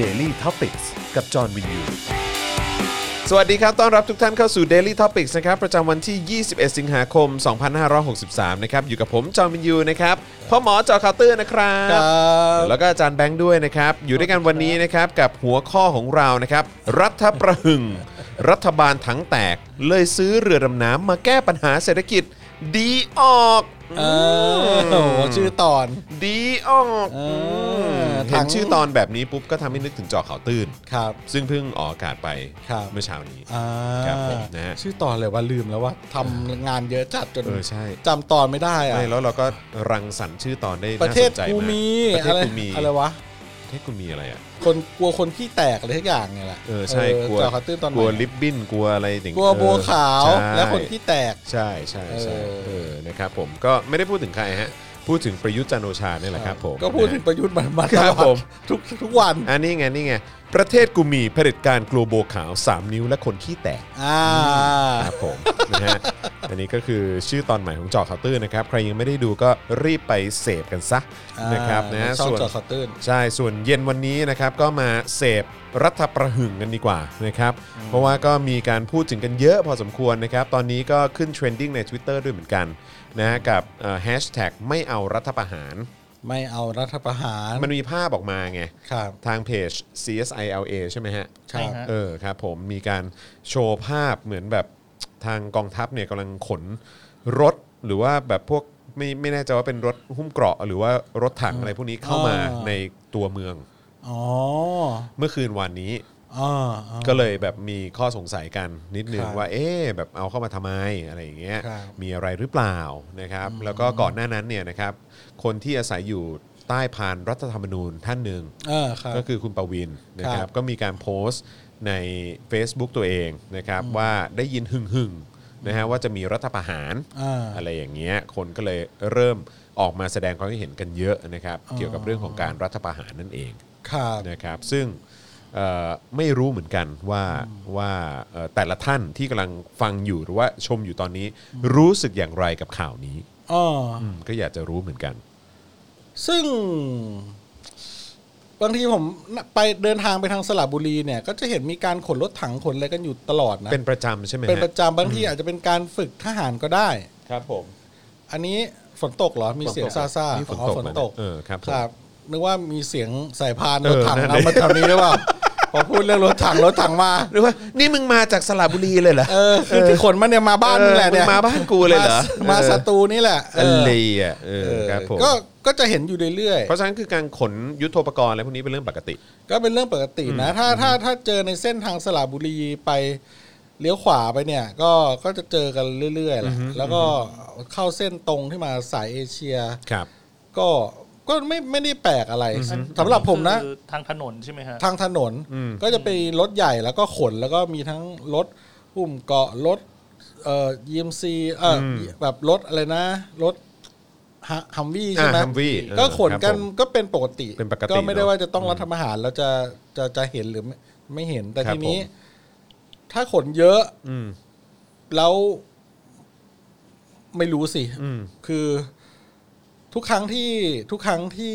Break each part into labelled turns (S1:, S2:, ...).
S1: Daily t o p i c กกับจอห์นวินยู
S2: สวัสดีครับ ต้อนรับทุกท่านเข้าสู่ Daily Topics นะครับ ประจำวันที่ 21 สิงหาคม 2563 นะครับ อยู่กับผม จอมินยู นะครับ พ่อหมอจอคาวเตอร์นะครับ แล้วก็อาจารย์แบงค์ด้วยนะครับ อยู่ด้วยกันวันนี้นะครับ กับหัวข้อของเรานะครับ รัฐประหึง รัฐบาลถังแตก เลยซื้อเรือดำน้ำมาแก้ปัญหาเศรษฐกิจ ดีออก
S3: เออโอ้โหชื่อตอน
S2: ดีออก
S3: เออ
S2: ม
S3: ถั
S2: เห็น
S3: ง
S2: ชื่อตอนแบบนี้ปุ๊บก็ทำให้นึกถึงจอข่าวตื้น
S3: ครับ
S2: ซึ่งเพิ่งออกอากาศไป
S3: ครับ
S2: เมื่อเช้านี้
S3: อ่า
S2: ครับผมนะฮะ
S3: ชื่อตอนเลยว่าลืมแล้วว่าทำงานเยอะจัดจน
S2: เออใช่
S3: จำตอนไม่ได้อะ
S2: ไม่แล้วเราก็รังสรรค์ชื่อตอนได้
S3: ประเทศ
S2: น่าสนใจ
S3: กู
S2: มาก
S3: มี
S2: ประเท
S3: อะ
S2: ศ
S3: ไร
S2: กูมี
S3: อะไรวะ
S2: ประเทศกูมีอะไรอ่ะ
S3: คนกลัวคนขี้แตกอะไรทุกอย่างไงล่ะ
S2: เออใช่กลัว
S3: จอคาตื้นตอนไหน
S2: กลัวลิปบิ้นกลัวอะไรอย่าง
S3: กลัวบัวขาว
S2: เออใช่
S3: และคนขี้แตก
S2: ใช่ใช่ใช่
S3: เออ
S2: เออนะครับผมก็ไม่ได้พูดถึงใครฮะพูดถึงประยุทธ์จันทร์โอชาเนี่ยแหละครับผม
S3: ก็พูดถึงประยุทธ์มันมาต
S2: ครั
S3: ล
S2: บผ
S3: อด
S2: ม
S3: ทุกทุกวัน
S2: อันนี้ไงนี่ไงประเทศกูมีเผด็จการกลัวบัวขาว 3 นิ้วและคนขี้แตก
S3: อ่า
S2: ครับผม นะฮะอันนี้ก็คือชื่อตอนใหม่ของเจอข่าวตื้นนะครับ ใครยังไม่ได้ดูก็รีบไปเสพกันซะนะครับนะฮะ
S3: ช่อง
S2: ส่วน
S3: เจาะข่าวตื้น
S2: ใช่ส่วนเย็นวันนี้นะครับก็มาเสพรัฐประหึงกันดีกว่านะครับ เพราะว่าก็มีการพูดถึงกันเยอะพอสมควรนะครับ ตอนนี้ก็ขึ้นเทรนดิ้งใน Twitter ด้วยเหมือนกันนะฮะกับแฮชแท็กไม่เอารัฐประหาร
S3: ไม่เอารัฐประหาร
S2: มันมีภาพออกมาไง
S3: ครับ
S2: ทางเพจ CSILA ใช่ไหมฮะ
S3: ใช่ฮะ
S2: เออครับผมมีการโชว์ภาพเหมือนแบบทางกองทัพเนี่ยกำลังขนรถหรือว่าแบบพวกไม่ไม่แน่ใจว่าเป็นรถหุ้มเกราะ หรือว่ารถถังอะไรพวกนี้เข้ามา
S3: อ่า
S2: ในตัวเมือง
S3: อ๋อ
S2: เมื่อคืนวันนี้
S3: อ่าอ่า
S2: ก็เลยแบบมีข้อสงสัยกันนิดนึง
S3: ครับ
S2: ว่าเอ๊ะแบบเอาเข้ามาทำไมอะไรอย่างเงี้ย
S3: ครับ
S2: มีอะไรหรือเปล่านะครับ แล้วก็ก่อนหน้านั้นเนี่ยนะครับคนที่อาศัยอยู่ใต้พานรัฐธรรมนูญท่านหนึ่ง
S3: เออครับ
S2: ก็คือคุณประวินนะค
S3: ค
S2: รั
S3: รับ บ
S2: ก็มีการโพสต์ใน Facebook ตัวเองนะครับว่าได้ยินหึ่งหึ่งๆนะฮะว่าจะมีรัฐประหาร
S3: อ่า
S2: ไรอย่างเงี้ยคนก็เลยเริ่มออกมาแสดงความคิดเห็นกันเยอะนะครับ
S3: อ๋อ
S2: เกี่ยวกับเรื่องของการรัฐประหารนั่นเอง
S3: ครับ
S2: นะครับ ซึ่งเอ่อไม่รู้เหมือนกันว่าว่าเอ่อแต่ละท่านที่กำลังฟังอยู่หรือว่าชมอยู่ตอนนี้รู้สึกอย่างไรกับข่าวนี้
S3: อ๋ออ
S2: อืมก็อยากจะรู้เหมือนกัน
S3: ซึ่ง บางทีผมไปเดินทางไปทางสระบุรีเนี่ย ก็จะเห็นมีการขนรถถังขนอะไรกันอยู่ตลอดนะ
S2: เป็นประจำใช่ไหมฮ
S3: เป็นประจำบางทีอาจจะเป็นการฝึกทหารก็ได้
S2: ครับผม
S3: อันนี้ฝนตกเหรอ มีเสียง
S2: ฝนตก
S3: ซาซา
S2: นี่ฝน
S3: อ๋อ
S2: ตก
S3: ฝนตก
S2: เหรอเออครับผม
S3: ครับนึกว่ามีเสียงสายพาน
S2: เอ
S3: ร
S2: อ
S3: ถถัง
S2: นั่นดิ
S3: เอามาทำนี้หรือเปล่าพอพูดเรื่องรถถังรถถังมา
S2: หรือว่านี่มึงมาจากสระบุรีเลยเหรอ
S3: เออคือที่ขนมันเนี่ยมาบ้านมึงแหละเนี่ย
S2: เออมึงมาบ้านกูเลยเหรอ
S3: มา
S2: เออ
S3: สตูนี่แหละเออ
S2: อะไรอ่ะเออ
S3: เออ
S2: ครับผม
S3: ก็ก็จะเห็นอยู่เรื่อยๆ
S2: เพราะฉะนั้นคือการขนยุทโธปกรณ์อะไรพวกนี้เป็นเรื่องปกติ
S3: ก็เป็นเรื่องปกตินะ ถ้าถ้าถ้าเจอในเส้นทางสระบุรีไปเลี้ยวขวาไปเนี่ย ก็ก็จะเจอกันเรื่อยๆแหละแล้วก็เข้าเส้นตรงที่มาสายเอเชีย
S2: ครับ
S3: ก็ก็ไม่ไม่ได้แปลกอะไรสำหรับผมนะ
S4: คือทางถนนใช่ไหมฮะ
S3: ทางถนนก็จะไปรถใหญ่แล้วก็ขนแล้วก็มีทั้งรถหุ่มเกาะรถเอ่อ GMC เอ่ออแบบรถอะไรนะ รถฮัมวี่ใช่ไหม
S2: อ่า Humvee เออ
S3: ก็ขนกัน
S2: ครับผม
S3: ก็เป็นปกติ
S2: เป็นปกติ
S3: ก็ไม่ได้
S2: เนอะ
S3: ว่าจะต้องรัฐประหารแล้วจะจะจะเห็นหรือไม่ไม่เห็นแต่
S2: ครับ
S3: ทีนี้
S2: ผม
S3: ถ้าขนเยอะ
S2: อืม
S3: แล้วไม่รู้สิ
S2: อืม
S3: คือทุกครั้งที่ทุกครั้งที่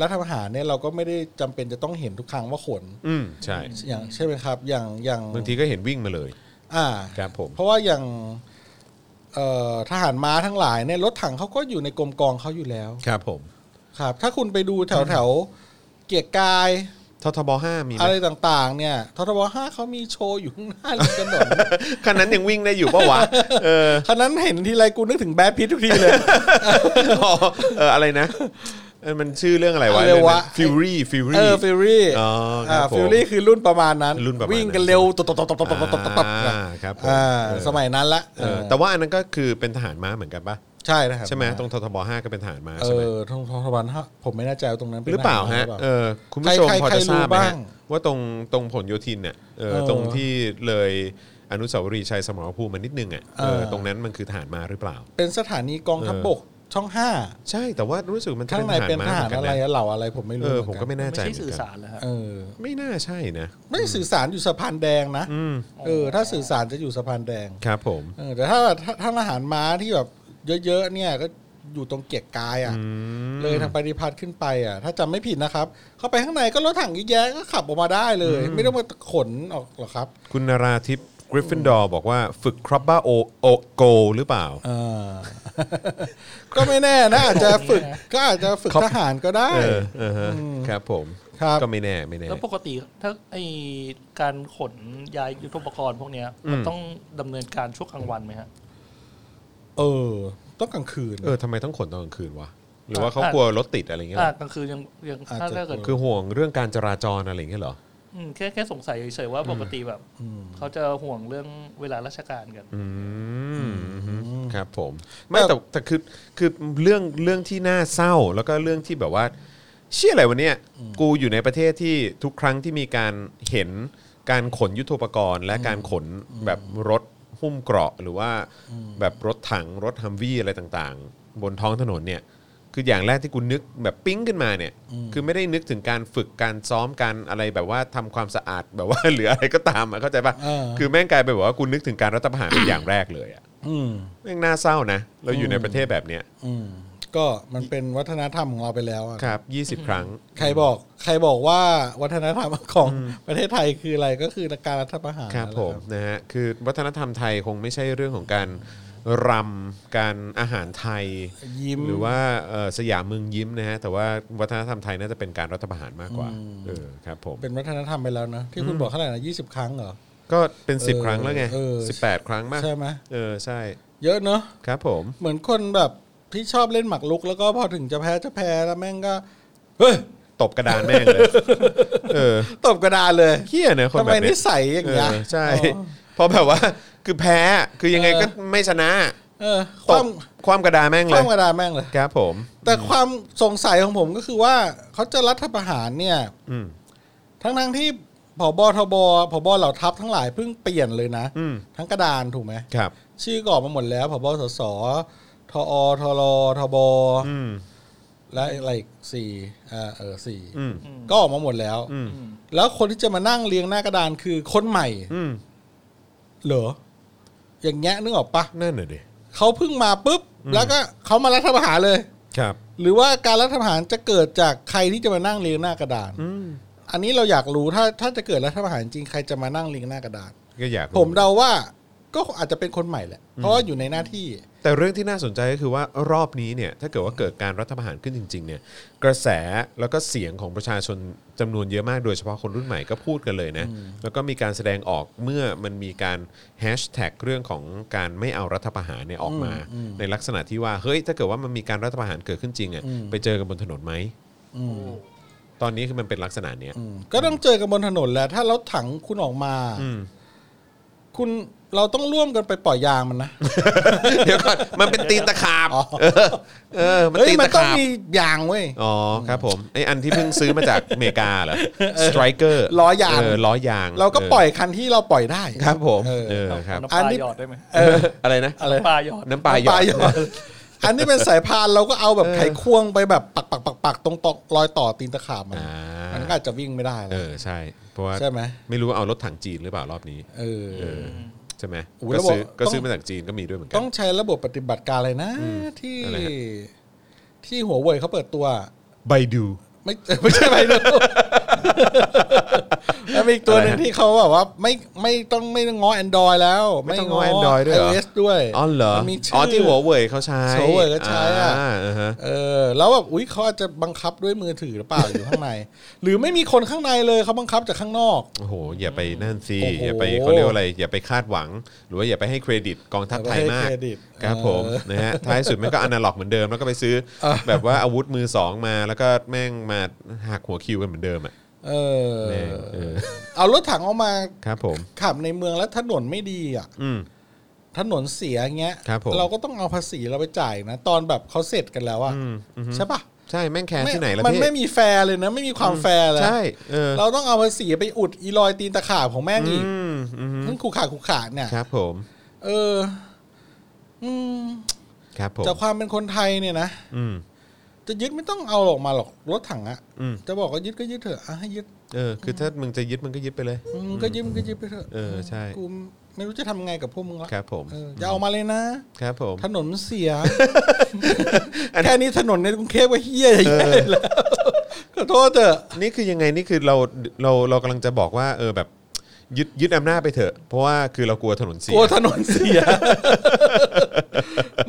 S3: รัฐประหารเนี่ยเราก็ไม่ได้จำเป็นจะต้องเห็นทุกครั้งว่าขน
S2: อืมใช่
S3: อย่างใช่ไหมครับ อย่างอย่าง
S2: บางทีก็เห็นวิ่งมาเลย
S3: อ่า
S2: ครับผม
S3: เพราะว่าอย่างเอ่อทหารม้าทั้งหลายเนี่ยรถถังเขาก็อยู่ในกรมกองเขาอยู่แล้ว
S2: ครับผม
S3: ครับ ถ้าคุณไปดูแถวแถวเกียรติกาย
S2: ททบห้ามีไห
S3: อะ
S2: ม
S3: ไรต่างๆ เนี่ยททบห้าเขามีโชว์อยู่ข้างหน้าริมถนน
S2: คันนั้นยังวิ่งได้อยู่ปะวะ เออ
S3: คันนั้นเห็นทีไรกูนึกถึงแบดพิททุกทีเลย
S2: อ๋อเอออะไรนะเออมันชื่อเรื่องอะไรวะ
S3: อะไรวะ
S2: ฟิวรี่ฟิว
S3: เอ
S2: รี่
S3: อฟิรี่
S2: อ๋ออ่
S3: า
S2: ครับผม
S3: ฟิรี่คือรุ่นประมาณนั้น
S2: รุ่นประมาณนั้น
S3: วิ่งกันเร็วตบตบตบตบตบตบตบ
S2: อ่าครับผม
S3: อ่า
S2: เออ
S3: สมัยนั้นละ
S2: เออแต่ว่าอันนั้นก็คือเป็นทหารม้าเหมือนกันปะ
S3: ใช่นะครับ
S2: ใช่ไหมตรงททบห้าก็เป็นทหารม้า
S3: เอ
S2: ใช่ไหม
S3: อทงทงทบันฮะผมไม่แน่ใจว่าตรงนั้นน
S2: หรือเปล่า
S3: ทงท
S2: ฮะ
S3: หรือเป
S2: เอ
S3: ล่า
S2: อคุณผู้ชม
S3: ใครใคร
S2: พอจะทราบไหม
S3: ใครรู้บ้า
S2: ฮะ
S3: ง
S2: ว่าตรงตรงผลโยธินเนี่ยเออ
S3: เออ
S2: ตรงที่เลยอนุสาวรีย์ชัยสมรภูมิมานิดนึงอ่ะเอ
S3: เอ
S2: อ
S3: อ
S2: ตรงนั้นมันคือทหารมาหรือเปล่า
S3: เป็นสถานีกองทัพ
S2: เออ
S3: บกช่องห้า
S2: ใช่แต่ว่ารู้สึกมันจะ
S3: ข้างในเป็นทหาร
S2: ม้
S3: อะ
S2: เหมืน
S3: ไร
S2: กันน
S3: เหล่าอะไรผมไม่
S2: เอ
S3: รู้
S2: อ
S3: เห
S2: ผม
S3: นน
S2: ก็ไม่แน่ใจ
S4: ไม่
S2: เหมื
S4: ใช่สื่
S2: อ
S4: อน
S2: กั
S4: สาน รแล้วฮะ
S3: เออ
S2: ไม่น่าใช่นะ
S3: ไม่ได้สื่อสารอยู่สะพานแดงนะ
S2: อืม
S3: เออถ้าสื่อสารจะอยู่สะพานแดง
S2: ครับผม
S3: เออแต่ถ้าถ้าถ้าทหารม้าที่แบบเยอะๆเนี่ยก็ อยู่ตรงเกียกกายอ่ะเลยทางปฏิพัฒน์ขึ้นไปอ่ะ ถ้าจำไม่ผิดนะครับ เข้าไปข้างในก็รถถังเยอะแยะก็ขับออกมาได้เลย ไม่ต้องมาขนออกหรอกครับ
S2: คุณนราทิพย์กริฟฟินดอร์บอกว่าฝึกครอบบ้าโอโอโกหรือเปล่า
S3: เออ ก็ไม่แน่นะอาจจะฝึกก็อาจจะฝึกทหารก็ได้
S2: เออเออฮะครับผม
S3: ครับ
S2: ก็ไม่แน่ไม่แน่
S4: แล้วปกติถ้าไอการขนย้ายยุทโธปกรณ์พวกเนี้ยมัน
S2: อืม
S4: ต้องดำเนินการช่วงกลางวันไหมฮะ
S3: เออ ต้องกลางคืน
S2: เออทำไมต้องขนตอนกลางคืนวะ หรือว่าเขากลัวรถติดอะไรเงี้ย
S4: อ่า
S2: เหรอก
S4: ลางคืนยังยัง
S3: อาจจะ
S4: ถ้าถ้าเกิด
S2: คือห่วงเรื่องการจราจรอะไรเงี้ยเหรอ
S4: มแค่แค่สงสัยเฉยๆว่าปกติแบบเขาจะห่วงเรื่องเวลาราชการกัน
S2: อืมครับผม ไม่แต่แต่คือคือเรื่องเรื่องที่น่าเศร้า แล้วก็เรื่องที่แบบว่า เชื่ออะไรวันเนี้ยกูอยู่ในประเทศที่ทุกครั้งที่มีการเห็นการขนยุทโธปกรณ์ และการขนแบบรถหุ้มเกราะ หรือว่าแบบรถถังรถฮัมวี่อะไรต่างๆ บนท้องถนนเนี่ย คืออย่างแรกที่กูนึกแบบปิ๊งขึ้นมาเนี่ย คือไม่ได้นึกถึงการฝึกการซ้อมการอะไรแบบว่าทำความสะอาด แบบว่า หรืออะไรก็ตามอ่ะเข้าใจปะ
S3: เออ
S2: คือแม่งกลายไปนแบบว่ากูนึกถึงการรัฐประหารเป็นอย่างแรกเลยอ่ะ
S3: อืม
S2: แม่งน่าเศร้านะ เราอยู่ในประเทศแบบเนี้ย
S3: อืม ก็มันเป็นวัฒนธรรมของเราไปแล้วอะ
S2: ครับ 20 ครั้ง
S3: ใครบอก ใครบอกว่าวัฒนธรรม ของประเทศไทยคืออะไรก็คือการรัฐประหาร
S2: ครับ
S3: นั่น
S2: ผ
S3: แหละ
S2: มนะฮะคือวัฒนธรรมไทยคงไม่ใช่เรื่องของการรำการอาหารไทย
S3: ยิ้ม
S2: หรือว่าเอ่อสยามเมืองยิ้มนะฮะแต่ว่าวัฒนธรรมไทยน่าจะเป็นการรัฐประหารมากกว่าเออครับผม
S3: เป็นวัฒนธรรมไปแล้วนะ ที่คุณบอกเท่าไหร่นะยี่สิบครั้งเหรอ
S2: ก็เป็น
S3: เออ
S2: 10 ครั้งแล้วไง
S3: เออ
S2: สิบแปดครั้งมาก
S3: ใช่ไหม
S2: เออใช่
S3: เยอะเนอะ
S2: ครับผม
S3: เหมือนคนแบบที่ชอบเล่นหมากรุก แล้วก็พอถึงจะแพ้จะแพ้แล้วแม่งก็ เฮ้ย
S2: ตบกระดานแม่งเลย เออ
S3: ตบกระดานเลย
S2: เฮี้ยนะคน
S3: ทำ
S2: แบ
S3: ไม
S2: บ
S3: นิ
S2: เนี้ย
S3: สัยอย่าง
S2: เอ
S3: เงี้ย
S2: อใช่
S3: อ๋อ
S2: เพราะแบบว่าคือแพ้คือยังไงก็
S3: เออ
S2: ไม่ชนะ
S3: เออค
S2: ต
S3: วา
S2: บ
S3: ม
S2: ความกระดานแม่ง
S3: ค
S2: เล
S3: วาย มกระดานแม่งเลย
S2: ครับผม
S3: แต่ความสงสัยของผมก็คือว่าเขาจะรัฐประหารเนี่ย
S2: อืม
S3: ทั้งทั้งๆที่ผบทบผบเหล่าทัพทั้งหลายเพิ่งเปลี่ยนเลยนะ
S2: อืม
S3: ทั้งกระดานถูกไหม
S2: ครับ
S3: ชื่อก่อกมาหมดแล้วผบสสทอทรทบ
S2: อืม
S3: และอะไรอีกสี่อ่าเออสี่
S2: อืม
S4: อืม
S3: ก็ออกมาหมดแล้ว
S2: อืม
S4: อืม
S3: แล้วคนที่จะมานั่งเรียงหน้ากระดานคือคนใหม่
S2: อืม
S3: เหรออย่างเงี้ยนึกออกปะ
S2: นั่นน่ะดิ
S3: เขาเพิ่งมาปุ๊บแล้วก็เขามารัฐประหารเลย
S2: ครับ
S3: หรือว่าการรัฐประหารจะเกิดจากใครที่จะมานั่งเรียงหน้ากระดาน
S2: อืม
S3: อันนี้เราอยากรู้ถ้าถ้าจะเกิดรัฐประหารจริงใครจะมานั่งเรียงหน้ากระดาน
S2: ก็อยากรู้
S3: ผมเดาว่าก็อาจจะเป็นคนใหม่แหละ เพราะว่าอยู่ในหน้าที่
S2: แต่เรื่องที่น่าสนใจก็คือว่ารอบนี้เนี่ย ถ้าเกิดว่าเกิดการรัฐประหารขึ้นจริง ๆ เนี่ย กระแสแล้วก็เสียงของประชาชนจำนวนเยอะมากโดยเฉพาะคนรุ่นใหม่ก็พูดกันเลยนะ แล้วก็มีการแสดงออกเมื่อมันมีการแฮชแท็กเรื่องของการไม่เอารัฐประหารเนี่ยออกมา ในลักษณะที่ว่าเฮ้ยถ้าเกิดว่ามันมีการรัฐประหารเกิดขึ้นจริงอ่ะ
S3: อืม
S2: ไปเจอกันบนถนนไหม
S3: อืม
S2: ตอนนี้คือมันเป็นลักษณะเนี้ย
S3: อืมก็ต้องเจอกันบนถนนแหละถ้ารถถังคุณออกมา
S2: อืม
S3: คุณเราต้องร่วมกันไปปล่อยยางมัน นะ
S2: เดี๋ยวก่อนมันเป็นตีนตะขาบเออเออมัน
S3: เฮ้ย
S2: ตีน
S3: มัน
S2: ตะ
S3: ต้อง
S2: ขาบ
S3: มียางเว้ย
S2: อ๋อครับผมไออันที่เพิ่งซื้อมา จาก อเมริกาเหรอสไตรเกอร์
S3: ล้อยาง
S2: ล้อยาง
S3: เราก็
S2: ออ
S3: ปล่อยคันที่เราปล่อยได้
S2: ครับผม
S3: เออ
S2: เออครับ
S4: น้ำ
S3: อั
S4: ปลาน
S3: นี้
S4: หยอดได้ไหม
S2: เอออะไรนะ
S3: อะไร
S4: น้ำปลาหยอด
S2: น้ำปลาหยอด
S3: หยอดอันนี้เป็นสายพานเราก็เอาแบบ
S2: เออ
S3: ไขควงไปแบบปักปักปักปักตรงตอกรอยต่อตีนตะขาบมัน
S2: อ่า
S3: มันก็อาจจะวิ่งไม่ได้แล้
S2: เอ
S3: ว
S2: อใช่ เพราะว่า
S3: ใช่ไหม
S2: ไม่รู้ว่าเอารถถังจีนหรือเปล่ารอบนี้
S3: เออ
S2: เออใช่ไหม
S3: โอ้โห
S2: ก็ซื้อ
S3: แล้วบอก
S2: ก็ซื้อ
S3: ต้อง
S2: มาจากจีนก็มีด้วยเหมือนกัน
S3: ต้องใช้ระบบปฏิบัติการอะไรนะที่
S2: อะไรฮะ
S3: ที่หัวเว่ยเขาเปิดตัว
S2: ไบดู
S3: ไม่ ไม่ใช่ไป ดูแล้วมีอีกตัวหนึ่ง
S2: อะไรฮะ
S3: ที่เขาแบบว่าไม่ไม่ต้องไม่ต้องง้อ Android แล้ว
S2: ไม่ต้องง้อ Android ด้วยเหรอ
S3: iOS ด้วย
S2: อ๋อเหรอ
S3: มันมีชื่
S2: อ๋อ
S3: อ
S2: ที่หัวเว่ยเขาใช้
S3: หัวเว่ยก็ใช้อ่ะ
S2: าาฮะ
S3: เออ แล้วแบบอุ้ยเขาอาจจะบังคับด้วยมือถือหรือเปล่าอยู่ข้างใน หรือไม่มีคนข้างในเลยเขาบังคับจากข้างนอก
S2: โอ้โหอย่าไปนั่นสิ
S3: โอ้โห
S2: อย่าไปเขาเรียกว่าอะไรอย่าไปคาดหวัง หรือว่าอย่าไปให้เครดิตกองทัพไทย
S3: อย่าไปให้
S2: มาก
S3: เครดิต
S2: ครับผม
S3: เออ
S2: นะฮะท้ายสุดแม่งก็อนาล็อกเหมือนเดิมแล้วก็ไปซื้อ แบบว่าอาวุธมือสองมาแล้วก็แม่งมาหักหัวคิวกันเหมือนเดิมอ่ะ
S3: เออ
S2: แม่งเออ
S3: เอารถถังออกมา
S2: ครับผม
S3: ขับในเมืองแล้วถนนไม่ดีอ่ะ
S2: อืม
S3: ถนนเสียอย่างเงี้ย
S2: ครับผม
S3: เราก็ต้องเอาภาษีเราไปจ่ายนะ ตอนแบบเขาเสร็จกันแล้วอะ
S2: อืมอืม
S3: ใช่ปะ
S2: ใช่แม่งแคร์
S3: ไม่
S2: ที่ไหนละ
S3: มัน
S2: พี่
S3: ไม่มีแฟร์เลยนะ ไม่มีความแฟร์เลย
S2: ใช่เออ
S3: เราต้องเอาภาษีไปอุดอีลอยตีนตะขาบของแม่งอีก
S2: อืมอืม
S3: นั่นขู่ขาขู่ขาเนี่ย
S2: ครับผม
S3: เออ อืม
S2: ครับผม
S3: จากความเป็นคนไทยเนี่ยนะ
S2: อืม
S3: จะยึดไม่ต้องเอาออกมาหรอกรถถังอะ
S2: อืม
S3: จะบอกว่ายึดก็ยึดเถอะอ่ะให้ยึด
S2: เออคือถ้ามึงจะยึดมึงก็ยึดไปเลย
S3: อืมก็ยึดก็ยึดไปเถอะ
S2: เออใช่
S3: กูไม่รู้จะทำไงกับพวกมึงละ
S2: ครับผม
S3: เอออย่าเอามาเลยนะ
S2: ครับผม
S3: ถนนมันเสีย แค่นี้ถนนในกรุงเทพก็เฮี้ยใหญ่แล้วขอโทษเถอะ
S2: นี่คือยังไงนี่คือเราเราเรากำลังจะบอกว่าเออแบบยึดยึดอำนาจไปเถอะ เพราะว่าคือเรากลัวถนนเสีย
S3: กลัวถนนเสีย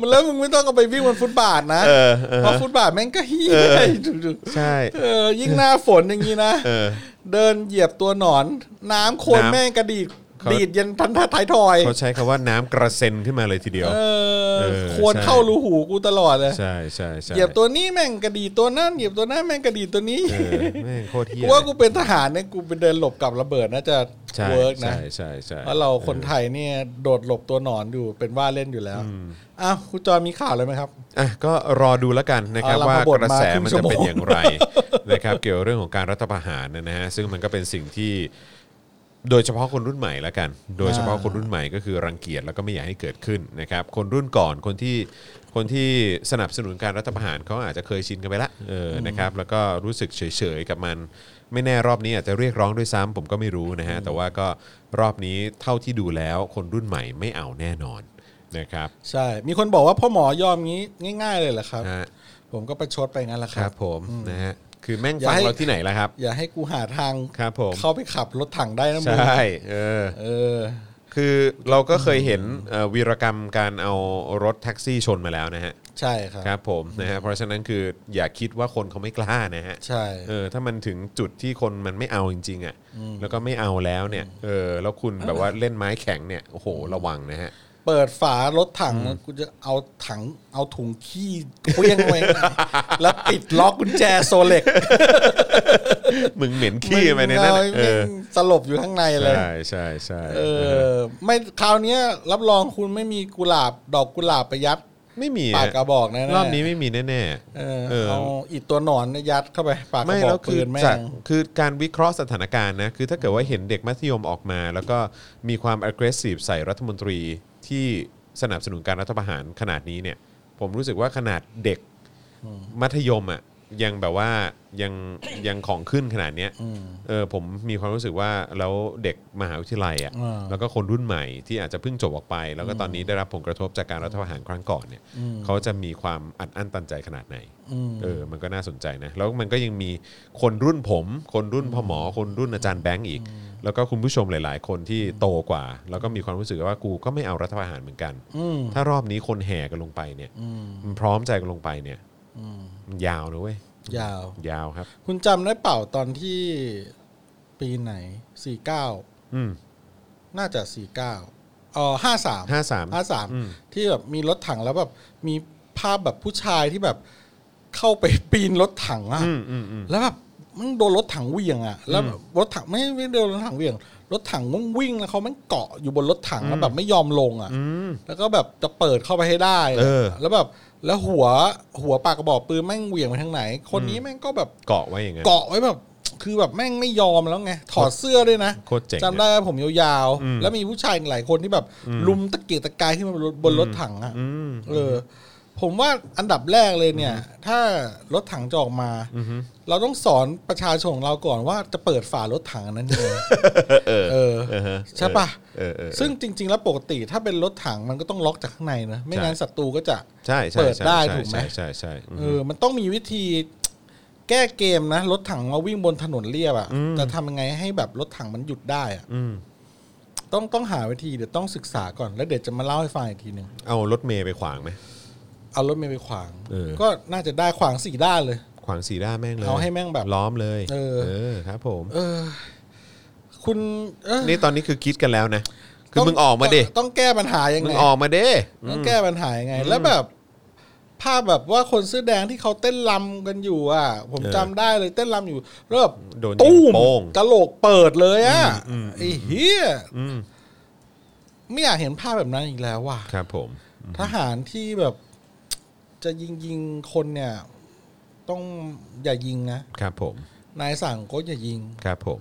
S3: มันแล้วมึงไม่ต้องเอาไปวิ่งบนฟุตบาทนะ
S2: เออเออ
S3: เพราะฟุตบาทแม่งก็เฮี้ย
S2: ใช่
S3: เออยิ่งหน้าฝนอย่างนี้นะ
S2: เออ
S3: เดินเหยียบตัวหนอน น้ำโคลน
S2: น้ำ
S3: แม่งกระดีด
S2: เขา
S3: ดีดยันทันท้ายทอย
S2: เขาใช้คำว่าน้ำกระเซ็นขึ้นมาเลยทีเดียว
S3: เออ
S2: เออ
S3: โคลนเข้า
S2: ใช่
S3: รูหูกูตลอดเลย
S2: ใช่ใช่ใช่
S3: เหยียบตัวนี้แม่งกระดีดตัวนั่นเหยียบตัวนั่นแม่งกระดีดตัวนี้
S2: เออแม่งโคตรเฮี้ย
S3: กูว่ากูเป็นทหารเนี่ยกูไปเดินหลบกับระเบิดน่าจะ
S2: ใช่
S3: เวิร์กนะ
S2: ใช่ใช่ใช่
S3: เพราะเราคนไทยเนี่ยโดดหลบตัวหนอนอยู่เป็นว่าเล่นอยู่แล้วอ้าวคุณจอยมีข่าวเลยไหมครับ
S2: อ่ะก็รอดูแล้วกันนะครับ
S3: เอาละ
S2: ว่ากระแส
S3: มาบ่นมาครึ่ง
S2: มัน
S3: ชั่
S2: จะ
S3: วโมง
S2: เป็นอย่างไร นะครับ เกี่ยวเรื่องของการรัฐประหารนะฮะซึ่งมันก็เป็นสิ่งที่โดยเฉพาะคนรุ่นใหม่ละกัน โดยเฉพาะคนรุ่นใหม่ก็คือรังเกียจแล้วก็ไม่อยากให้เกิดขึ้นนะครับ คนรุ่นก่อนคนที่คนที่สนับสนุนการรัฐประหารเขาอาจจะเคยชินกันไปละเอออนะครับ แล้วก็รู้สึกเฉยๆกับมัน ไม่แน่รอบนี้อาจจะเรียกร้องด้วยซ้ำผมก็ไม่รู้นะฮะแต่ว่าก็รอบนี้เท่าที่ดูแล้วคนรุ่นใหม่ไม่เอาแน่นอนนะครับ
S3: ใช่ มีคนบอกว่าพ่อหมอยอมงี้ง่าย ๆ เลยเหรอครับ
S2: นะฮะ
S3: ผมก็ประชดไปงั้นแหละค
S2: ค
S3: รั
S2: รับ บผมนะฮะคือแม่ง
S3: อย่า
S2: ฟัง
S3: ให้
S2: เราที่ไหนล่ะครับ
S3: อย่าให้กูหาทาง
S2: ครับผม
S3: เข้าไปขับรถถังได้นะมึง
S2: ใช่เออ
S3: เออ
S2: คือเราก็เคยเห็นเอ่อวีรกรรมการเอารถแท็กซี่ชนมาแล้วนะฮะ
S3: ใช่ครับ
S2: ครับผมนะฮะเพราะฉะนั้นคืออย่าคิดว่าคนเขาไม่กล้านะฮะ
S3: ใช่
S2: เออถ้ามันถึงจุดที่คนมันไม่เอาจริงๆอ่ะแล้วก็ไม่เอาแล้วเนี่ยเออแล้วคุณแบบว่าเล่นไม้แข็งเนี่ยโอ้โหระวังนะฮะ
S3: เปิดฝารถถังกูจะเอาถังเอาถุงขี้เคลี้ยงไว้นะแล้วปิดล็อกกุญแจโซเล็ก
S2: มึงเหม็นขี้ไปในนั้นน่ะ
S3: มัเอา
S2: เออ
S3: มันสลบอยู่ข้างในเลย
S2: ใช่ใช่ใช่
S3: เออ ไม่คราวเนี้ยรับรองคุณไม่มีกุหลาบ ดอกกุหลาบไปยัด
S2: ไม่มี
S3: ปาก
S2: อะ
S3: กระบอกแน่ๆ
S2: รอบนี้ไม่มีแน่
S3: เออ
S2: ๆเออ
S3: เอาอีกตัวหนอนเนี่ยยัดเข้าไปปากกระ
S2: ไม่
S3: บอ
S2: แล้ว
S3: ก
S2: คื
S3: ปื
S2: อน
S3: แม่
S2: จาก
S3: ง
S2: คือการวิเคราะห์สถานการณ์นะคือถ้าเกิดว่าเห็นเด็กมัธยมออกมา แล้วก็มีความ aggressive ใส่รัฐมนตรีที่สนับสนุนการรัฐประหารขนาดนี้เนี่ย ผมรู้สึกว่าขนาดเด็กมัธยมอ่ะยังแบบว่ายังยังของขึ้นขนาดเนี้ยเออผมมีความรู้สึกว่าแล้วเด็กมหาวิทยาลัยอ่ะ
S3: อ่า
S2: แล้วก็คนรุ่นใหม่ที่อาจจะเพิ่งจบออกไป แล้วก็ตอนนี้ได้รับผลกระทบจากการรัฐประหารครั้งก่อนเนี่ยเขาจะมีความอัดอั้นตันใจขนาดไหน เออ มันก็น่าสนใจนะ แล้วมันก็ยังมีคนรุ่นผม คนรุ่นพ่อหมอ คนรุ่นอาจารย์แบงค์อีก แล้วก็คุณผู้ชมหลาย ๆ คนที่โตกว่า แล้วก็มีความรู้สึกว่ากูก็ไม่เอารัฐประหารเหมือนกัน ถ้ารอบนี้คนแห่กันลงไปเนี่ยมันพร้อมใจกันลงไปเนี่ยมันยาวนะเว้ย
S3: ยาว
S2: ยาวครับ
S3: คุณจำได้เปล่าตอนที่ปีไหนสี่เก้า
S2: อืม
S3: น่าจะสี่เก้าอ๋อห้าสาม
S2: 53
S3: ห้าสามที่แบบมีรถถังแล้วแบบมีภาพแบบผู้ชายที่แบบเข้าไปปีนรถถังอะ
S2: อืมอืมอืม
S3: แล้วแบบมันโดนรถถังเหวี่ยงอ่ะ แล้วแบบรถถังไม่ไม่โดนรถถังเหวี่ยง รถถังมันวิ่งแล้วเขามันเกาะอยู่บนรถถังแล้วแบบไม่ยอมลงอ่ะ แล้วก็แบบจะเปิดเข้าไปให้ได้
S2: เออ
S3: แล้วแบบแล้วหัวหัวปากกระบอกปืนแม่งเหวี่ยงไปทางไหน คนนี้แม่งก็แบบ
S2: เกาะไว้อย่างเงี้ย
S3: เกาะไว้แบบ คือแบบแม่งไม่ยอมแล้วไงถอดเสื้อด้วยนะ
S2: โคตรเจ๋ง
S3: จำได้ว่าผมยาวๆ แล้วมีผู้ชายอีกหลายคนที่แบบลุมตะเกียกตะกายขึ้นมาบนรถบนรถถังอ่ะ
S2: ม
S3: เออ ผมว่าอันดับแรกเลยเนี่ย ถ้ารถถังจะออกมา เราต้องสอนประชาชนของเราก่อนว่าจะเปิดฝารถถังอันนั้นยังไง เออใช่ปะ
S2: เออเออเออ
S3: ซึ่งจริง ๆ แล้วปกติถ้าเป็นรถถังมันก็ต้องล็อกจากข้างในนะ ไม่งั้นศัตรูก็จะ
S2: ใช่ใช่
S3: เปิด
S2: ใช่
S3: ได้
S2: ใช่
S3: ถูกไหม
S2: ใช่ใช่ใช่อืม
S3: เออมันต้องมีวิธีแก้เกมนะรถถังมาวิ่งบนถนนเรียบอะ่ะจะทำยังไงให้แบบรถถังมันหยุดได้อะ่ะ
S2: อืม
S3: ต้องต้องหาวิธีเดี๋ยวต้องศึกษาก่อนแล้วเดี๋ยวจะมาเล่าให้ฟังอีกทีหนึ่ง
S2: เอารถเมย์ไปขวางไหม
S3: เอารถเมล์ไปขวาง
S2: เออ
S3: ก็น่าจะได้ขวางสี่ด้านเลย
S2: ขวางสีด้านแม่งเลย
S3: เอาให้แม่งแบบ
S2: ล้อมเลย
S3: เออ
S2: ครับผม
S3: เออ คุณเออ
S2: นี่ตอนนี้คือคิดกันแล้วนะ คือ
S3: ต้
S2: มึงออกมาดิ
S3: ต้องต้องแก้ปัญหายัง
S2: มึ
S3: ไง
S2: งออกมาเด้
S3: ต้องแก้ปัญหายังไง แล้วแบบ ภาพแบบว่าคนเสื้อแดงที่เขาเต้นรำกันอยู่อ่ะ ผม
S2: เออ
S3: จำได้เลยเต้นรำอยู่แล้วแบบ
S2: โดนยิง
S3: ตู้ม
S2: โป้ง
S3: กะโหลกเปิดเลยอ่ะไอ้เหี้ย
S2: อืม
S3: ไม่อยากเห็นภาพแบบนั้นอีกแล้วว่ะ
S2: ครับผม
S3: ทหารที่แบบ จะยิงยิงคนเนี่ย ต้องอย่ายิงนะครับ
S2: ผม
S3: นายสั่งก็อย่ายิง
S2: ครับผม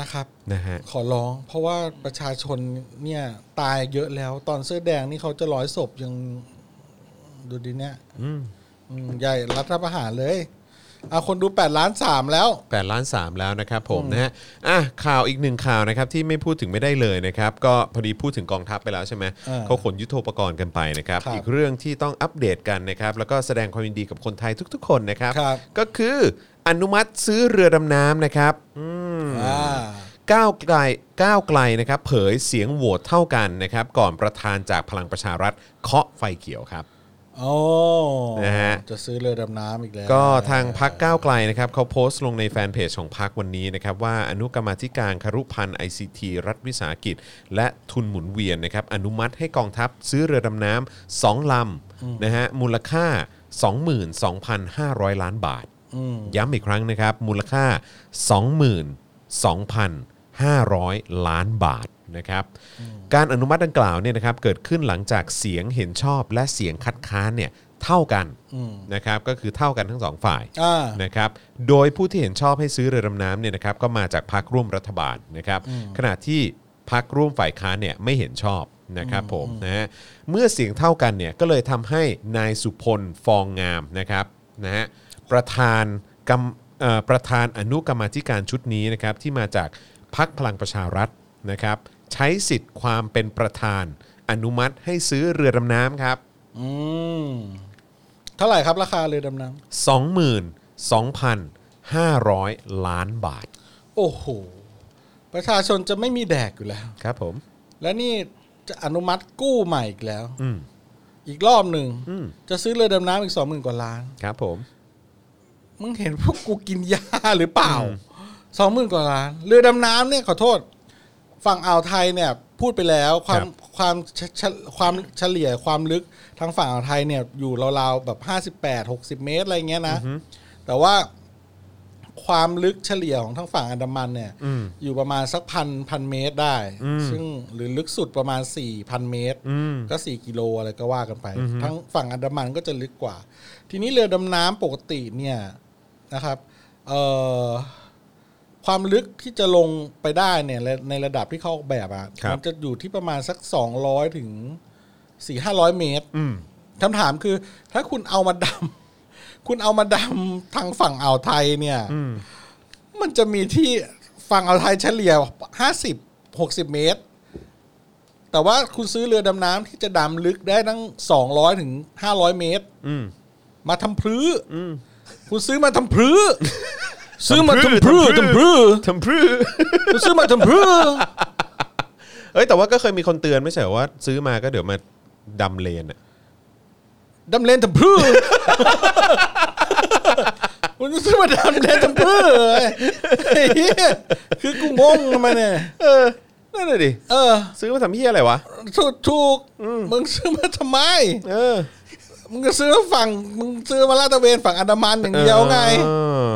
S3: นะครับ
S2: นะฮะ
S3: ขอร้อง เพราะว่าประชาชนเนี่ยตายเยอะแล้ว ตอนเสื้อแดงนี่เขาจะร้อยศพยังดูดิเนี่ย
S2: อืม
S3: อืมใหญ่รัฐประหารเลยเอาคนดูแปดล้านสามแล้ว
S2: 8ล้าน3แล้วนะครับผมนะฮะอ่ะข่าวอีกหนึ่งข่าวนะครับที่ไม่พูดถึงไม่ได้เลยนะครับ ก็พอดีพูดถึงกองทัพไปแล้วใช่ไหม
S3: อ่า
S2: เขาขนยุทโธปกรณ์กันไปนะครับ
S3: ครับ
S2: อีกเรื่องที่ต้องอัปเดตกันนะครับ แล้วก็แสดงความยินดีกับคนไทยทุกๆ คนนะครับ
S3: ครับ
S2: ก็คืออนุมัติซื้อเรือดำน้ำนะครับอืม
S3: อ่า
S2: ก้าวไกลก้าวไกลนะครับเผยเสียงโหวตเท่ากันนะครับ ก่อนประธานจากพลังประชารัฐเคาะไฟเขียวครับ
S3: โอ้
S2: นะฮะ
S3: จะซื้อเรือดำน้ำอีกแล้ว
S2: ก็ทางพักก้าวไกลนะครับเขาโพสต์ลงในแฟนเพจของพักวันนี้นะครับ ว่าอนุกรรมาธิการคารุพันธ์ ICT รัฐวิสาหกิจ และทุนหมุนเวียนนะครับ อนุมัติให้กองทัพซื้อเรือดำน้ำสองลำนะฮะมูลค่า 22,500 ล้านบาท ย้ำอีกครั้งนะครับ มูลค่า 22,500 ล้านบาทนะครับ การอนุมัติดังกล่าวเนี่ยนะครับเกิดขึ้นหลังจากเสียงเห็นชอบและเสียงคัดค้านเนี่ยเท่ากันนะครับก็คือเท่ากันทั้งสองฝ่าย
S3: อ่า
S2: นะครับโดยผู้ที่เห็นชอบให้ซื้อเรือดำน้ำเนี่ยนะครับก็มาจากพรรคร่วมรัฐบาลนะครับขณะที่พรรคร่วมฝ่ายค้านเนี่ยไม่เห็นชอบนะครับผมนะฮะเมื่อเสียงเท่ากันเนี่ยก็เลยทำให้นายสุพลฟองงามนะครับนะฮะประธานกรรมเอ่อประธานอนุกรรมาธิการชุดนี้นะครับที่มาจากพรรคพลังประชารัฐ นะครับใช้สิทธิ์ความเป็นประธาน อนุมัติให้ซื้อเรือดำน้ำครับ
S3: อืมเท่าไหร่ครับราคาเรือดำน้
S2: 22,500 ล้านบาท
S3: ำโอ้โห ประชาชนจะไม่มีแดกอยู่แล้ว
S2: ครับผม
S3: และนี่จะอนุมัติกู้ใหม่อีกแล้ว
S2: อืม
S3: อีกรอบหนึ่ง
S2: อืม
S3: จะซื้อเรือดำน้ำอีกสองหมื่นกว่าล้าน
S2: ครับผม
S3: มึงเห็นพวกกูกินยาหรือเปล่าสองหมื่นกว่าล้าน เรือดำน้ำเนี่ยขอโทษ ฝั่งอ่าวไทยเนี่ย พูดไปแล้วควา
S2: ค
S3: ม
S2: รับ
S3: ความเฉเฉความเฉลี่ยความลึกทางฝั่งอ่าวไทยเนี่ยอยู่ราวๆแบบห้าสิบแปดหกสิบเมตรอะไรเงี้ยนะ แต่ว่าความลึกเฉลี่ยของทางฝั่งอันดามันเนี่ย
S2: อืม
S3: อยู่ประมาณสักพันพันเมตรได้
S2: อืม
S3: ซึ่งหรือลึกสุดประมาณสี่พันเมตร
S2: อืม
S3: ก็ 4 กิโลอะไรก็ว่ากันไป ทั้งฝั่งอันดามันก็จะลึกกว่า ทีนี้เรือดำน้ำปกติเนี่ยนะครับเอ่อความลึกที่จะลงไปได้เนี่ยและในระดับที่เขาออกแบบอะ
S2: ครับ
S3: มัจะอยู่ที่ประมาณสัก 200 ถึง 4-500 เมตร
S2: อืม
S3: คำถามคือถ้าคุณเอามาดำ คุณเอามาดำทางฝั่งอ่าวไทยเนี่ย
S2: อืม
S3: มันจะมีที่ฝั่งอ่าวไทยเฉลี่ย 50 60 เมตร แต่ว่าคุณซื้อเรือดำน้ำที่จะดำลึกได้ตั้ง 200 ถึง 500 เมตร
S2: อืม
S3: มาทำพลื้ออ
S2: ม
S3: คุณซื้อมาทำพลื้อ ซื้อมาทำพลื้อทำพลื้อ
S2: ทำพรือ
S3: คุณซื้อมาทำพลื้อ
S2: เอ้ยแต่ว่าก็เคยมีคนเตือนไม่ใช่เหรอว่า ซื้อมาก็เดี๋ยวมาดำเลนอะ
S3: ดำเลนทำพลื้อ คุณซื้อมาดำเลนทำพลื้อไอ้เหี้ ยคือกูงงทำไมเนี่ย
S2: เออนั่นเลยดิ
S3: เออ
S2: ซื้อมาทำเฮียอะไรวะ
S3: ถูกถูกมึงซื้อมาทำไม
S2: เออ
S3: มึงก็ซื้อมาฝั่งมึงซื้อมาลาดตระเวนฝั่งอันดามันอย่างเดียวไง
S2: เออ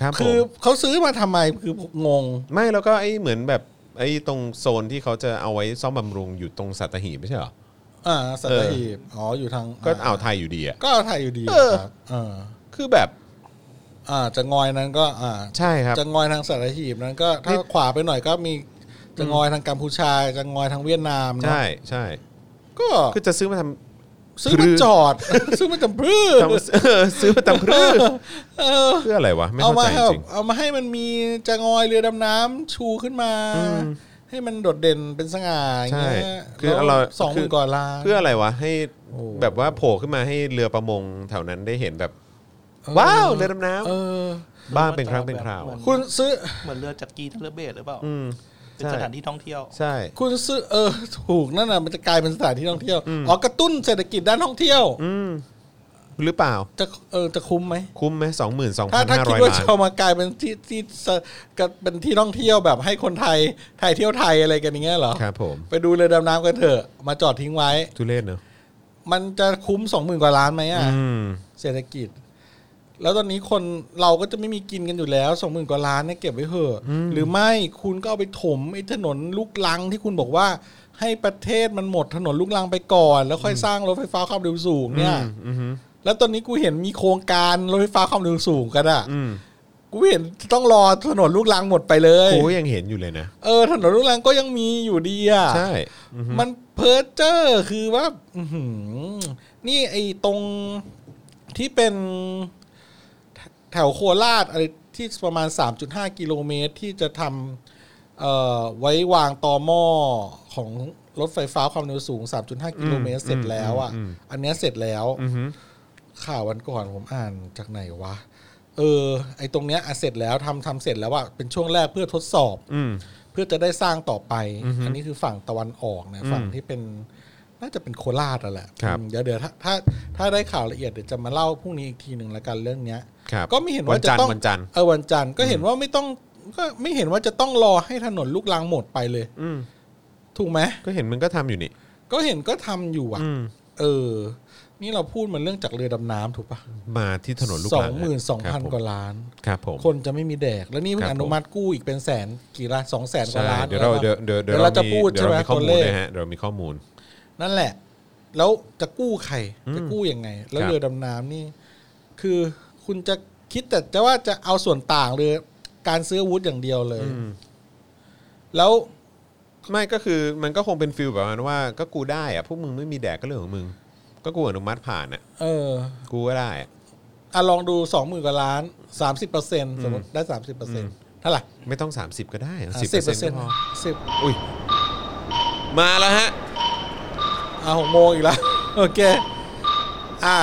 S2: ครับผ
S3: คือ
S2: ม
S3: เขาซื้อมาทำไมคืองง
S2: ไม่แล้วก็ไอ้เหมือนแบบไอ้ตรงโซนที่เขาจะเอาไว้ซ่อมบำรุงอยู่ตรงสัตหีบไม่ใช่เหรอ
S3: อ่าสัตหีบอ๋ออยู่ทาง
S2: ก็อ่าวไทยอยู่ดีอ่ะ
S3: ก็เอาไทยอยู่ดี
S2: เออ
S3: ครับเออ
S2: คือแบบ
S3: อ่าจะงอยนั้นก็อ่า
S2: ใช่ครับ
S3: จะงอยทางสัตหีบนั้นก็ถ้า
S2: นี่
S3: ขวาไปหน่อยก็มีจะงอยทางกัมพูชาจะงอยทางเวียดนามเนอะ
S2: ใช่ใช่
S3: ก็
S2: คือจะซื้อมาทำ
S3: ซื้อมา
S2: คือ
S3: จอด ซื้อมาจำพื้น
S2: ทำ เออซื้อมาทำเครื่อง
S3: เออ
S2: เพื่ออะไรวะ ไม่
S3: เอา
S2: เข้า
S3: มา
S2: ใจ
S3: ให้แบ
S2: จริ
S3: บ
S2: ง
S3: เอามาให้มันมีจะงอยเรือดำน้ำชูขึ้นมา ให้มันโดดเด่นเป็นสง่าอย่างเงี้ย
S2: ใช่คือเรา
S3: สองหมื่นกว่าล้าน
S2: เพื่ออะไรวะ ให้
S3: โอ้
S2: แบบว่าโผล่ขึ้นมาให้เรือประมงแถวนั้นได้เห็นแบบ
S3: เออ
S2: ว้าวเรือดำน้
S3: เออ
S2: ำบ้างเป็นครั้งเป็นคราว
S4: เหมือน
S3: คุณซื้อ
S4: เหมือนเรือจากกีทะเลเบสหรือเปล่า
S2: อืม
S4: เป็น
S2: ใช่
S4: สถานที่ท่องเที่ยว
S2: ใช่
S3: คุณซื้อ เออ ถูกนั่นน่ะมันจะกลายเป็นสถานที่ท่องเที่ยวอ๋อกระตุ้นเศรษฐกิจด้านท่องเที่ยว
S2: อืมหรือเปล่า
S3: จะเออจะคุ้มไหม
S2: คุ้มไหมสองหมื่นสอง
S3: ถ้า
S2: พัน
S3: ถ้า
S2: ห้า
S3: คิ
S2: ร้
S3: ด
S2: อย
S3: ว่า
S2: ล้าน
S3: จะเอามากลายเป็นที่ที่สกับเป็นที่ท่องเที่ยวแบบให้คนไทยไทยเที่ยวไทยอะไรกันอย่างเงี้ยเหรอ
S2: ครับผม
S3: ไปดูเรือดำน้ำกันเถอะมาจอดทิ้งไว้
S2: ทุเรศเนอะ
S3: มันจะคุ้มสองหมื่นกว่าล้านไหมอ่ะ
S2: อืม
S3: เศรษฐกิจ แล้วตอนนี้คนเราก็จะไม่มีกินกันอยู่แล้วสองหมื่นกว่าล้านเนี่ยเก็บไว้เถอะหรือไม่คุณก็เอาไปถมไอ้ถนนลูกลังที่คุณบอกว่า ให้ประเทศมันหมดถนนลูกลังไปก่อน แล้วค่อยสร้างรถไฟฟ้าความเร็วสูงเนี่ย
S2: อืมอืม
S3: แล้วตอนนี้กูเห็นมีโครงการรถไฟฟ้าความเร็วสูงกันอ่ะ
S2: อืม
S3: กูเห็นต้องรอถนนลูกลังหมดไปเลย
S2: โอ้ยังเห็นอยู่เลยนะ
S3: เออถนนลูกลังก็ยังมีอยู่ดีอ่ะ
S2: ใช่
S3: มันเพ้อเจ้อคือว่าอื้อหือนี่ไอ้ตรง ที่เป็นแถวโคราชอะไรที่ประมาณ 3.5 กิโลเมตรที่จะทำเอ่อไว้วางต่อหม้อของรถไฟฟ้าความเร็วสูง 3.5 กิโลเมตรเสร็จแล้วอ่ะ อันเนี้ยเสร็จแล้ว
S2: อือหือ
S3: ข่าววันก่อนผมอ่านจากไหนวะ เออ ไอตรงเนี้ยอ่ะเสร็จแล้วทำทำเสร็จแล้วอ่ะเป็นช่วงแรกเพื่อทดสอบ
S2: อืม
S3: เพื่อจะได้สร้างต่อไป อันนี้คือฝั่งตะวันออกนะ ฝั่งที่เป็นน่าจะเป็นโคราชอะแหละ
S2: ครับ
S3: อืมเดี๋ยวเดี๋ยวถ้าถ้าถ้าได้ข่าวละเอียดเดี๋ยวจะมาเล่าพรุ่งนี้อีกทีหนึ่งละกันเรื่องเนี้ย
S2: ครับ
S3: ก็ไม่เห็น
S2: วั
S3: ว่าจะ
S2: จันท
S3: ต้อง
S2: ร์วันจันทร์
S3: เออวันจันทร์ก็เห็นว่าไม่ต้องก็ไม่เห็นว่าจะต้องรอให้ถนนลูกรังหมดไปเลย
S2: อืม
S3: ถูกไหม
S2: ก็เห็นมึงก็ทำอยู่นี่
S3: ก็เห็นก็ทำอยู่อ่ะ
S2: อืม
S3: เออ นี่เราพูดเหมือนเรื่องจากเรือดำน้ำถูกปะ
S2: มาที่ถนนลูก
S3: สอ
S2: รั
S3: ง
S2: ง
S3: หมื่นสองพัน
S2: ครับผม
S3: กว่าล้าน
S2: ครับผม
S3: คนจะไม่มีแดก แล้วนี่เพิ่
S2: ค
S3: ง
S2: รับ
S3: อนุมัติกู้อีกเป็นแสนกี่ล้านสองแสนกว่า
S2: ใช่
S3: ล้าน
S2: เดี๋ยวเรา
S3: แล้วอะ
S2: เดี๋ยวเดี๋ยวเดี๋ยว
S3: เดี๋ยวเราจะ
S2: มี
S3: พูด
S2: เดี๋ยวเรา
S3: ใช่ไหม
S2: มีข้อมู
S3: ตัวเล
S2: ล
S3: ข
S2: นะฮะเดี๋ยวเรามีข้อมูล
S3: นั่นแหละ แล้วจะกู้ใคร จะกู้ยังไง แล้
S2: ค
S3: ว
S2: รับ
S3: เรือดำน้ำนี่ คือคุณจะคิดแต่จะว่าจะเอาส่วนต่างหรือการซื้ออาวุธอย่างเดียวเลย
S2: อืม
S3: แล้ว
S2: ไม่ก็คือมันก็คงเป็นฟิลแบบว่าก็กูได้อะพวกมึงไม่มีแดกก็เรื่องของมึง ก็กูอนุมัติผ่านอะ
S3: เออ
S2: กูก็ได้อะ
S3: อะลองดูสองหมื่นกว่าล้านสามสิบเปอร์เซ็นต์สมมติได้สามสิบเปอร์เซ็นต์เท่าไหร่
S2: ไม่ต้อง 30 ก็ได้สิ
S3: สิ
S2: บบ เปอร์
S3: เปอร์
S2: เซ็
S3: เซ็
S2: น
S3: น
S2: ต์
S3: ต์สิบ
S2: อุ้ยมาแล้วฮะ
S3: อ่ะหกโมงอีกแล้ว โอเค อ่ะ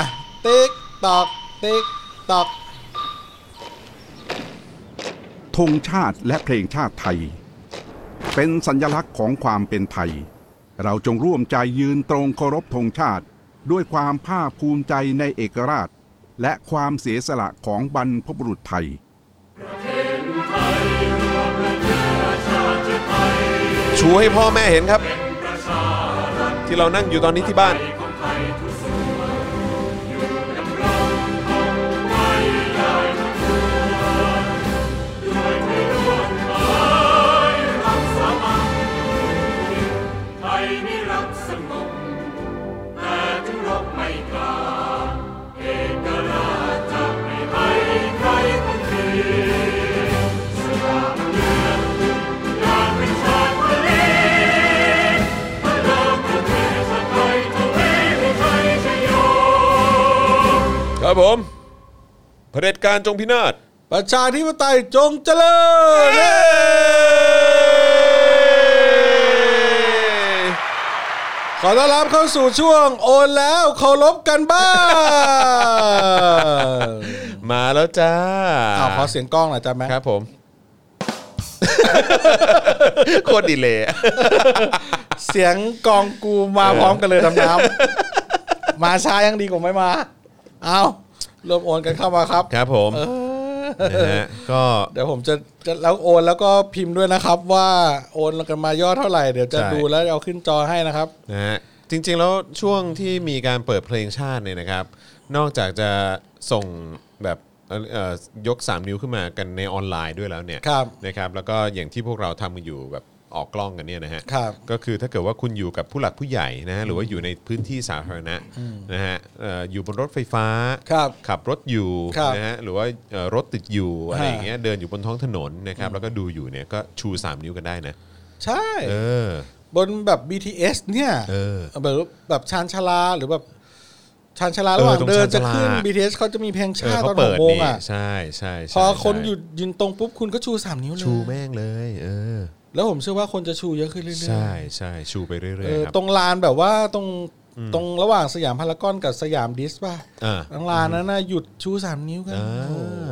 S3: ติ๊กตอก ติ๊กตอก
S5: ธงชาติและเพลงชาติไทย เป็นสัญลักษณ์ของความเป็นไทย เราจงร่วมใจยืนตรงเคารพธงชาติ ด้วยความภาคภูมิใจในเอกราช และความเสียสละของบรรพบุรุษไทย
S2: ชูให้พ่อแม่เห็นครับ ที่เรานั่งอยู่ตอนนี้ที่บ้าน
S6: ไทยไม่รักสงบแต่ถึงรบไม่กล้าเอกราชจะไม่ให้ใครคนดีสยามเมืองอยากเป็นชาติทะเลพระนามประเทศชาติไทยทะเลไม่ใช่ชโย
S2: ครับผมเผด็จการจงพินาศ
S3: ประชาธิปไตยจงเจริญ ขอต้อนรับเข้าสู่ช่วงโอนแล้วเคารพกันบ้าง
S2: มาแล้วจ้า
S3: อ้าวขอเสียงกล้องหน่อยจ้ะแม่
S2: ครับผม โคตรดีเลยอะ
S3: เสียงกองกูมาพร้อมกันเลยดำน้ ำมาช้ายังดีกว่าไม่มา เอารวมโอนกันเข้ามา ครับ
S2: ครับผมนะฮะก็
S3: เดี๋ยวผมจะจะแล้วโอนแล้วก็พิมพ์ด้วยนะครับ ว่าโอนกันมายอดเท่าไหร่เดี๋ยวจะ
S2: ใช่
S3: ดูแล้วเอาขึ้นจอให้นะครับ
S2: นะฮะจริงๆแล้วช่วงที่มีการเปิดเพลงชาติเนี่ยนะครับ นอกจากจะส่งแบบเอ่อเอ่อยก 3 นิ้วขึ้นมากันในออนไลน์ด้วยแล้วเนี่ย
S3: ครับ
S2: นะครับแล้วก็อย่างที่พวกเราทำกันอยู่แบบออกกล้องกันเนี่ยนะฮะ
S3: ครับ
S2: ก็คือถ้าเกิดว่าคุณอยู่กับผู้หลักผู้ใหญ่นะฮะหรือว่าอยู่ในพื้นที่สาธารณะนะฮะเอ่ออยู่บนรถไฟฟ้า
S3: ครับ
S2: ขับรถอยู่
S3: ครับ
S2: นะฮะหรือว่าเอ่อรถติดอยู่อะไรอย่างเงี้ยเดินอยู่บนท้องถนนนะครับแล้วก็ดูอยู่เนี่ยก็ชู 3 นิ้วกันได้นะ
S3: ใช่
S2: เออ
S3: บนแบบ BTS เนี่ย
S2: เออ
S3: แบบแบบชานชาลาหรือแบบชานชาลาระหว่าง
S2: เออตรง
S3: เดินจะ
S2: ชานชาลา
S3: ขึ้น BTS เขาจะมีเพลง
S2: เอ
S3: ชา
S2: อ
S3: ติต
S2: เขา
S3: อนห
S2: เปิ
S3: ก
S2: ด
S3: โมง
S2: นี่
S3: อ่ะ
S2: ใช่ใช่ใช่
S3: พอคน
S2: ใช่
S3: หยุดยืนตรงปุ๊บคุณก็ชู 3 นิ้วเลย
S2: ชูแม่งเลยเออ
S3: แล้วผมเชื่อว่าคนจะชูเยอะขึ้นเรื่อยๆ
S2: ใช่ใช่ชูไปเรื่อย
S3: เออ
S2: ๆครับ
S3: ตรงลานแบบว่าตรงตรงระหว่างสยามพารากอนกับสยามดิสป่ะ
S2: อ่า
S3: ตรงลานนั้นน่ะหยุดชู 3 นิ้วกัน
S2: อ่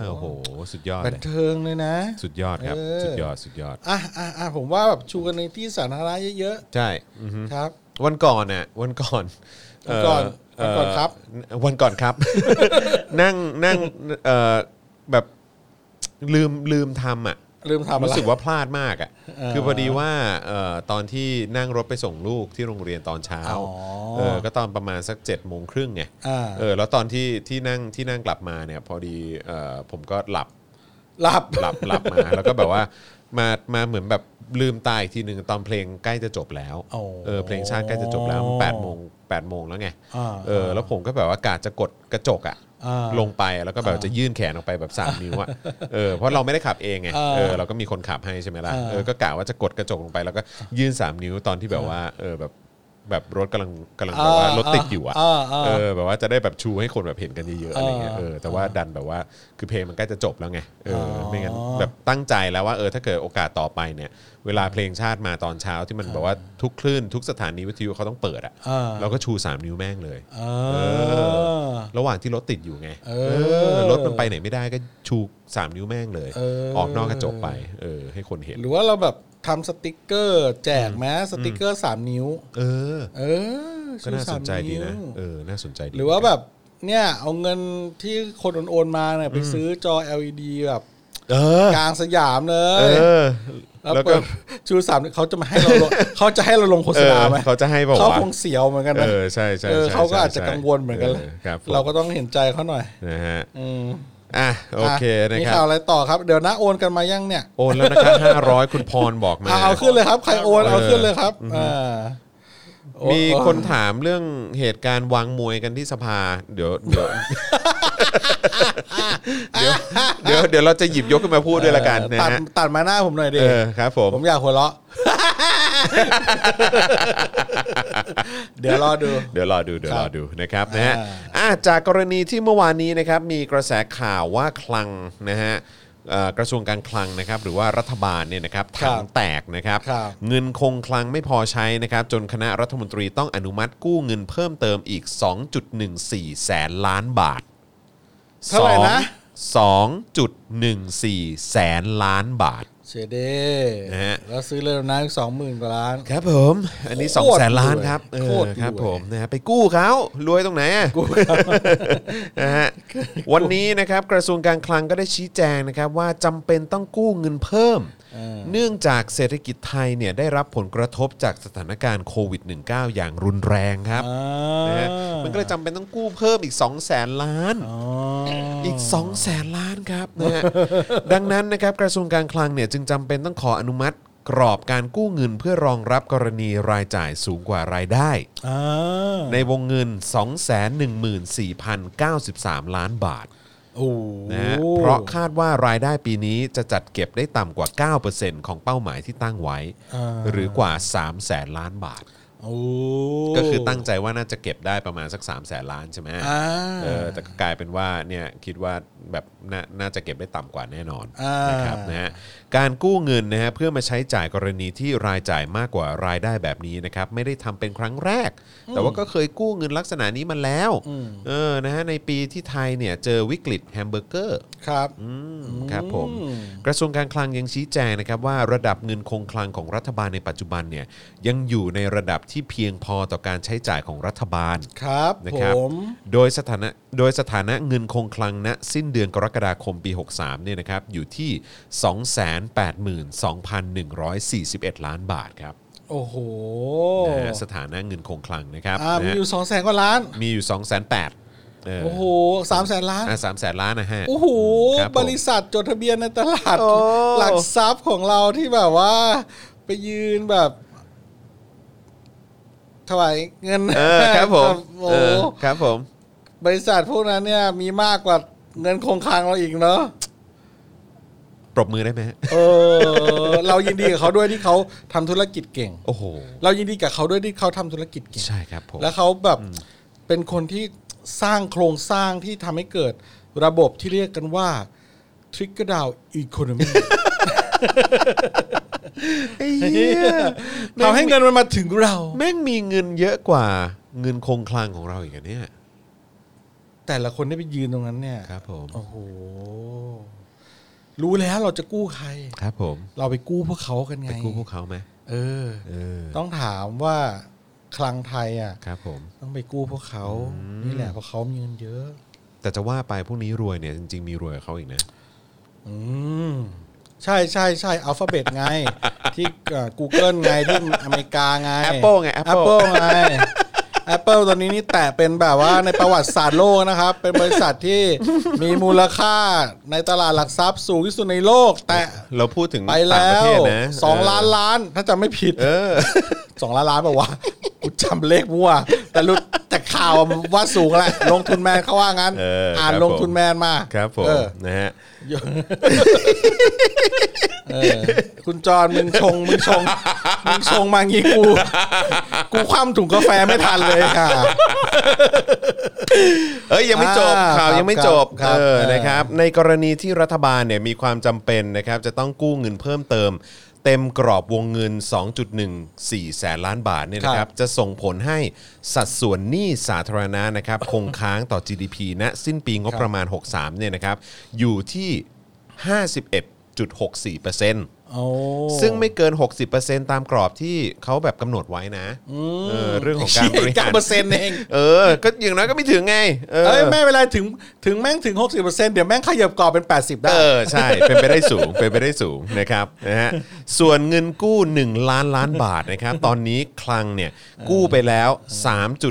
S2: า
S3: โอ้โห
S2: โอ้โหสุดยอด
S3: บั
S2: เล
S3: น
S2: ย
S3: เทิงเลยนะ
S2: สุดยอดครับ
S3: เออ
S2: สุดยอดสุดยอด
S3: อ่ะอ่ะอ่ะผมว่าแบบชูกันในที่สาธารณะเยอะ
S2: ใช่อือฮึ
S3: ๆครับ
S2: วันก่อนน่ะวันก่อน
S3: วันก่อน
S2: เ
S3: วันก่อนครับ
S2: เอ่อวันก่อนครับ นั่งนั่งเอ่อแบบลืมลืมทำอ่ะ
S3: ลืมทำอะไร
S2: รู้สึกว่าพลาดมากอ่ะ
S3: เออ
S2: คือพอดีว่าเอ่อตอนที่นั่งรถไปส่งลูกที่โรงเรียนตอนเช้า
S3: อ๋อ
S2: เออก็ตอนประมาณสัก7จ็ดโมงครึ่งไง
S3: อ่า
S2: เออแล้วตอนที่ที่นั่งที่นั่งกลับมาเนี่ยพอดีเอ่อผมก็หลับ
S3: หลับ
S2: หลับหลับมา แล้วก็แบบว่ามามาเหมือนแบบลืมตายทีหนึ่งตอนเพลงใกล้จะจบแล้ว
S3: อ๋อ
S2: เออเพลงชาติใกล้จะจบแล้วมันแปดโมงแปดโมงแล้วไง
S3: อ่า
S2: เออแล้วผมก็แบบว่ากาจะกดกระจกอ่ะ
S3: อ่า
S2: ลงไปแล้วก็แบบจะยื่นแขนออกไปแบบสามนิ้วอ่ะเออเพราะเราไม่ได้ขับเองไง
S3: อ่า
S2: เออ เราก็มีคนขับให้ใช่ไหมล่ะ
S3: อ่า
S2: เออ ก็กะว่าจะกดกระจกลงไปแล้วก็ยื่น 3 นิ้วตอนที่แบบว่า เออแบบ แบบรถกำลังกำลังแบบว่า
S3: อ่าร
S2: ถติดอยู่อ่ะ
S3: อ่าอ่า
S2: เออแบบว่าจะได้แบบชูให้คนแบบเห็นกันเยอะๆอะไรเงี้ย
S3: อ่า
S2: เออแต่ว่าดันแบบว่าคือเพลงมันใกล้จะจบแล้วไงเอออ
S3: อ
S2: ไม่งั้นแบบตั้งใจแล้วว่าเออถ้าเกิดโอกาสต่อไปเนี่ย เวลาเพลงชาติมาตอนเช้าที่มันแบบว่าทุกคลื่นทุกสถานีวิทยุเขาต้องเปิดอ่ะ
S3: อ่า
S2: เราก็ชูสามนิ้วแม่งเลย
S3: เออ
S2: ระหว่างที่รถติดอยู่ไง
S3: เออ
S2: รถมันไปไหนไม่ได้ก็ชูสามนิ้วแม่งเลย
S3: เออ
S2: อกนอกกระจกไป เออ ให้คนเห็น
S3: หรือว่าเราแบบทำสติกเกอร์แจกไหมสติกเกอร์สามนิ้ว
S2: เออ
S3: เออ
S2: ก็น่าสนใจดีนะ
S3: ชูสามว
S2: เออ น่าสนใจดี
S3: หรือว่าแบบเนี่ยเอาเงินที่คนโอนๆมาเนี่ยไปซื้อจอ LED แบบ
S2: เออ
S3: กลางสยามเล
S2: เอย อ
S3: แล้ว
S2: แล้วก็
S3: เปิดชูสามนิ้วเขาจะมาให้เราลง เขาจะให้เราลงโฆ
S2: เอ
S3: ษ
S2: อ
S3: ณาไหม
S2: เขาจะให้บอก
S3: เขา
S2: ว่า
S3: คงเสียวเหมือนกัน
S2: เอ
S3: นะ
S2: อ ใช่ใช่
S3: เออ
S2: ใช่
S3: เขาก็อาจจะ
S2: ใช่
S3: กังวลเหมือนกันแหละ
S2: ครับผม
S3: เราก็ต้องเห็นใจเขาหน่อย
S2: นะฮะ
S3: อืม
S2: อ่ะ โอเคนะ
S3: มี
S2: ครั
S3: ข่าว
S2: บ
S3: อะไรต่อครับเดี๋ยวนะโอนกันมายังเนี่ย
S2: โอนแล้ว นะครับห้าร้อยคุณพรบอกมา
S3: เอาเอาขึ้นเลยครับใครโอน
S2: เออ
S3: เอาขึ้นเลยครับอ่า
S2: มี
S3: มี
S2: คนถามเรื่องเหตุการณ์วางมวยกันที่สภา เดี๋ยว เดี๋ยวเดี๋ยวเดี๋ยวเราจะหยิบยกขึ้นมาพูดด้วยละกันนะ
S3: ตัด
S2: ฮะ
S3: ตัดมาหน้าผมหน่อยดิ
S2: เออครับผม
S3: ผมอยากหัว เราะ เดี๋ยวรอดู
S2: เดี๋ยวรอดูเดี๋ยวรอดูนะครับ
S3: อ่าน
S2: นะฮะอ่ะจากกรณีที่เมื่อวานนี้นะครับมีกระแสข่าวว่าคลังนะฮะเอ่อกระทรวงการคลังนะครับหรือว่ารัฐบาลเนี่ยนะครับ
S3: ค
S2: ถั
S3: รับ
S2: งแตกนะครับ
S3: ครับ
S2: เงินคงคลังไม่พอใช้นะครับจนคณะรัฐมนตรีต้องอนุมัติกู้เงินเพิ่มเติมอีก 2.14 แสนล้านบาท
S3: เท่าไหร่นะ
S2: สอง2.14 แสนล้านบาท
S3: เชเด้
S2: นะฮะ
S3: แล้วซื้อเร็วนะอีกสองหมื่นกว่าล้าน
S2: ครับผมอันนี้2
S3: โคตร
S2: แสนล้าน
S3: รวย
S2: ครับเออ
S3: โคตรรวย
S2: ครับผมนะฮะไปกู้เขารวยตรงไหนอะ นะ ฮะวันนี้นะครับกระทรวงการคลังก็ได้ชี้แจงนะครับว่าจำเป็นต้องกู้เงินเพิ่ม เนื่องจากเศรษฐกิจไทยเนี่ยได้รับผลกระทบจากสถานการณ์โควิด -19 อย่างรุนแรงครับ
S3: อ่า
S2: นะฮะมันก็เลยจำเป็นต้องกู้เพิ่มอีก 2 0 0แสนล้าน
S3: อ๋อ
S2: อีก 2 0 0แสนล้านครับนะฮ ะ ดังนั้นนะครับกระทรวงการคลังเนี่ยจึงจำเป็นต้องขออนุมัติกรอบการกู้เงินเพื่อรองรับกรณีรายจ่ายสูงกว่ารายได้
S3: อ่า
S2: ในวงเงิน 214,093 ล้านบาท
S3: โอ้
S2: นะฮะเพราะคาดว่ารายได้ปีนี้จะจัดเก็บได้ต่ำกว่า 9%ของเป้าหมายที่ตั้งไว้ หรือกว่า 3 0 0แสนล้านบาท
S3: โอ้
S2: ก็คือตั้งใจว่าน่าจะเก็บได้ประมาณสัก 3 0 0แสนล้านใช่ไหม
S3: อ่า
S2: เออแต่ก็กลายเป็นว่าเนี่ยคิดว่าแบบน่าน่าจะเก็บได้ต่ำกว่าแน่นอน
S3: อ่า
S2: นะครับนะฮะการกู้เงินนะฮะเพื่อมาใช้จ่ายกรณีที่รายจ่ายมากกว่ารายได้แบบนี้นะครับไม่ได้ทำเป็นครั้งแรก แต่ว่าก็เคยกู้เงินลักษณะนี้มาแล้วเออนะฮะในปีที่ไทยเนี่ยเจอวิกฤตแฮมเบอร์เกอร์
S3: ครับ
S2: อืมครับผม
S3: อืม
S2: กระทรวงการคลังยังชี้แจงนะครับว่าระดับเงินคงคลังของรัฐบาลในปัจจุบันเนี่ยยังอยู่ในระดับที่เพียงพอต่อการใช้จ่ายของรัฐบาล
S3: ครับ
S2: นะ
S3: ผ
S2: ครับ
S3: ม
S2: โดยสถานะโดยสถานะเงินคงคลังณสิ้นเดือนกรกฎาคมปี 63เนี่ยนะครับอยู่ที่ 282,141 ล้านบาทครับ
S3: โอ้โห
S2: นะฮะสถานะเงินคงคลังนะครับ
S3: อ่า
S2: นะ
S3: มี
S2: ฮะ
S3: อยู่สองแสนกว่าล้าน
S2: มีอยู่ 2 8 0 0 0เออ
S3: โอ้โหสามแสนล้าน
S2: อ่ะสามแสนล้านนะฮะ
S3: โอ้โห
S2: คผม
S3: บริษัทจดทะเบียนในตลาด หลักทรัพย์ของเราที่แบบว่า ไปยืนแบบถวายเงิน
S2: เออครับผม
S3: โอ้
S2: เออ
S3: โห
S2: ครับผม
S3: บริษัทพวกนั้นเนี่ย มีมากกว่าเงินคงคลังเราอีกเนาะ
S2: ปรบมือได้ไหมฮะ
S3: เออ เรายินดีกับเขาด้วยที่เขาทำธุรกิจเก่ง
S2: โอ้โห
S3: เรายินดีกับเขาด้วยที่เขาทำธุรกิจเก่ง
S2: ใช่ครับผม
S3: แล้วเขาแบบเป็นคนที่สร้างโครงสร้างที่ทำให้เกิดระบบที่เรียกกันว่า Trickle Down Economy ทำให้เงินมันมาถึงเรา
S2: แม่งมีเงินเยอะกว่าเงินคงคลังของเราอีกอะเนี่ย
S3: แต่ละคนได้ไปยืนตรงนั้นเนี่ย
S2: ครับผม
S3: โอ้โห รู้แล้วเราจะกู้ใคร
S2: ครับผม
S3: เราไปกู้พวกเขากันไง
S2: ไปกู้พวกเขาไหม
S3: เออ
S2: เออ
S3: ต้องถามว่าคลังไทยอ่ะ
S2: ครับผม
S3: ต้องไปกู้พวกเขา นี่แหละเพราะเขามีเงินเยอะ
S2: แต่จะว่าไปพวกนี้รวยเนี่ยจริงๆมีรวยกว่าเขาอีกนะ
S3: อืมใช่ใช่ใช่อัลฟาเบตไง ที่เอ่อ Google ไง ที่อเมริกาไง
S2: Apple ไง Apple
S3: Apple ไง Apple ตอนนี้นี่แตะเป็นแบบว่าในประวัติศาสตร์โลกนะครับ เป็นบริษัทที่มีมูลค่าในตลาดหลักทรัพย์สูงที่สุดในโลก แตะ
S2: เราพูดถึง
S3: ไป
S2: ต่าง
S3: แล้
S2: ประ
S3: ว
S2: เทศนะ
S3: สอง
S2: เ
S3: ล้านล้าน ถ้าจำไม่ผิดสองล้านล้านแบบว่ากูจำเลขมั่วแต่รู้ แต่ข่าวว่าสูงแหละลงทุนแมนเขาว่างั้น
S2: เอออ่
S3: อ่าน
S2: ครับ
S3: ลงทุน
S2: ผม
S3: แมนมา
S2: ครับผม
S3: เออ
S2: นะฮะ
S3: เออคุณจอนมึงชงมึงชงมึงชงมางี้กู กูคว่ำถุงกาแฟไม่ทันเลยค่ะ
S2: เอ้ยยังไม่จบ
S3: อ่า
S2: ข่าวยังไม่จบ
S3: ครับ
S2: เออ
S3: ครับ
S2: นะครับในกรณีที่รัฐบาลเนี่ยมีความจำเป็นนะครับจะต้องกู้เงินเพิ่มเติม เต็มกรอบวงเงิน 2.14 แสนล้านบาทเนี่ยนะค
S3: ครั
S2: รับบ จะส่งผลให้สัดส่วนหนี้สาธารณะนะครับ คงค้างต่อ GDP ณสิ้นปีงบประมาณ 63เนี่ยนะครับอยู่ที่ 51.64%
S3: โอ้
S2: ซึ่งไม่เกิน 60%ตามกรอบที่เขาแบบกำหนดไว้นะเออเรื่องของการบริหาร
S3: เปอร์เซ็นต์เอง
S2: เออ ก็อย่างน้อยก็ไม่ถึงไงเออ
S3: เอ้ยแม่เวลาถึงถึงแม่งถึง 60%เดี๋ยวแม่งขยับกรอบเป็น 80 ได้
S2: เออใช่ เป็นไปได้สูง เป็นไปได้สูงนะครับนะฮะส่วนเงินกู้ 1 ล้านล้านบาทนะครับตอนนี้คลังเนี่ยกู้ไปแล้ว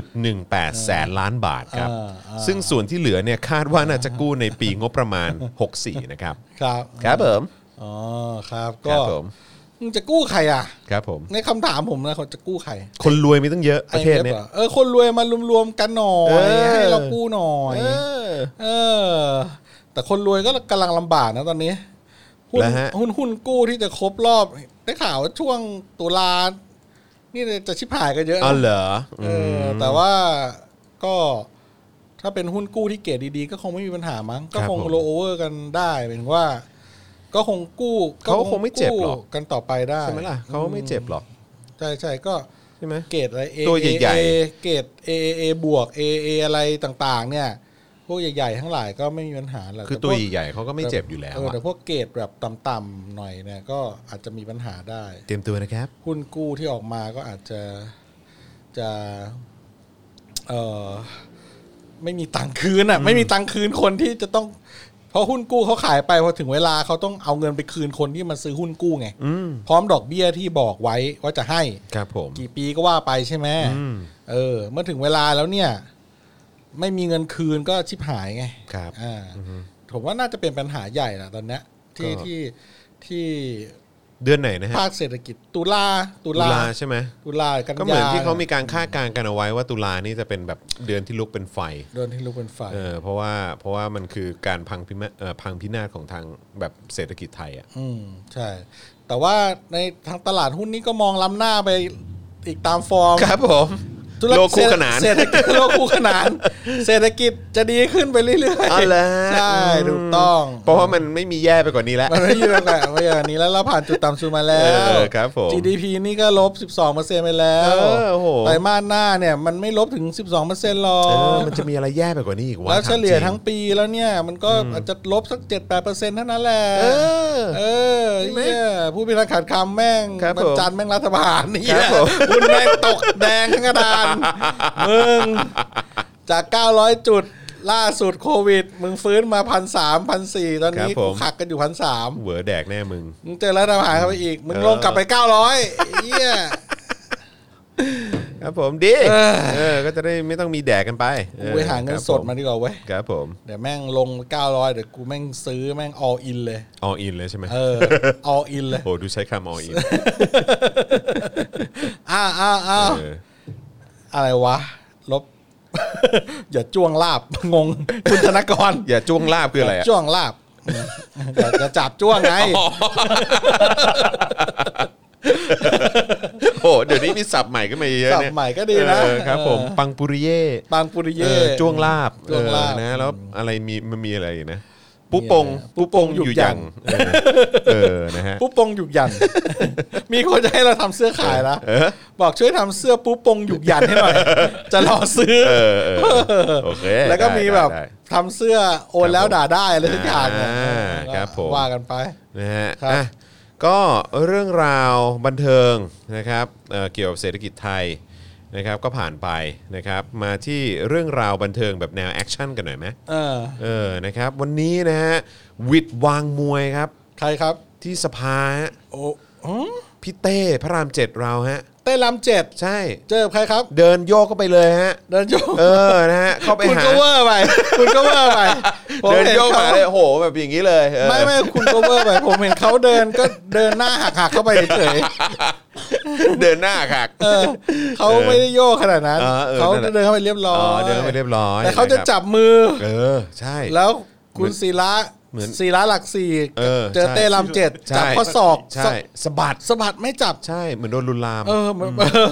S2: 3.18 แสนล้านบาทครับ
S3: เออเออ
S2: ซึ่งส่วนที่เหลือเนี่ยคาดว่าน่าจะกู้ในปีงบประมาณ 64 นะครับ
S3: ครับ
S2: ครับผม
S3: อ๋อครับ
S2: ค
S3: ก็
S2: รับผม
S3: มึงจะกู้ใครอ่ะ
S2: ครับผม
S3: ในคำถามผมนะเขาจะกู้ใคร
S2: คนรวยมีตั้งเยอะประเทศ
S3: แบ
S2: เนี่ย
S3: บว่าเออคนรวยมารวมๆกันหน่อย
S2: เออ
S3: ให้เรากู้หน่อย
S2: เออ
S3: เออ แต่คนรวยก็กำลังลำบากนะตอนนี้หุ้น
S2: แล้วฮะ
S3: หุ้นหุ้นกู้ที่จะครบรอบได้ข่าวว่าช่วงตุลานี่จะชิบหายกันเยอะนะ
S2: เอาเหรอ
S3: เออแต่ว่าก็ถ้าเป็นหุ้นกู้ที่เกรดดีๆ ก็คงไม่มีปัญหามั้งก็คงโลเวอร์กันได้เป็นว่า ก็คงกู้
S2: เขาก็คงไม่เจ็บหรอก
S3: กู้กันต่อไปได้
S2: ใช่ไหมล่ะเขาไม่เจ็บหรอก
S3: ใช่ใช่ก็
S2: ใช่ไหม
S3: เกรดอะไรเอ
S2: ตัวใหญ่ๆ
S3: เกรดเอเอบวกเอเออะไรต่างๆ เนี่ยพวกใหญ่ๆทั้งหลายก็ไม่มีปัญหาหรอก
S2: คือ
S3: แพก
S2: ตัวใหญ่ๆเขาก็ไม่เจ็บอยู่แล้ว
S3: เออ
S2: อะ
S3: แต่พวกเกรดแบบต่ำๆหน่อยเนี่ยก็อาจจะมีปัญหาได้
S2: เตรียมตัวนะครับ
S3: หุ้นกู้ที่ออกมาก็อาจจะจะเออไม่มีตังค์คืนอ่ะ ไม่มีตังค์คืนคนที่จะต้องเพราะหุ้นกู้เขาขายไปพอถึงเวลาเขาต้องเอาเงินไปคืนคนที่มาซื้อหุ้นกู้ไง
S2: อืม
S3: พร้อมดอกเบี้ยที่บอกไว้ว่าจะให้
S2: ครับผม
S3: กี่ปีก็ว่าไปใช่ไหม
S2: อืม
S3: เออ เมื่อถึงเวลาแล้วเนี่ย ไม่มีเงินคืนก็ชิบหายไง
S2: ครับ
S3: อ่าผมว่าน่าจะเป็นปัญหาใหญ่ละตอนเนี้ยที่ที่ที่
S2: เดือนไหนนะฮะ
S3: ภาคเศรษฐกิจตุลาตุ
S2: ตุ
S3: ลา
S2: ลาใช่ไหม
S3: ตุลากันยา
S2: ก็เหมือนที่เขามีการคาดการณ์กันเอาไว้ว่าตุลานี่จะเป็นแบบเดือนที่ลุกเป็นไฟ
S3: โดนที่ลุกเป็นไฟ
S2: เออเพราะว่าเพราะว่ามันคือการพังพิมะเอ่อพังพินาศของทางแบบเศรษฐกิจไทยอ่ะ
S3: อืมใช่ แต่ว่าในทางตลาดหุ้นนี้ก็มองล้ำหน้าไปอีกตามฟอร์ม
S2: ครับผม
S3: ธุรกิจ
S2: โลกคู่ขนาน
S3: เศรษฐกิจโลกคู่ขนาน เศรษฐกิจจะดีขึ้นไปเรื่อย
S2: เอาละ
S3: ๆใช่ถูกต้อง
S2: เพราะว่ามันไม่มีแย่ไปกว่านี้แล้ว
S3: มันไม่ยืดแล้วแหละเพราะอย่างนี้แล้วเราผ่านจุดต่ำสุดมาแล้ว
S2: เออครับผม
S3: GDP นี่ก็ลบ 12%ไปแล้ว
S2: เออโอ้โห
S3: ไตรมาสหน้าเนี่ยมันไม่ลบถึง 12%หรอ
S2: เอก อมันจะมีอะไรแย่ไปกว่านี้อีกวะ
S3: แล้วเฉลี่ยทั้ง
S2: ถามจริ
S3: ปีแล้วเนี่ย มันก็อาจจะลบสักเจ็ดแปดเปอร์เซ็นต์เท่านั้นแหละ
S2: เออ
S3: เออเหี้ยผู้พิทักษ์ขาดคำแม่ง
S2: ครับผม
S3: นจันทร์แม่งรัฐบาลนี่
S2: ครับผม
S3: คุณแม่งตกแดงทั้งกระดานมึงจาก 900 จุดล่าสุดโควิด มึงฟื้นมาพันสามพันสี่ตอนนี้กูขักกันอยู่พันสาม
S2: เหวอแดกแน่มึง
S3: มึงเจอรัฐบาลเข้าไปอีก มึงลงกลับไป 900เยี่ ย
S2: ครับผมดีเออก็จะได้ไม่ต้องมีแดกกันไปออ
S3: กูไปหาเงินส
S2: ครับ
S3: ด
S2: ผ
S3: มาดีกว่าเว้ย
S2: ครับผม
S3: เดี๋ยวแม่งลงไป900 เดี๋ยวกูแม่งซื้อแม่ง all in เลย
S2: all in เลยใช่ไหม
S3: เอ อ all in เลย
S2: โหดูใช้คำ all in
S3: อ้าวอ้าวอ้าว
S2: เออ
S3: อะไรวะ ลบ อย่าจ้วงลาบ งง คุณธนกร
S2: อย่าจ้วงลาบคืออะไรอ่ะ
S3: จ้วงลาบอย่าอย่าจับจ้วง ไง
S2: โอ้เดี๋ยวนี้มีศัพท์ใหม่ขึ้นมาเยอะเนี่ย
S3: ศัพท์ใหม่ก็ดีนะ
S2: เออครับผม
S3: เออ
S2: ปังปุริเย่
S3: ปางปุริ
S2: เอ
S3: เย่
S2: อจ้วงลาบ
S3: จ้วงลาบ
S2: เออนะแล้วอะไรมีมันมีอะไรอีกนะปูปง
S3: มีอะไร
S2: ปูปง
S3: ปูปง
S2: อ
S3: หยุ
S2: ยู่
S3: กยั
S2: ยัง
S3: ง
S2: เออเออนะฮะ
S3: ปุ๊บปงหยุกยัน มีคนจะให้เราทำเสื้อขายนะ
S2: เออ
S3: บอกช่วยทำเสื้อปุ๊บปงหยุกยันให้หน่อย จะรอซื้อ
S2: เออเออโอเค
S3: แล้วก็มีแบบ
S2: ได้ได้
S3: ทำเสื้อโอนแล้วด่าได้อะไรทุกอย่างเนี่ย
S2: อ่าครับผม
S3: ว่ากันไป
S2: นะฮะ
S3: ครับ
S2: อ่ะก็เรื่องราวบันเทิงนะครับเอ่อเกี่ยวกับเศรษฐกิจไทยนะครับก็ผ่านไปนะครับมาที่เรื่องราวบันเทิงแบบแนวแอคชั่นกันหน่อยไหม
S3: เออ
S2: เออ นะครับ วันนี้นะฮะ วิดวางมวยครับ
S3: ใครครับ
S2: ที่สภาฮะ
S3: โอ้อืม
S2: พี่เต้พระรามเจ็ดเราฮะ
S3: เต้ลำเจ็ด
S2: ใช่
S3: เจอกับใครครับ
S2: เดินโยกเข้าไปเลยฮะ
S3: เดินโยก
S2: เออ นะฮะ เข้าไป
S3: คุณ
S2: หา
S3: ก็เวอร์ไป คุณก็เวอร์ไปผม
S2: เดิน
S3: ห็
S2: โยก
S3: ข
S2: มาเลยโอ้โห แบบอย่างนี้เลยเออ
S3: ไม่ไม่คุณก็เวอร์ไป ผมเห็นเขาเดินก็เดินหน้าหักหักๆเข้าไปเฉย
S2: เดินหน้าค่ะ
S3: เออเขาไม่ได้โยกขนาดนั้น
S2: เออเออ
S3: เขา
S2: นั่นแหละ
S3: เดินเข้าไปเรียบร้
S2: อ๋
S3: อ
S2: อย เดินไปเรียบร้อย
S3: แต่เขาจะ
S2: นครับ
S3: จับมือ
S2: เออ ใช่
S3: แล้วคุ
S2: เหมื
S3: ณ
S2: อน
S3: ศิระ
S2: เหมือน
S3: ศิระหลักสี่
S2: เออ
S3: เจอ
S2: ใช่
S3: เต้ลำเจ็ด
S2: ใช่
S3: จับข้อศอก
S2: ใช่
S3: สะสะบัดสะบัดไม่จับ
S2: ใช่เหมือนโดนลุนลาม
S3: เออมันเออ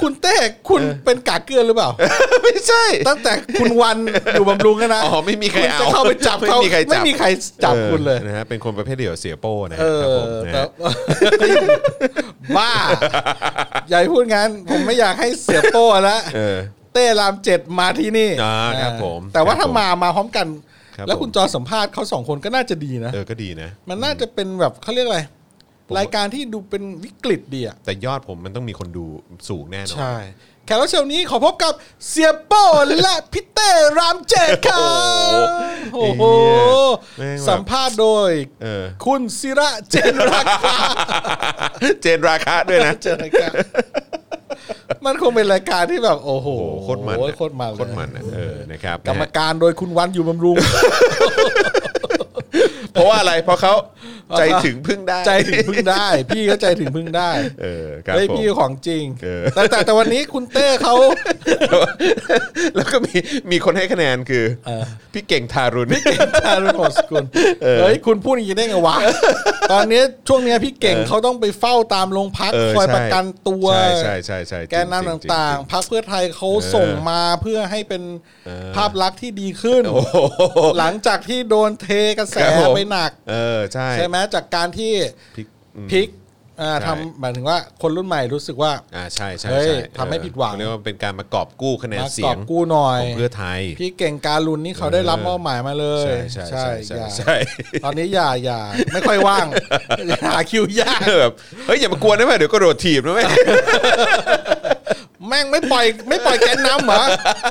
S3: คุณเต้คุณเป็นกากเกลือหรือเปล่า
S2: ไม่ใช่
S3: ตั้งแต่คุณวันอยู่บำรุงกันนะ
S2: อ๋อไม่มีใคร
S3: คุณจะ
S2: เอา
S3: เข้าไปจับเขา
S2: ไม่มีใครจับ
S3: ไม่มีใครจับคุณเลย
S2: ออนะฮะเป็นคนประเภทเดียวกับเสียโป้นะ
S3: เอ
S2: ฮะครับผ
S3: อ
S2: มนะ
S3: แต่
S2: ฮะ
S3: บ้า อย่าให้พูดงั้น ผมไม่อยากให้เสียโป้ละ
S2: เออ
S3: เต้รามเจ็ดมาที่นี่
S2: อ่าครับผม
S3: แต่
S2: ค
S3: ว่า
S2: รับ
S3: ถ้า
S2: ผม
S3: มามาพร้อมกัน
S2: ครับ
S3: แล้ว
S2: ผม
S3: คุณจอสัมภาษณ์เขาสองคนก็น่าจะดีนะ
S2: เออก็ดีนะ
S3: มันน่าจะเป็นแบบเขาเรียกอะไร
S2: ผม
S3: รายการที่ดูเป็นวิกฤตดีอ่ะ
S2: แต่ยอดผมมันต้องมีคนดูสูงแน่นอน
S3: แขกรับเชิญวันนี้ขอพบกับเสียโป้และพี่เต้รามเจดครับ
S2: โอ้
S3: โอ้
S2: โห
S3: โห
S2: แม่งแบบ
S3: สัมภาษณ์โดย
S2: เออ
S3: คุณศิระเจนรักษา
S2: เจนราคาด้วยนะ
S3: เจอรายการมันคงเป็นรายการที่แบบ โอ้โห
S2: โอ้โหโคตรมันอะ
S3: โคตรมันเลย
S2: โคตรมันอะเออนะครับ
S3: กรรม
S2: นะฮะ
S3: การโดยคุณวันอยู่บำรุง
S2: เพราะว่าอะไรเพราะเขาใจถึงพึ่งได้
S3: ใจถึงพึ่งได้ พี่ก็ใจถึงพึ่งได้
S2: เออครับ
S3: เฮ้ย
S2: ผม
S3: พี่ของจริง
S2: เออ
S3: แต่แต่แต่วันนี้คุณเต้เขา
S2: แล้วก็มีมีคนให้คะแนนคือ พี่เก่งทารุณ
S3: อารุณโอสกุลเฮ้ยคุณพูดอย่างนี้ได้ไงวะ ตอนนี้ช่วงเนี้ยพี่เก่งเขาต้องไปเฝ้าตามโรงพัก
S2: เออ
S3: คอย
S2: ใช่
S3: ประกันตัว
S2: ใช่ใช่ใช่ใช่จริง
S3: แก
S2: จ
S3: น
S2: ริ
S3: นำ
S2: งจริง
S3: ต่าง
S2: จริง
S3: ๆ พักเพื่อไทยเขาส่งมาเพื่อให้เป็นภาพลักษณ์ที่ดีขึ้น
S2: โอ้โห
S3: หลังจากที่โดนเทกระแส
S2: ครับผม
S3: ไปหนัก
S2: เออใช่
S3: ใช่ไหมจากการที่
S2: พลิกอืม
S3: พลิกอ่า
S2: ใช่
S3: ทำหมายถึงว่าคนรุ่นใหม่รู้สึกว่า
S2: อ่าใช่ใช่
S3: เฮ้ย
S2: ใช่
S3: ทำให้ผิดหวัง
S2: เรียกว่าเป็นการมากอบกู้คะแนน
S3: มา
S2: เสี
S3: ก
S2: ย
S3: อง บกู้หน่อ
S2: ข
S3: ย
S2: องเพื่อไทย
S3: พี่เก่งการุนนี่เขาได้รับ
S2: เออ
S3: มอบหมายมาเลย
S2: ใช่ใช่ใช่ใช่
S3: อย่า
S2: ใช่
S3: ตอนนี้อย่าอย่าไม่ค่อยว่าง หาคิวยาก
S2: แบบเฮ้ยอย่ามากวนนะแม่เดี๋ยวก็โดดถีบนะแม่
S3: แม่งไม่ปล่อยไม่ปล่อยแกนนำเหรอ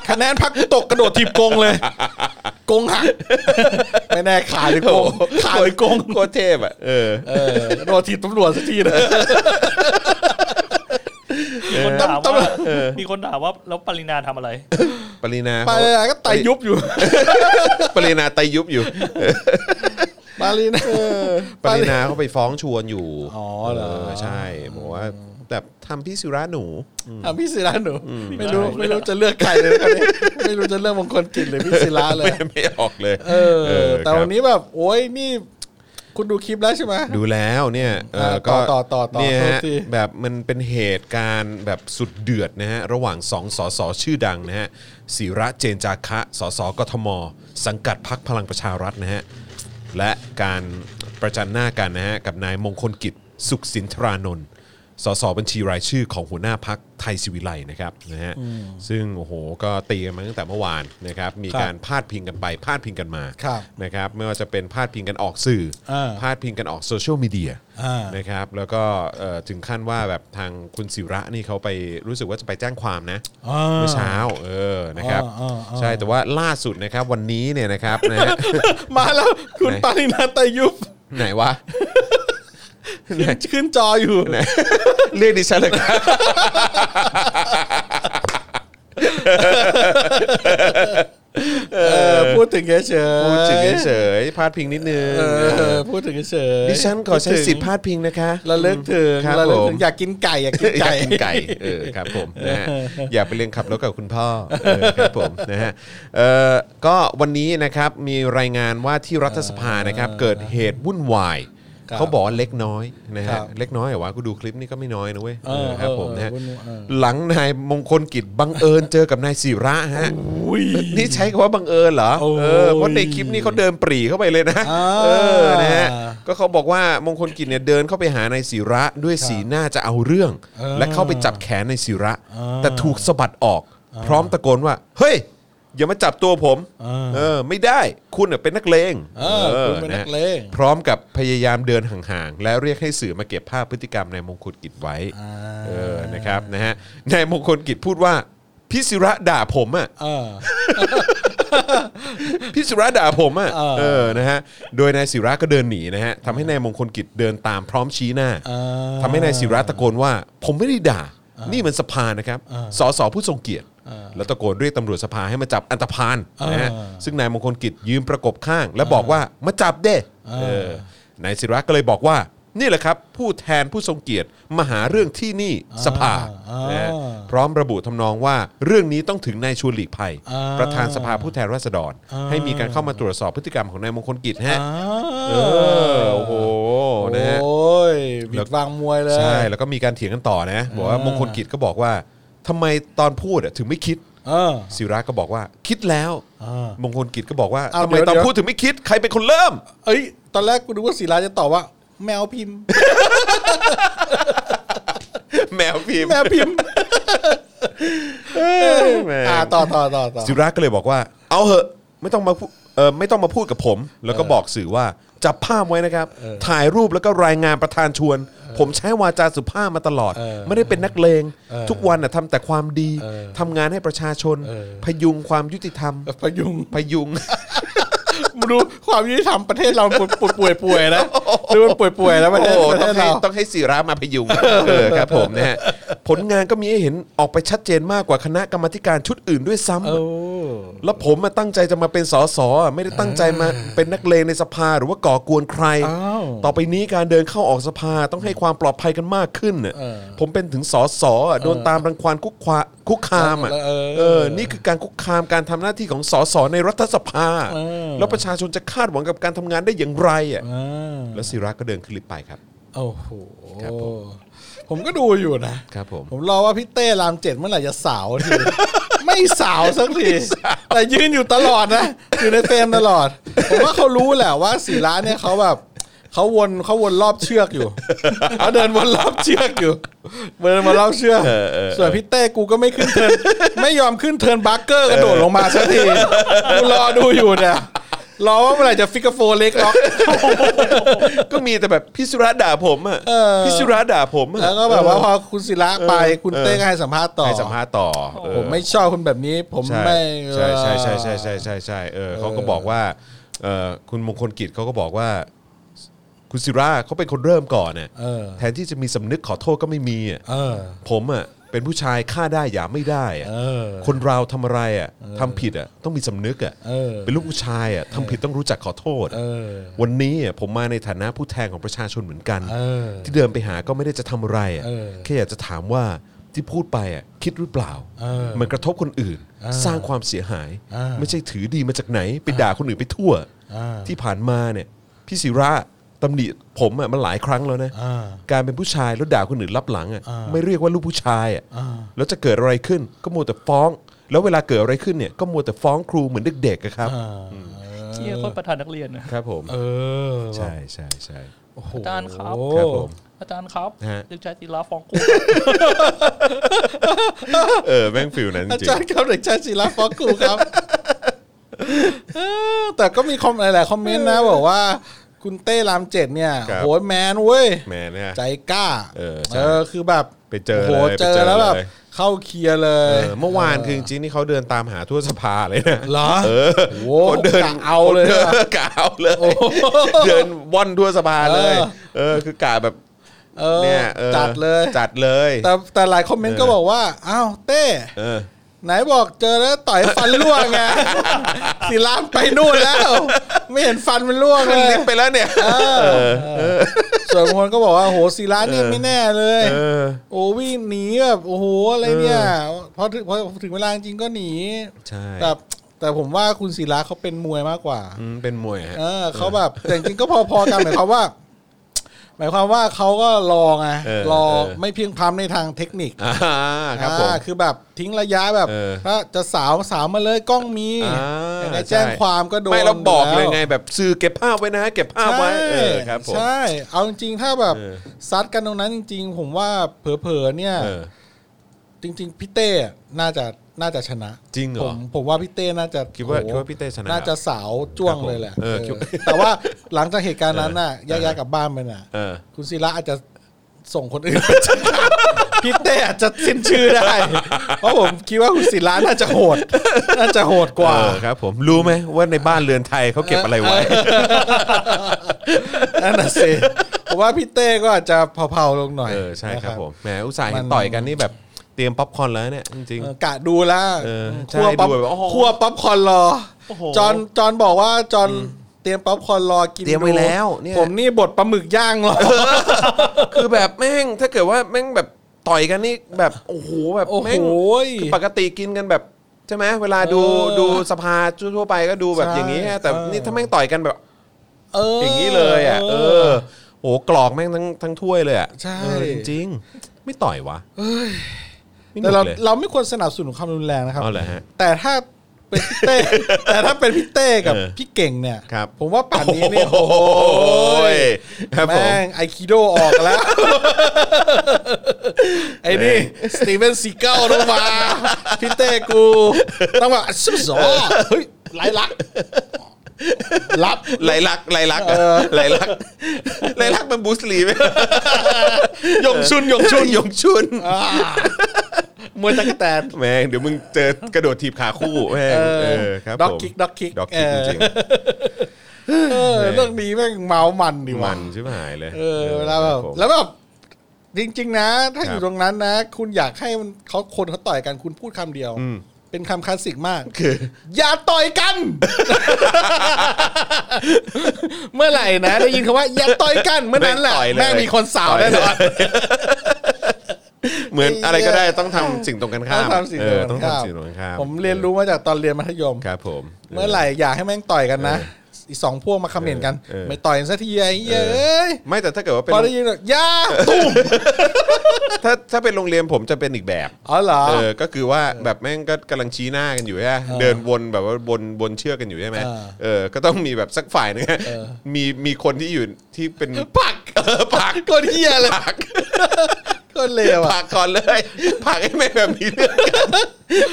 S3: คะแนนพักตกกระโดดถีบกง เลย กง หักไม่แน่ขาดหรือกงขาดหรือกง
S2: โคตรเทพอ่ะเออ
S3: เออกระโดดถีบตำรวจสักทีนะ
S4: มีคนถาม
S3: ตำรว
S4: ว่า
S3: จ
S4: มีคนถามว่าแล้วปรินาทำอะไร
S2: ปรินา
S3: ปาลีนาก็ไตยุบอยู่
S2: ปรินาไตยุบอยู่
S3: ปาลีนา
S2: ปรินาเขาไปฟ้องชวนอยู่
S3: อ๋อเหรอ
S2: ใช่บอกว่าแบบทำพี่สุราหนู
S3: อ่ะพี่ศิระหนู ไม่รู้
S4: ใช่
S3: ไม่รู้จะเลือกใครเลยนะคนนี้ไม่รู้จะเลือกมงคลกิจหรือพี่ศิระเลย
S2: ไม่ไม่ออกเลย
S3: เอ
S2: เอ
S3: อ
S2: อ
S3: แต่วันนี้แบบ โอ้ยนี่ คุณดูคลิปแล้วใช่ไหม
S2: ดูแล้วเนี่ยเออ
S3: เออ
S2: ก็
S3: ต่อต่อต่อ
S2: เนี่ย
S3: โทษ
S2: ฮะ
S3: ที
S2: แบบมันเป็นเหตุการณ์แบบสุดเดือดนะฮะ ระหว่างสองสสชื่อดังนะฮะศิระเจนจาคะสสกทม สังกัดพักพลังประชารัฐนะฮะ และการประจันหน้ากันนะฮะ กับนายมงคลกิจสุขสินทรานนท์สสบัญชีรายชื่อของหัวหน้าพักไทยศิวิไลย์นะครับนะฮะซึ่งโอ้โหก็ตีกันมาตั้งแต่เมื่อวานนะครับมี
S3: ครับ
S2: การพาดพิงกันไปพาดพิงกันมา
S3: ครับ
S2: นะครับไม่ว่าจะเป็นพาดพิงกันออกสื่อ
S3: อ่า
S2: พาดพิงกันออกโซเชียลมีเดีย
S3: อ่าน
S2: นะครับแล้วก็เอ่อถึงขั้นว่าแบบทางคุณศิระนี่เขาไปรู้สึกว่าจะไปแจ้งความนะ
S3: อ่า
S2: เมื่อเช้าเออนะครับ
S3: อ่าอ่า
S2: ใช่แต่ว่าล่าสุดนะครับวันนี้เนี่ยนะครับนะ ฮะ
S3: มาแล้วคุณ
S2: ไหน
S3: ปาลีนาไตยุบ
S2: ไหนวะ ไหน
S3: ขึ้นจออยู่
S2: เรียกดิฉันเลยครับ
S3: เออ พูดถึงเฉย
S2: พูดถึง
S3: ๆ
S2: เฉยๆพาดพิงนิดนึง
S3: เออพูดถึงเฉยๆ
S2: ดิฉันขอใช้สิทธิ์พาดพิงนะคะ
S3: ระลึกถึง
S2: ครับ
S3: ระลึ
S2: ผ
S3: ก
S2: ม
S3: ถึงอยากกินไก่อยากกิน
S2: อยา
S3: ไก่
S2: กกินไก่เออครับผมนะฮะอยากไปเรียนขับรถกับคุณพ่อเออครับผมนะฮะเอ่อก็วันนี้นะครับมีรายงานว่าที่รัฐสภานะครับเกิดเหตุวุ่นวาย
S3: ครับ
S2: เขาบอกว่าเล็กน้อยนะ
S3: ครั
S2: ฮะ
S3: บ
S2: เล็กน้อยเหรอวะกูดูคลิปนี่ก็ไม่น้อยนะเว้ย
S3: เออ
S2: เออครับผมนะฮะ
S3: เออวุ่นวายเออ
S2: หลังนายมงคลกิจบังเอิญเจอกับนายศิระฮะ
S3: อุ้ย
S2: นี่ใช้คำว่าบังเอิญเหรอ
S3: โอ้ย
S2: เออ เพราะในคลิปนี้เขาเดินปรีเข้าไปเลยนะ
S3: อ่า
S2: เออ นะฮะ ก็เขาบอกว่ามงคลกิจเนี่ยเดินเข้าไปหานายศิระด้วยสีหน้าจะเอาเรื่อง
S3: เออ
S2: และเข้าไปจับแขนนายศิระ
S3: อ่า
S2: แต่ถูกสะบัดออก พร้อมตะโกนว่า เฮ้ย อย่ามาจับตัวผม
S3: อ่า
S2: เออ ไม่ได้ คุณน่ะเป็นนักเลง
S3: เออคุณเป็นนักเลง
S2: ออนะฮะพร้อมกับพยายามเดินห่างๆ และเรียกให้สื่อมาเก็บภาพพฤติกรรมนายมงคลกิจไว้ เออ นะครับ นะฮะ นายมงคลกิจพูดว่าพี่ศิระด่าผมอ่ะ
S3: เออ
S2: พี่ศิระด่าผมอ่ะ
S3: เออ
S2: เออ นะฮะ โดยนายศิระก็เดินหนีนะฮะทำให้นายมงคลกิจเดินตามพร้อมชี้หน้า
S3: อ่า
S2: ทำให้นายศิระตะโกนว่า ผมไม่ได้ด่า นี่มันสภานะครับ สสผู้ทรงเกียรติ แล้วตะโกนเรียกตำรวจสภาให้มาจับอันตพานนะฮะ
S3: เออ
S2: ซึ่งนายมงคลกิจยืมประกบข้าง และบอกว่ามาจับเด้เออนายศิระก็เลยบอกว่า นี่แหละครับผู้แทนผู้ทรงเกียรติมาหาเรื่องที่นี่สภา
S3: อ่า
S2: นะฮะพร้อมระบุทำนองว่าเรื่องนี้ต้องถึงนายชวนหลีกภัย
S3: อ่า
S2: ประธานสภาผู้แทนราษฎร
S3: อ่า
S2: ให้มีการเข้ามาตรวจสอบพฤติกรรมของนายมงคลกิจฮะ
S3: อ่า
S2: เออโอ้โหนะฮะ
S3: โอ้ยบิดวางมวยเลย
S2: ใช่แล้วก็มีการเถียงกันต่อนะ บอกว่ามงคลกิจก็บอกว่าทำไมตอนพูดอะถึงไม่คิด
S3: เออ
S2: ศิระก็บอกว่า คิดแล้ว
S3: อ่าม
S2: งคลกิจก็บอกว่า
S3: เอา
S2: ทำไม
S3: เดี๋ยว
S2: ตอนพูดถึงไม่คิดใครเป็นคนเริ่ม
S3: เอ้ย ตอนแรกกูนึกว่าศิลาจะตอบว่า แมวพิมพ์
S2: แมวพิมพ์
S3: แมวพิมพ์
S2: แมว
S3: อ่าต่อต่อต่อต่อ
S2: ศิระก็เลยบอกว่า เอาเหอะไม่ต้องมาพูดเออไม่ต้องมาพูดกับผม แล้วก็บอกสื่อว่าจับภาพไว้นะครับ ถ่ายรูปแล้วก็รายงานประธานชวน ผมใช้วาจาสุภาพมาตลอด ไม่ได้เป็นนักเลง ทุกวันน่ะทำแต่ความดีทำงานให้ประชาชน พยุงความยุติธรรม
S3: ประยุง
S2: พยุง
S3: มาดูความยุติธรรมประเทศเราป่วยป่วยป่วยป่วยนะดูมันป่วยป่วยแล้วประเทศ
S2: โอ้
S3: ประเท
S2: ต้อง
S3: ศ
S2: ให้
S3: เรา
S2: ต้องให้ศิรามาพยุงเออครับผมนะฮะผลงานก็มีให้เห็นออกไปชัดเจนมากกว่าคณะกรรมาธิการชุดอื่นด้วยซ้ำ
S3: โอ้
S2: แล้วผมมาตั้งใจจะมาเป็นสสอ่ะไม่ได้ตั้งใจมาเป็นนักเลงในสภาหรือว่าก่อกวนใคร
S3: อ้าว
S2: ต่อไปนี้การเดินเข้าออกสภาต้องให้ความปลอดภัยกันมากขึ้นน่ะผมเป็นถึงสสอ่ะโดนตามรังควานคุกควาคุกคามอ่ะ
S3: เออ
S2: เออนี่คือการคุกคามการทำหน้าที่ของสสในรัฐสภา แล้วประชาชนจะคาดหวังกับการทำงานได้อย่างไรอ่ะ
S3: อ่า
S2: แล้วศิระก็เดินคลิปไปครับ
S3: โอ้โห
S2: ครับผม
S3: ผมก็ดูอยู่นะ
S2: ครับผม
S3: ผมรอว่าพี่เต้รามเจ็ดเมื่อไหร่จะสาวที ไม่สาวสักทีแต่ยืนอยู่ตลอดนะอยู่ในเฟรมตลอด ผมว่าเขารู้แหละว่าศิระเนี่ยเขาแบบเขาวนเขาวนรอบเชือกอยู่เขาเดินวนรอบเชือกอยู่เดินวนรอบเชือกส่วนพี่เต้กูก็ไม่ขึ้นเทิร์นไม่ยอมขึ้นเทิร์นบัคเกอร์กระโดดลงมาสักทีกูรอดูอยู่เนี่ยรอว่าเมื่อไหร่จะฟิกเกอร์โฟร์เล็กล็อก
S2: ก็มีแต่แบบพี่สุระด่าผมอ่ะ
S3: เออ
S2: พี่สุระด่าผมอะ
S3: แล้วก็แบบว่าพ
S2: เอ
S3: อ
S2: อ
S3: คุณศิระไปคุณเต้ก็ให้สัมภาษณ์ต่อ
S2: ให้สัมภาษณ์ต่อเออ
S3: ผมไม่ชอบคนแบบนี้ผม
S2: ใช่
S3: ไม่
S2: ใช่ใช่ใช่ใช่ใช่ใช่ใช่เออเขาก็บอกว่าเออคุณมงคลกิจเขาก็บอกว่า คุณศิระเขาเป็นคนเริ่มก่อนเนี่ย
S3: เออ
S2: แทนที่จะมีสำนึกขอโทษก็ไม่มีอะ
S3: เออ
S2: ผมอ่ะเป็นผู้ชายฆ่าได้อย่าไม่ได้อะ
S3: เออ
S2: คนเราทำอะไรอ่ะทำผิดอ่ะต้องมีสำนึกอ่ะ
S3: เออ
S2: เป็นลูกผู้ชายอ่ะทำผิดต้องรู้จักขอโทษ
S3: เออ
S2: วันนี้อ่ะผมมาในฐานะผู้แทนของประชาชนเหมือนกัน
S3: เออ
S2: ที่เดินไปหาก็ไม่ได้จะทำอะไรอะ
S3: เออ
S2: แค่อยากจะถามว่าที่พูดไปอ่ะคิดหรือเปล่า
S3: เออ
S2: มันกระทบคนอื่น สร้างความเสียหาย
S3: เออ
S2: ไม่ใช่ถือดีมาจากไหน ไปด่าคนอื่นไปทั่ว
S3: เออ
S2: ที่ผ่านมาเนี่ยพี่ศิระตำหนิผมอ่ะมันหลายครั้งแล้วนะ
S3: เออ
S2: การเป็นผู้ชายแล้วด่าคนอื่นรับหลังอ่ะ
S3: เออ
S2: ไม่เรียกว่าลูกผู้ชายอ่ะ
S3: เออ
S2: แล้วจะเกิดอะไรขึ้นก็มัวแต่ฟ้อง แล้วเวลาเกิดอะไรขึ้นเนี่ยก็มัวแต่ฟ้องครูเหมือนเด็กๆอะครับ
S3: อ่า
S4: เที่ยโคนประธานนักเรียนนะครับ
S2: ผม
S3: เออ
S2: ใช่ใช่ใช่
S3: โอ้โห
S4: อาจารย์ครับ
S2: ครับผม
S4: อาจารย์ครับ
S2: ฮะ
S4: เด็กชายศิลาฟ้องกู
S2: เออแม่งฟิลนั้นจ
S3: อา
S2: ริง
S3: จารย์ครับเด็กชายศิลาฟอกกูครับเออแต่ก็มีคอมหลายๆคอมเมนต์นะบอกว่า คุณเต้รามเจ็ดเนี่ย
S2: ครับ
S3: โหยแมนเว้ย
S2: แหมเนี่ย
S3: ใจกล้า
S2: เออใช่
S3: เออคือแบบ
S2: ไปเจอ
S3: โโห
S2: เลยไป
S3: เจ
S2: เจอ
S3: อแล้วแบบ
S2: เลย
S3: เข้าเคลียร์เล
S2: เอย อเมื่อวานคือจริงๆนี่เขาเดินตามหาทั่วสภาเลยนะ
S3: เหรอ
S2: เออ
S3: โอ้โห
S2: คนเดิน
S3: กะเอาเลยอะ
S2: คนดินกะเอาเลย
S3: โอ้โห
S2: เดินว่อนทั่วสภาเลย
S3: เออ
S2: เออคือกะแบบ
S3: เออ
S2: เนี่ยออ
S3: จัดเลย
S2: จัดเลย
S3: แต่แต่หลายคอมเมนต์ก็บอกว่า อ้าวเต้
S2: เออ
S3: ไหนบอกเจอแล้วต่อยฟันร่วง ไง ศิลามไปนู่นแล้ว ไม่เห็นฟันมันร่วง
S2: มั
S3: เล
S2: น
S3: ย
S2: ลิฟต์ไปแล้วเนี่ย
S3: เออส่วนบางคนก็บอกว่าโหศิลานี่ไม่แน่เลย
S2: เออ
S3: โอ้วิ่งหนีแบบโอ้โหอะไรเนี่ยพอถึงพอถึงเวลาจริงก็หนี
S2: ใช่
S3: แต่แต่ผมว่าคุณศิลาเขาเป็นมวยมากกว่า
S2: อืมเป็นมวยฮะ
S3: เออเขาแบบแต่จริงๆก็พอๆกันหมายความว่า หมายความว่าเขาก็รอไง
S2: เออ
S3: รอ
S2: เออ
S3: ไม่เพียงพร้ำในทางเทคนิค
S2: อ่าครับผม
S3: อ่าคือแบบทิ้งระยะแบบ
S2: เออ
S3: ถ้าจะสาวสาวมาเลยกล้องมี
S2: อ่า
S3: ยังไงแจ้งความก็โดน
S2: ไม่เราบอกเลย
S3: แว
S2: ไงแบบสื่อเก็บภาพไว้นะ เก็บภาพไว้เอ
S3: ใช่
S2: อครับผม
S3: ใช่ เอาจริงๆถ้าแบบ
S2: เออ
S3: ซัดกันตรงนั้นจริง ๆ ผมว่าเผลอๆเนี่ย
S2: เออ
S3: จริง ๆพี่เต้น่าจะน่าจะชนะ
S2: จริงเหรอ
S3: ผมผมว่าพี่เต้น่าจะ
S2: คิดว่า
S3: โอ้โห
S2: คิดว่าพี่เต้ชนะ
S3: น่าจะสาวจ้วง
S2: ครับผม
S3: เลยแหละ
S2: เออคิดว่า
S3: เออแต่ว่าหลังจากเหตุการณ์นั้นน่ะแยกย้ายกลับบ้านไปน่ะ
S2: เออ
S3: คุณศิระอาจจะส่งคนอื่นไปจัดการพี่เต้อาจจะสิ้นชื่อได้ เพราะผมคิดว่าคุณศิระน่าจะโห ด น่าจะโหดกว่า
S2: เออครับผมรู้ไหมว่าในบ้านเรือนไทยเขาเก็บอะไรไว้
S3: นั่นน่ะสิผมว่าพี่เต้ก็อาจจะเผาๆลงหน่อย
S2: เออใช่ครับ
S3: นะ
S2: ผมแหมอุตส่าห์
S3: มั
S2: เห็น
S3: น
S2: ต่อยกันนี่แบบเตรียมป๊อปคอร์นแล้วเนี่ยจริง
S3: เออกะดูแล้ว
S2: เออใช่
S3: คั่วป๊อป
S2: ดูแบบโอ้โห
S3: คั่วป๊อปคอร์นรอ
S4: โอ้โห
S3: จอนจอนบอกว่าจอน เตรียมป๊อปคอร์นรอกิน
S2: เตรียมไว้
S3: ดู
S2: แล้วเนี่ย
S3: ผมนี่บดปลาหมึกย่างรอ
S2: คือแบบแม่งถ้าเกิดว่าแม่งแบบต่อยกันนี่แบบโอ้โหแบบ
S3: โอ้โห
S2: แม่งคือปกติกินกันแบบใช่ไหมเวลาดู
S3: เออ
S2: ดูสภาทั่วๆไปก็ดูแบบ
S3: ใช่
S2: อย่างนี้ฮะแต่
S3: เออ
S2: นี่ถ้าแม่งต่อยกันแบบ
S3: เออ
S2: อ
S3: อ
S2: ย่างนี้เลยอ่ะเออโหกรอกแม่งทั้งทั้งถ้วยเลยอ่ะ
S3: ใช่
S2: เออจริงๆ ไม่ต่อยวะไม่หนุ
S3: แต่
S2: ก
S3: เรา
S2: เลย
S3: เราไม่ควรสนับสนุนความรุนแรงนะครับ
S2: เอาเหรอฮะ
S3: แต่ถ้าเป็น พี่เต้ แต่ถ้าเป็นพี่เต้กับ
S2: เออ
S3: พี่เก่งเนี่ย
S2: ครับ
S3: ผมว่าป่านนี้เนี่ย
S2: โอ้ยครับผม
S3: แม่งไอคิโดออกแล้ว ไอ้นี่สตีเวนซีเกิลลงมาพี่เต้กูต้องแบบซุบซอเฮ้ยไรลักษณ์รับ
S2: ไหลลักษณ์ไหลลักษณ์อะไหลลักษณ์ไหลลักษณ์มันบูสลีไหม
S3: ยงชุนยงชุน
S2: ยงชุน
S3: อ่ามวยตะกแตน
S2: แม่งเดี๋ยวมึงเจอกระโดดถีบขาคู่แม่งเออครับ
S3: ด็อก
S2: ผม
S3: คิกด็อกคิก
S2: ด็อกคิกจริง
S3: เออเรื่องนี้แม่งเมามันดี
S2: ๆ
S3: ว่ะ
S2: มันชิบหายเลย
S3: เออเวลาแบ
S2: ครั
S3: บ
S2: บผม
S3: แล้วแบบจริง ๆ นะ ถ้า
S2: ครับ
S3: อยู่ตรงนั้นนะ คุณอยากให้มันเขาคนเขาต่อยกันคุณพูดคำเดียว เป็นคำคลาสสิกมากคือ อย่าต่อยกัน เมื่อไหร่นะ ได้ยินคำว่า อย่าต่อยกันเมื่อนั้นแหละ
S2: แม่งต่อยเลย
S3: แม่งมีคนสาวแน่นอน
S2: เหมือนอะไรก็ได้ต้องทำสิ่งตรงกันข้าม
S3: ต้องทำสิ่ง
S2: เออ
S3: ตรงกัน
S2: ต้อง
S3: ข้าม
S2: ทำสิ่งตรงกันข้าม
S3: ผมเรียนรู้มาจากตอนเรียนมัธยม
S2: ครับผม
S3: เมื่อไหร่อยากให้แม่งต่อยกันนะอีกสองพวกมาคอมเมนต์กัน
S2: เออ
S3: ไม่ต่อยกันสักทีไอ้เหี้ยเอ้ย
S2: ไม่แต่ถ้าเกิดว่าเป็น
S3: พอได้ยินแบบอย่าตุ้ม
S2: ถ้าถ้าเป็นโรงเรียนผมจะเป็นอีกแบบ
S3: อ๋อเหรอ
S2: เออ ก็คือว่าแบบแม่งก็กำลังชี้หน้ากันอยู่ใช่ไหมเดินวนแบบว่าวนวนเชือกกันอยู่ใช่ไหม
S3: เออ
S2: เออ ก็ต้องมีแบบสักฝ่ายหนึงอะ
S3: เออ
S2: มีมีคนที่อยู่ที่เป็น
S3: ปัก
S2: เออผลัก
S3: โคนเฮียเลยโคนเลว
S2: ผ
S3: อ่ะ
S2: ลักก่อนเลยผลักให้แม่งแบบมีเรื่องกัน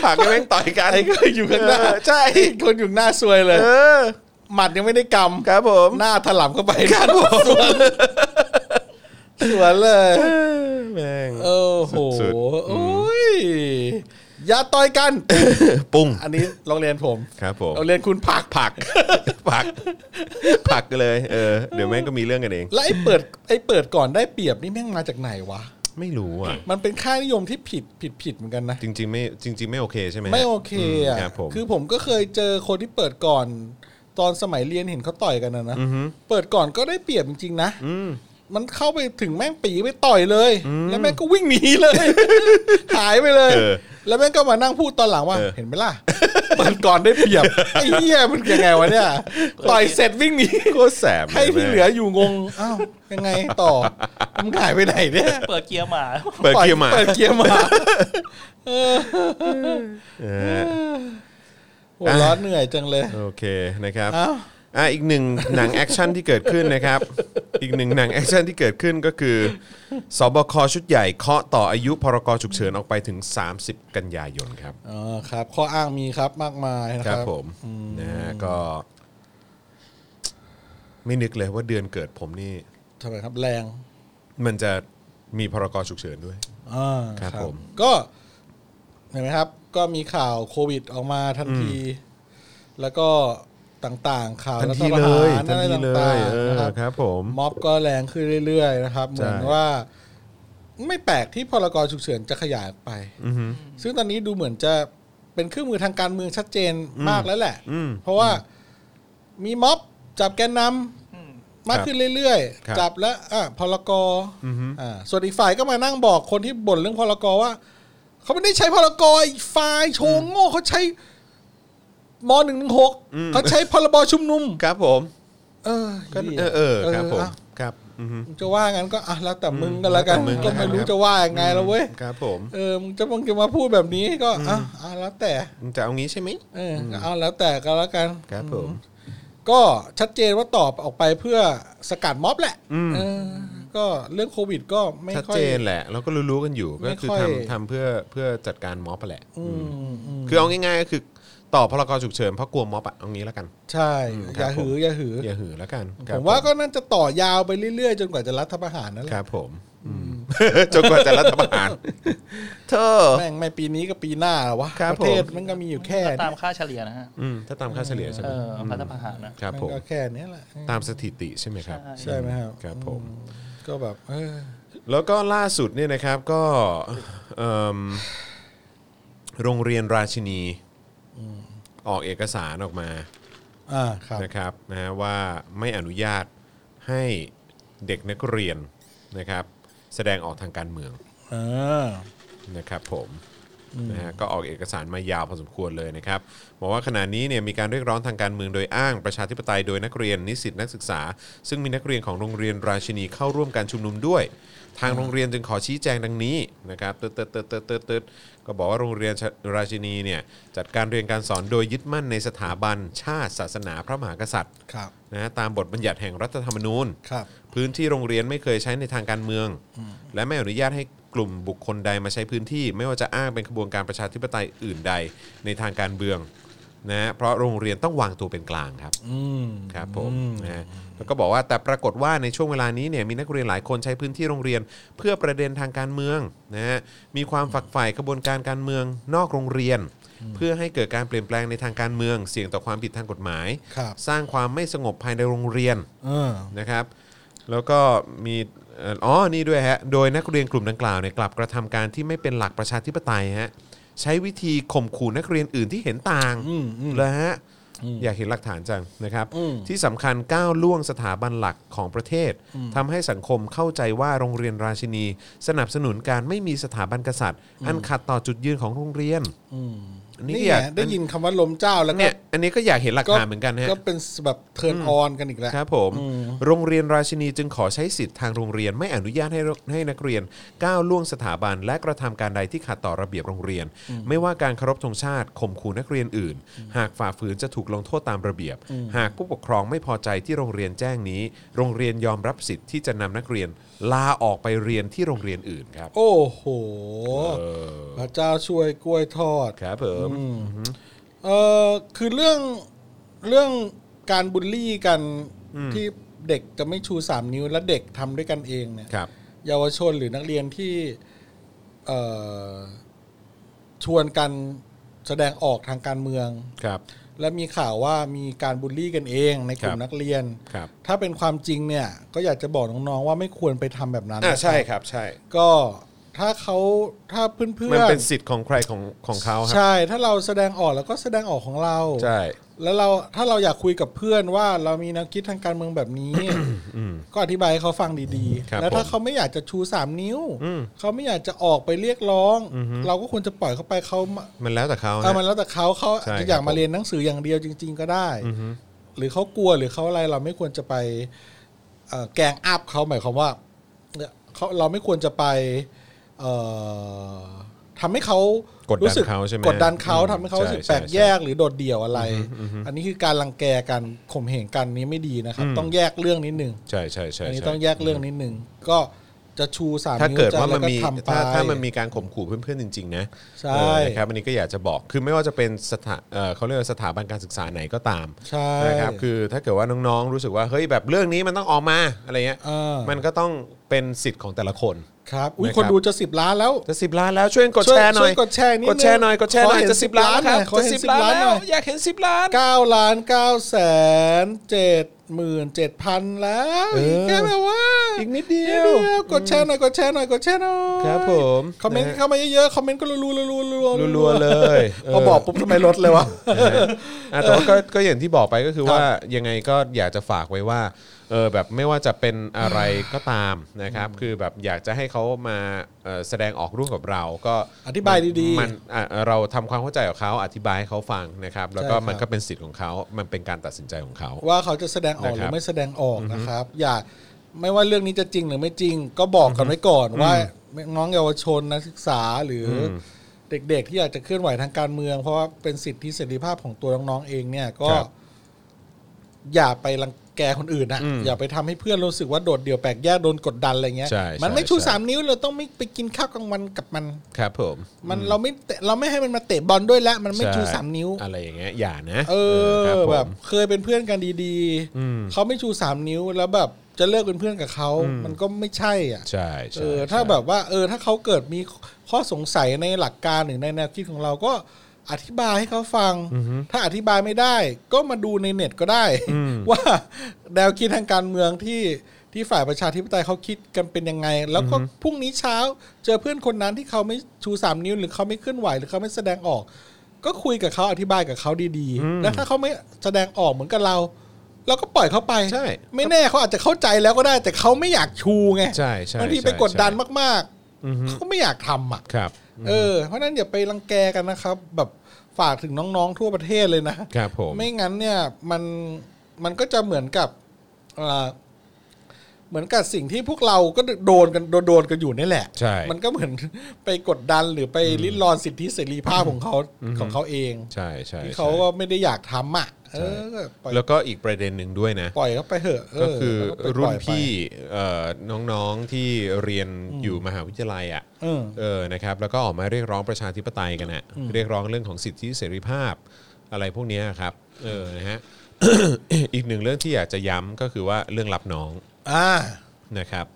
S2: ผลักให้แม่งต่อยกัน
S3: ไอ้ก็อยู่ข้างหน้า
S2: เออใช่
S3: คนอยู่ข้างหน้าซวยเลย
S2: เออ
S3: หมัดยังไม่ได้กำ
S2: ครับผม
S3: หน้าถลำเข้าไปครับผมสวน สวนเลย
S2: แม่ง
S3: โอ้โห
S2: สุด
S3: โอ้ยอย่าต่อยกัน
S2: ปุ้ง
S3: อันนี้โรงเรียนผม
S2: ครับผม
S3: โรงเรียนคุณผัก
S2: ผลัก ผลักผลักกันเลย เออ เดี๋ยวแม่งก็มีเรื่องกันเอง
S3: แล้วไอ้เปิดไอ้เปิดก่อนได้เปรียบนี่แม่งมาจากไหนวะ
S2: ไม่รู้อ่ะ
S3: มันเป็นค่านิยมที่ผิดผิดผิดเหมือนกันนะ
S2: จริง ๆ ไม่จริง ๆ ไม่โอเคใช่ไหมฮะ
S3: ไม่โอเคอ่ะ
S2: ครับผม
S3: คือผมก็เคยเจอคนที่เปิดก่อน ตอนสมัยเรียนเห็นเขาต่อยกันนะนะ เปิดก่อนก็ได้เปรียบจริงๆนะ มันเข้าไปถึงแม่งปีไปต่อยเลย แล้วแม่งก็วิ่งหนีเลย หายไปเลย
S2: เออ
S3: แล้วแม่งก็มานั่งพูดตอนหลังว่า
S2: เออ
S3: เห็นไหมล่ะ เปิดก่อนได้เปรียบ ไอ้เหี้ยมันยังไงวะเนี่ย ต่อยเสร็จวิ่งหนี
S2: โคตรแสบย
S3: ให้
S2: แม่
S3: ที่
S2: ง
S3: เหลืออยู่งง อ้าวยังไงต่อมึงหายไปไหนเนี่ย
S4: เปิดเกียร์ หมา
S2: เปิดเกียร์หมา
S3: เปิดเกียร์หมา
S2: เออ
S3: โอ้ร้อนเหนื่อยจังเลย
S2: โอเคนะครับ
S3: อ้าว
S2: อ่ะอีกหนึ่งหนังแอคชั่นที่เกิดขึ้น นะครับ อีกหนึ่งหนังแอคชั่นที่เกิดขึ้นก็คือสบคชุดใหญ่เคาะต่ออายุพรกฉุกเฉินออกไปถึง 30 กันยายนครับ
S3: อ๋อครับข้ออ้างมีครับมากมายนะ
S2: ค
S3: ค
S2: รั
S3: รั
S2: บบ ผมนะฮะก็ ไม่นึกเลยว่าเดือนเกิดผมนี่
S3: ทำไมครับแรง
S2: มันจะมีพรกฉุกเฉินด้วย
S3: อ่า
S2: ครับผม
S3: ก็เห็นไหมครับ ก็มีข่าวโควิดออกมาทันที แล้วก็ต่างๆข่าว
S2: ทัน
S3: รัฐ
S2: ที
S3: ประ
S2: เล
S3: หาย ร
S2: ทัน
S3: อะไร
S2: ทีเลย
S3: ต่าง
S2: เอ
S3: ๆ
S2: อ
S3: นะครับ
S2: ครับผม
S3: ม็อบก็แรงขึ้นเรื่อยๆนะครับ เห
S2: ใช่
S3: มือนว่าไม่แปลกที่พรกฉุกเฉินจะขยายออกไป ซึ่งตอนนี้ดูเหมือนจะเป็นเครื่องมือทางการเมืองชัดเจนมากแล้วแหละ เพราะว่ามีม็อบจับแกนนำมากขึ้นเรื่อย
S2: ครับ
S3: ๆ จับแล้วอ่ะพรกอ่าส่วนอีกฝ่ายก็มานั่งบอกคนที่บ่นเรื่องพรกว่า เขาไม่ได้ใช้พรกอีกฝ่ายโชงโง่เขาใช้มหนึ่งหนึ่งหกเขาใช้พรบชุมนุม
S2: ครับผม
S3: เออ
S2: ก็
S3: เหี้ย
S2: เออเออครับผม
S3: อ่ะ
S2: ครับ อือฮึ
S3: จะว่างั้นก็อ่ะแล้วแต่มึงกันละกัน
S2: แล้วแต่มึง
S3: ก็ไม่รู้
S2: ครับ
S3: จะว่ายังไงแล้วเว้ย
S2: ครับผม
S3: เออมึงจะมึงจะมาพูดแบบนี้ก็อ่ะอ่ะแล้วแต่
S2: มึงจะเอางี้ใช่ไหม
S3: เอออก็เอาแล้วแต่กันละกัน
S2: ครับผม
S3: ก็ชัดเจนว่าตอบออกไปเพื่อสกัดม็อบแหละเออก็เรื่องโควิดก็ไม่
S2: ชัด
S3: ค่อย
S2: เจนแหละเราก็รู้ๆกันอยู่
S3: ไม่
S2: ก็คือ
S3: ค่อย
S2: ทำทำเพื่อเพื่อจัดการม็อบอะแหละ
S3: อืมอืม
S2: คือเอาง่ายๆก็คือต่อพรกฉุกเฉินเพราะกลัวม็อบอะเอางี้แล้วกัน
S3: ใช่
S2: ค
S3: อ
S2: รับ
S3: ย่าหือ
S2: ผม
S3: อย่าหือ
S2: อย่าหือแล้วกันค
S3: ผ
S2: รับ
S3: มว่าก็น่าจะต่อยาวไปเรื่อยๆ จนกว่าจะรัฐประหารนั่นแห
S2: ค
S3: ละ
S2: รับผมอืม จนกว่าจะรัฐประหารเธอ
S3: แม่งไม่ปีนี้ก็ปีหน้าหรอวะ
S2: ครับ
S3: ประเทศ
S2: ผม
S3: มันก็มีอยู่แค่
S4: ตามค่าเฉลี่ยนะฮะ
S2: อืมถ้าตามค่าเฉลี่ยใช่ไหม
S4: เออพัฒนาหารนะ
S2: ครับ
S3: มัน
S2: ผม
S3: ก็แค่เนี้ยแหละ
S2: ตามสถิติใช่ไหมครับ
S3: ใช่ไหมครับ
S2: ครับผม
S3: ก็แบบเออ
S2: แล้วก็ล่าสุดเนี่ยนะครับก็เอิ่มโรงเรียนราชินีออกเอกสารออกมา
S3: อ่าครับ
S2: นะครับนะฮะว่าไม่อนุญาตให้เด็กนักเรียนนะครับแสดงออกทางการเมือง
S3: เออ
S2: นะครับผมนะฮะก็ออกเอกสารมายาวพอสมควรเลยนะครับบอกว่าขณะนี้เนี่ยมีการเรียกร้องทางการเมืองโดยอ้างประชาธิปไตยโดยนักเรียนนิสิตนักศึกษา ซึ่งมีนักเรียนของโรงเรียนราชินีเข้าร่วมการชุมนุมด้วย ทางโรงเรียนจึงขอชี้แจงดังนี้นะครับตึ๊ดตึ๊ดตึ๊ดตึ๊ดตึ๊ดตึ๊ดก็บอกว่าโรงเรียนราชินีเนี่ยจัดการเรียนการสอนโดยยึดมั่นในสถาบันชาติศาสนาพระมหากษัตริย์
S3: ครับ
S2: นะฮะตามบทบัญญัติแห่งรัฐธรรมนูญ
S3: ครับ
S2: พื้นที่โรงเรียนไม่เคยใช้ในทางการเมือง และไม่อนุญาตให้กลุ่มบุคคลใดมาใช้พื้นที่ ไม่ว่าจะอ้างเป็นขบวนการประชาธิปไตยอื่นใดในทางการเมืองนะฮะเพราะโรงเรียนต้องวางตัวเป็นกลางครับ
S3: อืม
S2: ครับผมนะฮะแล้วก็บอกว่าแต่ปรากฏว่าในช่วงเวลานี้เนี่ยมีนักเรียนหลายคนใช้พื้นที่โรงเรียน เพื่อประเด็นทางการเมืองนะฮะมีความฝักใฝ่กระบวนการการเมืองนอกโรงเรียน เพื่อให้เกิดการเปลี่ยนแปลงในทางการเมือง เสี่ยงต่อความผิดทางกฎหมาย
S3: ครับ
S2: สร้างความไม่สงบภายในโรงเรียน
S3: เออ
S2: นะครับแล้วก็มีเอ่ออ๋อนี่ด้วยฮะโดยนักเรียนกลุ่มดังกล่าวเนี่ยกลับกระทำการที่ไม่เป็นหลักประชาธิปไตยฮะใช้วิธีข่มขู่นักเรียนอื่นที่เห็นต่าง
S3: อืมอืม
S2: เลยฮะอยากเห็นหลักฐานจังนะครับ
S3: อืม
S2: ที่สำคัญก้าวล่วงสถาบันหลักของประเทศทำให้สังคมเข้าใจว่าโรงเรียนราชินี สนับสนุนการไม่มีสถาบันกษัตริย์ อันขัดต่อจุดยืนของโรงเรียนอัอ
S3: นี่ไง
S2: ยาก
S3: ได้ยินคำว่าล้มเจ้าแล้วก็
S2: เนี่ยอันนี้ก็อยากเห็นหลัก
S3: ก็
S2: ฐานเหมือนกันฮะ
S3: ก็เป็นแบบเทิร์นออนกันอีกแล้ว
S2: ครับผมโรงเรียนราชินีจึงขอใช้สิทธิ์ทางโรงเรียน ไม่อนุญาตให้ให้นักเรียน ก้าวล่วงสถาบัน และกระทำการใดที่ขัดต่อระเบียบโรงเรียน ไม่ว่าการเคารพธงชาติข่มขู่นักเรียนอื่น หากฝ่าฝืนจะถูกลงโทษตามระเบียบ หากผู้ปกครองไม่พอใจที่โรงเรียนแจ้งนี้ โรงเรียนยอมรับสิทธิ์ที่จะนำนักเรียนลาออกไปเรียนที่โรงเรียนอื่นครับ
S3: โอ้โห พระเจ้าช่วยกล้วยทอด
S2: ครับผม
S3: เออคือเรื่องเรื่องการบูลลี่กันที่เด็กจะไม่ชูสามนิ้วและเด็กทำด้วยกันเองเนี่ย
S2: ครับ
S3: เยาวชนหรือนักเรียนที่เอ่อชวนกันแสดงออกทางการเมือง
S2: ครับ
S3: และมีข่าวว่ามีการบูลลี่กันเองในกลุ่
S2: ครั
S3: ม
S2: บ
S3: นักเรียน
S2: ครับ
S3: ถ้าเป็นความจริงเนี่ย ก็อยากจะบอกน้องๆว่าไม่ควรไปทำแบบนั้น
S2: อ่า
S3: นะ
S2: ใช่ครับใช่
S3: ก็ถ้าเขาถ้าเพื่อนๆ
S2: มันเป็นสิทธิ์ของใครของของเขาครับ
S3: ใช่ ถ้าเราแสดงออกแล้วก็แสดงออกของเรา
S2: ใช่
S3: แล้วเราถ้าเราอยากคุยกับเพื่อนว่าเรามีแนวคิดทางการเมืองแบบนี้ ก็อธิบายให้เขาฟังดี
S2: ครับ
S3: ๆ แล้วถ้าเขาไม่อยากจะชูสามนิ้ว
S2: อืม
S3: เขาไม่อยากจะออกไปเรียกร้อง
S2: อือฮึ
S3: เราก็ควรจะปล่อยเขาไปเขามา
S2: มันแล้วแต่เขา
S3: เอา
S2: ฮะ
S3: มันแล้วแต่เขาเขา
S2: ใช่
S3: อยา
S2: ค
S3: ก
S2: รับผม
S3: มาเรียนหนังสืออย่างเดียวจริง ๆ ก็ได้
S2: อือฮึ
S3: หรือเขากลัวหรือเขาอะไรเราไม่ควรจะไปเอ่อแกล้งอัพเขาหมายความว่าเนี่ยเขาเราไม่ควรจะไปเอ่อทำให้เขา
S2: กด
S3: รู้
S2: ดัน
S3: สึก
S2: เขาใช่ไหม
S3: กดดันเขา
S2: อืม
S3: ทำให้เขารู้สึก
S2: ใช่
S3: แปลก
S2: ใช่
S3: แยกหรือโดดเดี่ยวอะไร อันนี้คือการรังแกกันข่มเหงกันนี้ไม่ดีนะครับ
S2: อืม
S3: ต้องแยกเรื่องนิดนึง
S2: ใช่ใช่ใช่
S3: อันนี้
S2: ใช่
S3: ต้องแยกเรื่องนิดนึงก็จะชูสาม
S2: ถ้า
S3: นิ้ว
S2: เกิด
S3: จะ
S2: ว่า
S3: อะไร
S2: มันมี
S3: ทำไป
S2: ถ้าถ้ามันมีการข่มขู่เพื่อนๆจริงๆนะ
S3: ใช่
S2: เออนะครับอันนี้ก็อยากจะบอกคือไม่ว่าจะเป็นสถาเอ่อเขาเรียกว่าสถาบันการศึกษาไหนก็ตาม
S3: ใช่
S2: นะครับคือถ้าเกิดว่าน้องๆรู้สึกว่าเฮ้ยแบบเรื่องนี้มันต้องออกมาอะไรเงี้ย
S3: เออ
S2: มันก็ต้องเป็นสิทธิ์ของแต่ละคน
S3: ครับอุ้ย
S2: นะครับ
S3: คนดูจะสิบล้านแล้ว
S2: จะสิบล้านแล้วช่วยกดแชร์หน่อย
S3: ช่วยกดแชร์นิดนึง
S2: กดแชร์หน่อยกดแชร์หน่อย
S3: ขอเห็น
S2: จะสิบล้านแล้วครับ
S3: ล้านหน่อยขอ
S2: จะ
S3: เห็น
S2: สิบ
S3: 10
S2: ล้านแล้
S3: ล้านหน่
S2: ว
S3: อย
S2: อยากเห็นสิบล้าน
S3: เก้าล้านเก้าแสนเจ็ดหมื่นเจ็ดพันแล้ว
S2: เอออี
S3: กแค่แบบว่า
S2: อีกนิดเดียว
S3: นิกดแชร์หน่อยกดแชร์หน่อยกดแชร์หน่อย
S2: ครับผม
S3: คอมเมนต์
S2: นะฮะ
S3: เข้ามาเยอะๆคอมเมนต์ก็รัวๆรัวๆรัวๆ
S2: รัวๆเลยเออ
S3: พอบอกปุ๊บทำไมลดเลยวะ
S2: อ่ะแต่ว่าก็ก็อย่างที่บอกไปก็คือ
S3: ครับ
S2: ว่ายังไงก็อยากจะฝากไว้ว่าเออแบบไม่ว่าจะเป็นอะไรก็ตามนะครับ คือแบบอยากจะให้เขามาเอ่อแสดงออกร่วมกับเราก็
S3: อธิบายดีๆ
S2: มันอ่ะเราทำความเข้าใจกับเขาอธิบายให้เขาฟังนะครับ แล้วก็
S3: ใช่ครับ
S2: มันก็เป็นสิทธิ์ของเขามันเป็นการตัดสินใจของเขา
S3: ว่าเขาจะแสดงออก
S2: นะ
S3: ห
S2: ครับ
S3: รือไม่แสดงออกนะครับ อย่าไม่ว่าเรื่องนี้จะจริงหรือไม่จริง ก็บอกกันไว้ก่อนว่าน้องเยาวชนนักศึกษาหรือ
S2: ม
S3: อเด็กๆที่อยากจะเคลื่อนไหวทางการเมือง เพราะว่าเป็นสิทธิเสรีภาพของตัวน้องๆเองเนี่ยก็
S2: ครับ
S3: อย่าไปรังแกคนอื่นนะ
S2: อืม
S3: อย่าไปทำให้เพื่อนรู้สึกว่าโดดเดี่ยวแปลกแยกโดนกดดันอะไรเงี้ย
S2: ใช่
S3: มันไม่
S2: ใช่
S3: ชู
S2: ใช่
S3: สามนิ้วเราต้องไม่ไปกินข้าวกลางวันกับมัน
S2: ครับผม
S3: มันเราไม่เตะเราไม่ให้มันมาเตะบอลด้วยแล้วมันไม่
S2: ใ
S3: ชูสามนิ้ว
S2: อะไรอย่างเงี้ยอย่านะ
S3: เอ
S2: ครั
S3: อ
S2: ผม
S3: แบบเคยเป็นเพื่อนกันดี
S2: อืม
S3: ๆ เขาไม่ชูสามนิ้วแล้วแบบจะเลิกเป็นเพื่อนกับเขา มันก็ไม่ใช่อ่ะ
S2: ใช่ใช่
S3: เออถ้าแบบว่า เออ ถ้าเขาเกิดมีข้อสงสัยในหลักการหรือในแนวคิดของเราก็อธิบายให้เขาฟัง ถ้าอธิบายไม่ได้ ก็มาดูในเน็ตก็ได้ ว่าแนวคิดทางการเมืองที่ที่ฝ่ายประชาธิปไตยเขาคิดกันเป็นยังไง แล้วก็พรุ่งนี้เช้า เจอเพื่อนคนนั้นที่เขาไม่ชูสามนิ้วหรือเขาไม่เคลื่อนไหวหรือเขาไม่แสดงออก ก็คุยกับเขาอธิบายกับเขาดีๆแล้วถ้าเขาไม่แสดงออกเหมือนกับเราเราก็ปล่อยเขาไป
S2: ใช่
S3: ไม่แน่เขาอาจจะเข้าใจแล้วก็ได้ แต่เขาไม่อยากชูไง
S2: ใช่ใช่
S3: บางที
S2: ใช่
S3: ไปกดดัน
S2: ใช่
S3: มากๆเขาก็ไม่อยากทำอ่ะ
S2: ครับ
S3: เออเพราะฉะนั้นอย่าไปรังแกกันนะครับ แบบฝากถึงน้องๆทั่วประเทศเลยนะ
S2: ครับผม
S3: ไม่งั้นเนี่ยมันมันก็จะเหมือนกับเอ่อเหมือนกับสิ่งที่พวกเราก็โดนกันโดนโดนกันอยู่นี่แหละ
S2: ใช่
S3: มันก็เหมือน ไปกดดันหรือไปลิดรอนสิทธิเสรีภาพของเขาของเขาเอง
S2: ใช่ใช่
S3: ที่
S2: ใช่
S3: เขาก็ไม่ได้อยากทำอ่ะเออก็ปล่อย
S2: แล้วก็อีกประเด็นหนึ่งด้วยนะ
S3: ปล่อยเขาไปเถอะเ
S2: ก็คือ
S3: แล้วไป
S2: รุ่
S3: ป
S2: น
S3: ล่อยไป
S2: พี่เอ่อน้องๆที่เรียนอยู่มหาวิทยาลัยอ่ะ
S3: เออ
S2: เออ นะครับ แล้วก็ออกมาเรียกร้องประชาธิปไตยกันนะเรียกร้องเรื่องของสิทธิเสรีภาพอะไรพวกเนี้ยครับ เออ นะ ฮะ อีกหนึ่งเรื่องที่อยากจะย้ำก็คือว่าเรื่องรับน้อง
S3: อ่า
S2: นะครับ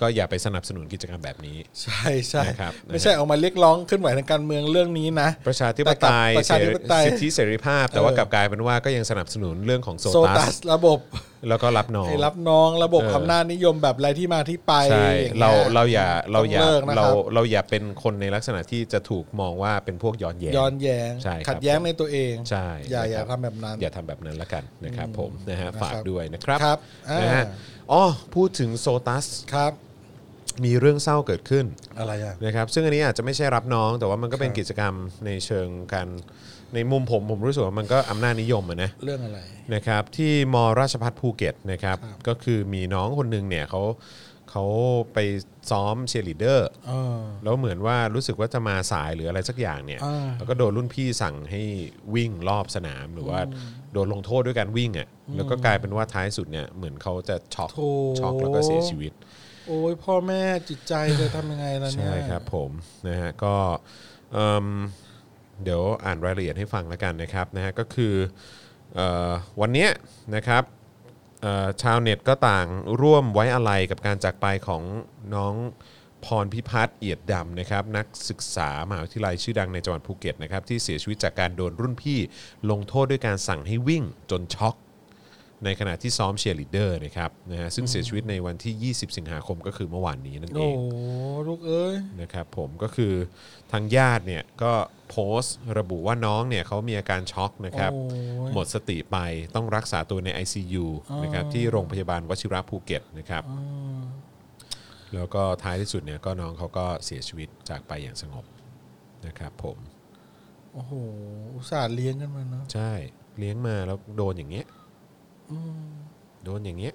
S2: ก็อย่าไปสนับสนุนกิจกรรมแบบนี้
S3: ใช่ใช่
S2: นะครับ
S3: ไม่ใช่ออกมาเรียกร้องขึ้นไหวทางการเมืองเรื่องนี้นะ
S2: ประชาธิปไตย
S3: ประชาธิปไตย
S2: สิทธิเสรีภาพ แต่ว่า
S3: เออ
S2: กลับกลายเป็นว่าก็ยังสนับสนุนเรื่องของโซ
S3: โซ
S2: ตั
S3: ตั
S2: ส
S3: สระบบ
S2: แล้วก็รับน้อง
S3: ให้รับน้องระบบ
S2: เอออ
S3: อำนาจนิยมแบบไรที่มาที่ไป
S2: ใช่
S3: อย่งงี้ย
S2: เราเราอย่าเราอย่า
S3: ต้องลิกนะ
S2: เรา
S3: ครับ
S2: เราอย่าเป็นคนในลักษณะที่จะถูกมองว่าเป็นพวกย้อนแย้ง
S3: ย้อนแย้ง
S2: ใช่ครับ
S3: ขัดแย้งในตัวเอง
S2: ใช่
S3: อย่า
S2: นะครับ
S3: อย่าทำแบบนั้น
S2: อย่าทำแบบนั้นละกันนะครับผมนะฮะ
S3: นะครับ
S2: ฝากด้วยนะครับ
S3: ครับอ่าน
S2: นะฮะอ๋อพูดถึงโซตัส
S3: ครับ
S2: มีเรื่องเศร้าเกิดขึ้น
S3: อะไรอ่ะ
S2: นะครับซึ่งอันนี้อาจจะไม่ใช่รับน้อง แต่ว่ามันก็เป็น
S3: ครับ
S2: กิจกรรมในเชิงการในมุมผมผมรู้สึกว่ามันก็อำนาจนิยมอะนะ
S3: เรื่องอะไร
S2: นะครับที่มราชพัฒภูเก็ตนะครับ
S3: ครับ
S2: ก็คือมีน้องคนหนึ่งเนี่ยเขาเขาไปซ้อมเชียร์ลีดเดอร์
S3: เออ
S2: แล้วเหมือนว่ารู้สึกว่าจะมาสายหรืออะไรสักอย่างเนี่ย
S3: อ่า
S2: แล้วก็โดนรุ่นพี่สั่งให้วิ่งรอบสนามหรือว่าโดนลงโทษด้วยการวิ่งอ่ะแล้วก็กลายเป็นว่าท้ายสุดเนี่ยเหมือนเขาจะช็อก
S3: โถ
S2: ช็อกแล้วก็เสียชีวิต
S3: โอ้ยพ่อแม่จิตใจจะทำยังไงล่ะเนี่ย
S2: ใช่ครับผมนะฮะก็เอิ่มเดี๋ยวอ่านรายละเอียดให้ฟังแล้วกันนะครับนะฮะก็คือเออวันเนี้ยนะครับเอ่อชาวเน็ตก็ต่างร่วมไว้อะไรกับการจากไปของน้องพรพิพัฒน์เอียดดำนะครับนักศึกษามหาวิทยาลัยชื่อดังในจังหวัดภูเก็ตนะครับที่เสียชีวิตจากการโดนรุ่นพี่ลงโทษด้วยการสั่งให้วิ่งจนช็อก ในขณะที่ซ้อมเชียร์ลีดเดอร์นะครับนะฮะซึ่งเสียชีวิตในวันที่ 20 สิงหาคมก็คือเมื่อวานนี้นั่นเอ
S3: โอ้
S2: ง
S3: โหลูกเอ้ย
S2: นะครับผมก็คือทางญาติเนี่ยก็โพสต์ระบุว่าน้องเนี่ยเขามีอาการช็อกนะครับ
S3: โอ้ย
S2: หมดสติไปต้องรักษาตัวใน ICU นะครับที่โรงพยาบาลวชิระภูเก็ตนะครับแล้วก็ท้ายที่สุดเนี่ยก็น้องเขาก็เสียชีวิตจากไปอย่างสงบนะครับผม
S3: โอ้โหอุตส่าห์เลี้ยงกันมาเนาะ
S2: ใช่เลี้ยงมาแล้วโดนอย่างเงี้ยโดนอย่างเงี้ย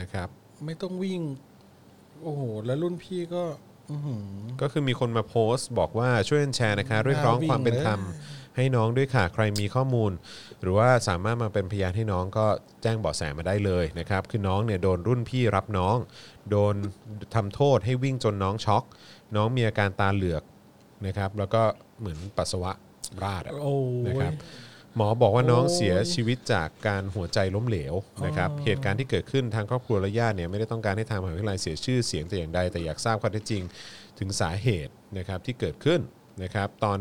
S2: นะครับ
S3: ไม่ต้องวิ่ง โอ้โห แล้วรุ่นพี่ก็ อื้อหือ
S2: ก็คือมีคนมาโพสต์บอกว่าช่วยกันแชร์นะคะเรียกร้อง
S3: น่าวิ่ง
S2: ความเป็นธรรมให้น้องด้วยค่ะ ใครมีข้อมูล หรือว่าสามารถมาเป็นพยานให้น้องก็แจ้งเบาะแสมาได้เลยนะครับ คือน้องเนี่ยโดนรุ่นพี่รับน้อง โดนทำโทษให้วิ่งจนน้องช็อก น้องมีอาการตาเหลือกนะครับ แล้วก็เหมือนปัสสาวะราดอะ
S3: โอ้
S2: นะ
S3: ย
S2: ครับหมอบอกว่าน้อง
S3: โอ้ย
S2: เสียชีวิตจากการหัวใจล้มเหลวนะครับเหตุการณ์ที่เกิดขึ้นทางครอบครัวและญาติเนี่ยไม่ได้ต้องการให้ทางมหาวิทยาลัยเสียชื่อเสียงแต่อย่างใดแต่อยากทราบข้อเท็จจริงถึงสาเหตุนะครับที่เกิดขึ้นนะครับตอน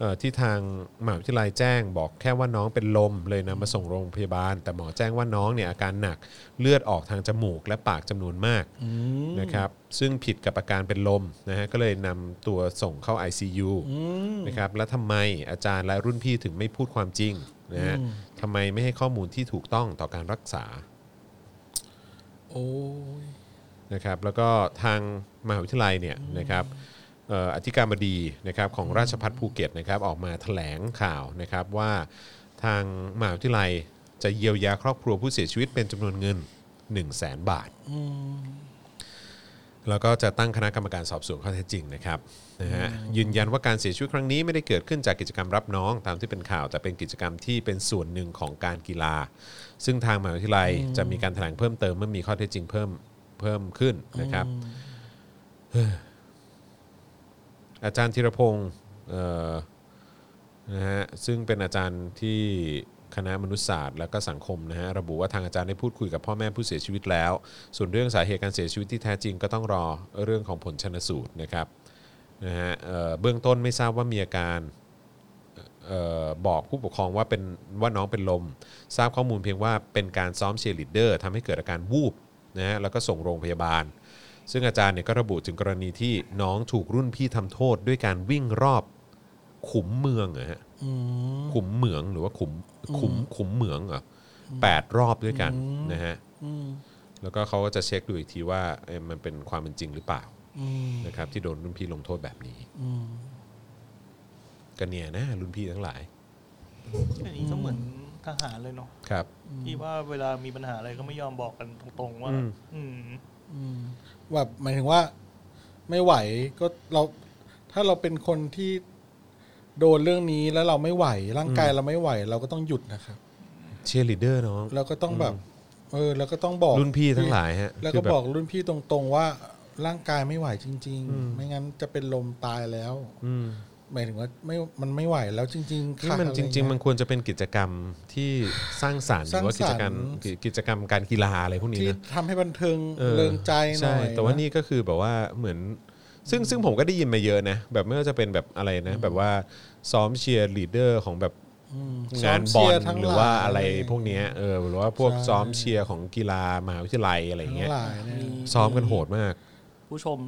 S2: เอ่อที่ทางมหาวิทยาลัยแจ้งบอกแค่ว่าน้องเป็นลมเลยนำมาส่งโรงพยาบาล แต่หมอแจ้งว่าน้องเนี่ยอาการหนักเลือดออกทางจมูกและปากจำนวนมาก นะครับซึ่งผิดกับอาการเป็นลมนะฮะก็เลยนำตัวส่งเข้า ICU นะครับแล้วทำไมอาจารย์และรุ่นพี่ถึงไม่พูดความจริงนะฮะทำไมไม่ให้ข้อมูลที่ถูกต้องต่อการรักษา
S3: โอ้ย
S2: นะครับแล้วก็ทางมหาวิทยาลัยเนี่ยนะครับเอ่ออธิการบดีนะครับของราชพัฒภูเก็ตนะครับออกมาแถลงข่าวนะครับว่าทางมหาวิทยาลัยจะเยียวยาครอบครัวผู้เสียชีวิตเป็นจำนวนเงิน 1 0 0 0 0แสนบาท แล้วก็จะตั้งคณะกรรมการสอบสวนข้อเท็จจริงนะครับนะฮะยืนยันว่าการเสียชีวิตครั้งนี้ไม่ได้เกิดขึ้นจากกิจกรรมรับน้องตามที่เป็นข่าว แต่เป็นกิจกรรมที่เป็นส่วนหนึ่งของการกีฬา ซึ่งทางมหาวิทยาลัยจะมีการแถลงเพิ่มเติมเมื่อมีข้อเท็จจริงเพิ่มเพิ่มขึ้นนะครับเฮ้ยอาจารย์ธีรพงศ์เอ่อนะฮะซึ่งเป็นอาจารย์ที่คณะมนุษยศาสตร์ และก็สังคมนะฮะระบุว่าทางอาจารย์ได้พูดคุยกับพ่อแม่ผู้เสียชีวิตแล้ว ส่วนเรื่องสาเหตุการเสียชีวิตที่แท้จริงก็ต้องรอเรื่องของผลชนสูตรนะครับนะฮะเอ่อเบื้องต้นไม่ทราบว่ามีอาการ เอ่อบอกผู้ปกครองว่าเป็นว่าน้องเป็นลม ทราบข้อมูลเพียงว่าเป็นการซ้อมเชียร์ลีดเดอร์ทำให้เกิดอาการวูบนะฮะแล้วก็ส่งโรงพยาบาล ซึ่งอาจารย์เนี่ยก็ระบุถึงกรณีที่น้องถูกรุ่นพี่ทำโทษด้วยการวิ่งรอบ ขุมเมืองเหรอฮะ
S3: อืม
S2: ขุมเหมืองหรือว่าขุมขุมขุมเหมืองเหรอแปดรอบด้วยกันนะฮะ
S3: อืม
S2: แล้วก็เขาก็จะเช็คดูอีกทีว่าเอ้ยมันเป็นความเป็นจริงหรือเปล่า
S3: อืม
S2: นะครับที่โดนรุ่นพี่ลงโทษแบบนี้
S3: อืม
S2: ก็เนี่ยนะรุ่นพี่ทั้งหลาย
S4: อันนี้ก็เหมือนทหารเลยเนาะ
S2: ครับ
S4: ที่ว่าเวลามีปัญหาอะไรก็ไม่ยอมบอกกันตรงๆว่า
S2: อืม
S4: อืม
S3: แบบหมายถึงว่า ไม่ไหวก็เราถ้าเราเป็นคนที่โดนเรื่องนี้แล้วเราไม่ไหว ร่างกายเราไม่ไหว เราก็ต้องหยุดนะครับ
S2: เชียร์ลีดเดอร์น้อง
S3: เราก็ต้องแบบ เออเราก็ต้องบอก
S2: รุ่นพี่ทั้งหลายฮะ
S3: แล้ว
S2: คื
S3: ก็
S2: แบบ
S3: อกรุ่นพี่ตรงๆว่าร่างกายไม่ไหวจริง ๆ ไม่งั้นจะเป็นลมตายแล้ว
S2: อืม
S3: หมายถึงว่าไม่มันไม่ไหวแล้วจริงๆ
S2: นี่
S3: ขาด
S2: มันจ
S3: อะไเย
S2: ริง ๆ มันควรจะเป็นกิจกรรมที่สร้างสรรค์ห
S3: ส
S2: รื
S3: ร้าง
S2: อว่ากิจกรรม
S3: สรรค์
S2: กิกิจกรรมการกีฬาอะไรพวกนี้
S3: ที่
S2: นะ
S3: ทำให้บันเทิง
S2: ออ
S3: เริงใจหน่
S2: ช่
S3: อย
S2: แต่ว่า
S3: ะ
S2: นี่ก็คือแบบว่าเหมือน ซึ่งซึ่งผมก็ได้ยินมาเยอะนะ แบบไม่ว่าจะเป็นแบบอะไรนะ แบบว่าซ้อมเชียร์ลีดเดอร์ของแบบ
S3: อืม
S2: งานบ
S3: ซ้
S2: อ
S3: ม
S2: ล
S3: เชียทั้ง
S2: หรือว่า
S3: หลย
S2: อะไรพวกเนี้ยเออหรือว่าพวก
S3: ใช่
S2: ซ้อมเชียร์ของกีฬามหาวิทยาลัยอะไร
S3: ทั้ง
S2: เงี้ย
S3: หลายเนี่ย
S2: ซ้อมกันโหดมาก
S4: ผู้ชม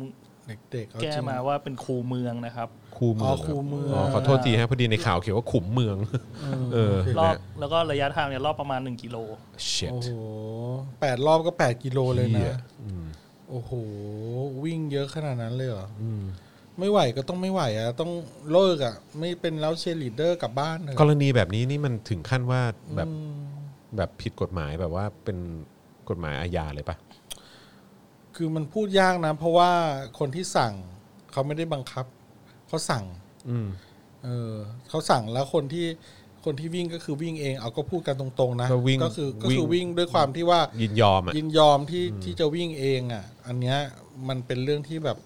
S3: เด็กๆเอาจ
S4: แก้
S3: ริง
S4: มาว่าเป็นครูเมืองนะครับ
S2: คูเมื
S3: อ๋
S2: อ
S3: อง คูเมือง
S2: ขอโทษทีฮะพอดีในข่าวเขียนว่าขุมเมืองเออ
S4: รอบ
S2: นะ
S4: แล้วก็ระยะทางเนี่ยรอบประมาณ 1 กิโล
S2: shit
S3: โอ้โหแปดรอบก็แปดกิโลเลย
S2: เหี้
S3: นะ
S2: ย
S3: โอ้โห วิ่งเยอะขนาดนั้นเลยเหรออไม่ไหวก็ต้องไม่ไหวอ่ะ ต้องเลิกอ่ะ ไม่เป็นแล้วเชียร์ลีดเดอร์กลับบ้านเลย
S2: กรณีแบบนี้นี่มันถึงขั้นว่าแบบแบบผิดกฎหมายแบบว่าเป็นกฎหมายอาญาเลยปะ
S3: คือมันพูดยากนะ เพราะว่าคนที่สั่งเขาไม่ได้บังคับ เขาสั่ง
S2: อืม
S3: เออเขาสั่งแล้วคนที่คนที่วิ่งก็คือวิ่งเอง เอาก็พูดกันตรงๆนะ
S2: ก็วิ่ง
S3: คือก็คือวิ่งด้วยความที่ว่า
S2: ยินยอมอ่ะ
S3: ยินยอมที่ที่จะวิ่งเองอ่ะ อันเนี้ยมันเป็นเรื่องที่แบบ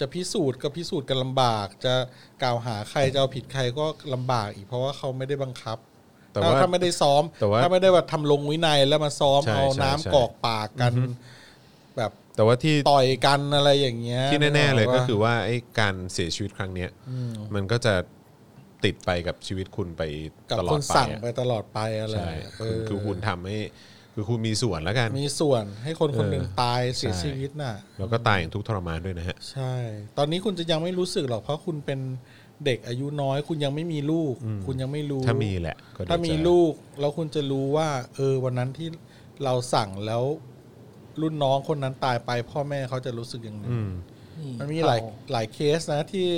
S3: จะพิสูจน์ก็พิสูจน์กันลำบาก จะกล่าวหาใครจะเอาผิดใครก็ลำบากอีกเพราะว่าเขาไม่ได้บังคับ
S2: แต่ว่า
S3: ถ้ถ้าไม่ได้ซ้อม
S2: แต่ว่า
S3: ถ้าไม่ได้ว่าทำลงวินัยแล้วมาซ้อม
S2: ใช่
S3: เอาน้ำ
S2: ใช่
S3: กอกปากกัน แบบ
S2: แต่ว่าที่
S3: ต่อยกันอะไรอย่างเงี้ย
S2: ที่แน่ ๆ เลยก็คือ อว่าไอ้การเสียชีวิตครั้งเนี้ย
S3: ม
S2: มันก็จะติดไปกับชีวิตคุณไป
S3: กับ
S2: ตลอ
S3: ค
S2: ด
S3: น
S2: ไป
S3: สั่ง
S2: อะ
S3: ไปตลอดไปอะไร
S2: ใช่
S3: เอ
S2: คือ
S3: อ
S2: คือคุณทำให้คือคุณมีส่วนแล้วกัน
S3: มีส่วนให้คนคนหนึ่ง
S2: เออ
S3: ตายเสีย
S2: ใช่
S3: ชีวิตน่ะ
S2: แล้วก็ตายอย่างทุกข์ทรมานด้วยนะฮะ
S3: ใช่ ตอนนี้คุณจะยังไม่รู้สึกหรอกเพราะคุณเป็นเด็กอายุน้อย คุณยังไม่มีลูก คุณยังไม่รู้
S2: ถ้ามีแหละก็เดี๋ยว
S3: ถ้ามี
S2: จะ
S3: ลูกแล้วคุณจะรู้ว่า เออวันนั้นที่เราสั่งแล้ว รุ่นน้องคนนั้นตายไป พ่อแม่เขาจะรู้สึกยังไง
S2: อืม
S3: มันมีหลายหลายเคสนะที่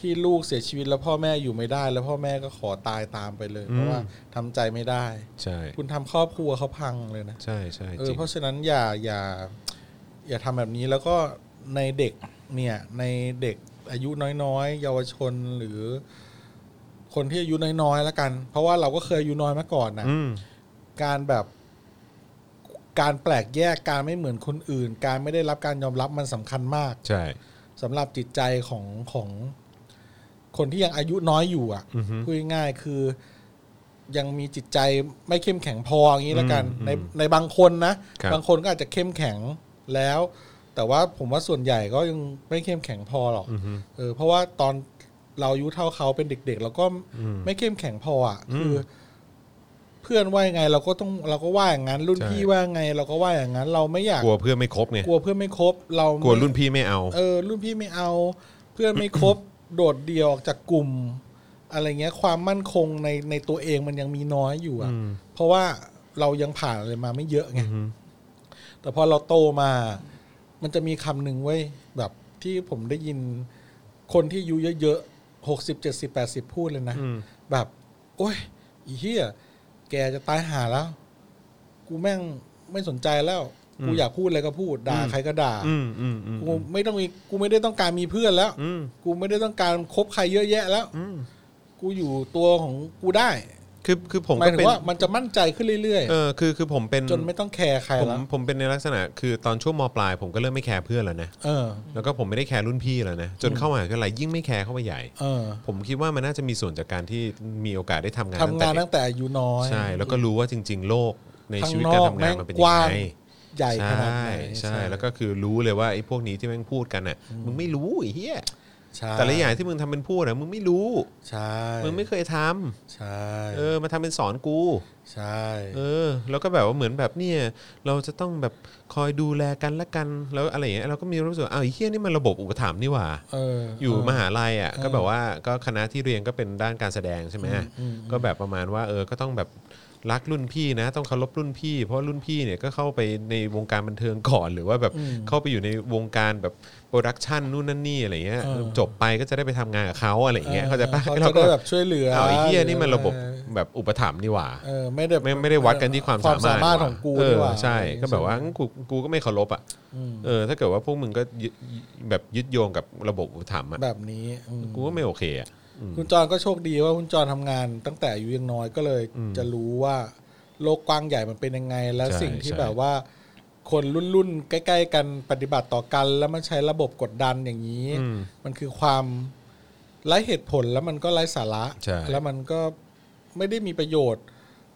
S3: ที่ลูกเสียชีวิตแล้วพ่อแม่อยู่ไม่ได้ แล้วพ่อแม่ก็ขอตายตามไปเลย เพราะว่าทำใจไม่ได้
S2: ใช่
S3: คุณทำครอบครัวเขาพังเลยนะ
S2: ใช่ใช่
S3: เอ
S2: จ
S3: อ
S2: ริง
S3: เพราะฉะนั้นอย่าอย่าอย่าทำแบบนี้แล้วก็ในเด็กเนี่ยในเด็กอายุน้อยๆ เยาวชนหรือ คนที่อายุน้อยๆแล้วกัน เพราะว่าเราก็เคยอายุน้อยมาก่อนนะ
S2: อืม
S3: การแบบการแปลกแยกการไม่เหมือนคนอื่น การไม่ได้รับการยอมรับมันสำคัญมาก
S2: ใช่
S3: สำหรับจิตใจของของ คนที่ยังอายุน้อยอยู่อ่ะพูดง่ายๆคือ ยังมีจิตใจไม่เข้มแข็งพออย่างนี้แล้วกัน ในในบางคนนะ
S2: ครับ
S3: บางคนก็อาจจะเข้มแข็งแล้ว แต่ว่าผมว่าส่วนใหญ่ก็ยังไม่เข้มแข็งพอหรอกเออเพราะว่าตอนเราอายุเท่าเขาเป็นเด็ก ๆ เราก็ไม่เข้มแข็งพออ่ะคืออเพื่อนว่ายังไง เราก็ต้องเราก็ว่าอย่างนั้น รุ่นพี่ว่ายังไง เราก็ว่าอย่างนั้น เราไม่อยาก
S2: กลัวเพื่อนไม่ครบไง
S3: กลัวเพื่อนไม่ครบ เรา
S2: กลัวรุ่
S3: ไม่
S2: นพี่ไม่เอา
S3: เออรุ่นพี่ไม่เอา เพื่อนไม่ครบ โดดเดี่ยวออกจากกลุ่ม อะไรเงี้ย ความมั่นคงในในตัวเองมันยังมีน้อยอยู่อ่ะ เพราะว่าเรายังผ่านอะไรมาไม่เยอะไงแต่พอเราโตมา มันจะมีคำหนึ่งไว้ยแบบที่ผมได้ยิน คนที่อายุเยอะๆหกสิบเจ็ดสิบแปดสิบพูดเลยนะ แบบ โอ้ยอีเหี้ย แกจะตายหาแล้ว กูแม่งไม่สนใจแล้ว กูอยากพูดอะไรก็พูด ด่าใครก็ด่า
S2: อืมอืมอืม
S3: กูไม่ต้องมีกูไม่ได้ต้องการมีเพื่อนแล้ว
S2: อืม
S3: กูไม่ได้ต้องการคบใครเยอะแยะแล้ว
S2: อืม
S3: กูอยู่ตัวของกูได้
S2: คือคือผม
S3: หมาย
S2: ก็
S3: ถึ
S2: เป็
S3: ง
S2: น
S3: ว่ามันจะมั่นใจขึ้นเรื่อย
S2: เออคือคือผมเป็น
S3: ๆ จนไม่ต้องแคร์ใคร
S2: ผม
S3: แล้ว
S2: ผมเป็นในลักษณะ คือตอนช่วงมปลาย ผมก็เริ่มไม่แคร์เพื่อนแล้วนะ
S3: เออ
S2: แล้วก็ผมไม่ได้แคร์รุ่นพี่แล้วนะจนเข้ามหาวิทยาลัยยิ่งไม่แคร์เข้าไปใหญ่
S3: เออ
S2: ผมคิดว่ามันน่าจะมีส่วนจากการที่มีโอกาสได้ทำงาน
S3: ทำงานตั้
S2: ตั้
S3: งแต่อายุน้อย
S2: ใช่ แล้วก็รู้ว่าจริง ๆ โลกใน
S3: ข้าง
S2: ชีวิต
S3: นอ
S2: กา
S3: ก
S2: รทำงาน
S3: แม่ง
S2: มันเป็น
S3: ก
S2: ยัง
S3: ว้าง
S2: ไง
S3: ใหญ่ขนาด
S2: ใช่ใช่
S3: ไหน
S2: แล้วก็คือรู้เลยว่าไอ้พวกนี้ที่แม่งพูดกันน่ะมึงไม่รู้ไอ้เหี้ย
S3: ใช่
S2: แต่ละอย่างที่มึงทำเป็นพูดนะมึงไม่รู้
S3: ใช่
S2: มึงไม่เคยทำ
S3: ใช่
S2: เออมาทำเป็นสอนกู
S3: ใช่
S2: เออ แล้วก็แบบว่าเหมือนแบบเนี่ย เราจะต้องแบบคอยดูแลกันละกันแล้วอะไรอย่างเงี้ยเราก็มีรู้สึกว่าอ้าวไอ้เฮี้ยนี่มันระบบอุปถัมภ์นี่หว่า
S3: เออ
S2: อยู่มหาลัยอ่ะก็แบบว่าก็คณะที่เรียนก็เป็นด้านการแสดงใช่ไหมก็แบบประมาณว่าเออก็ต้องแบบรักรุ่นพี่นะ ต้องเคารพรุ่นพี่ เพราะรุ่นพี่เนี่ยก็เข้าไปในวงการบันเทิงก่อนหรือว่าแบบเข้าไปอยู่ในวงการแบบโปรดักชันนู่นนั่นนี่อะไรเงี้ยจบไปก็จะได้ไปทำงานกับเขาอะไรอย่างเงี้ยเขาใจะปะ
S3: เขา
S2: เรา
S3: จะ
S2: ก็
S3: ได้
S2: แบ
S3: แบบ บช่วยเหลือ
S2: อ้าวไอ้เหี้ยนี่มัน
S3: ออ
S2: ระบบแบบอุปถัมภ์นี่หว่า
S3: เออไม่ได้
S2: ไม่ไม่ได้วัดกันที่ความ
S3: ความสามารถ
S2: นี่หว่
S3: ของกู
S2: เอ
S3: นี่
S2: อ
S3: หว่า
S2: ใช่ก็แบบว่างั้นกูกูก็ไม่เคารพอ่ะเออถ้าเกิดว่าพวกมึงก็ยึดแบบยึดโยงกับระบบอุปถัมภ์อ่ะ
S3: แบบนี้อืม
S2: กูก็ไม่โอเคอ่ะ
S3: คุณจรก็โชคดีว่าคุณจรทำงานตั้งแต่อายุยังน้อยก็เลยจะรู้ว่าโลกกว้างใหญ่มันเป็นยังไง แล้ว
S2: ใช่
S3: สิ่งที่
S2: ใช่
S3: แบบว่า คนรุ่นรุ่นๆใกล้ ๆ กันปฏิบัติต่อกัน แล้วมันใช้ระบบกดดันอย่างนี้
S2: อืม
S3: มันคือความไร้เหตุผลแล้วมันก็ไร้สาระ
S2: ใช่
S3: แล้วมันก็ไม่ได้มีประโยชน์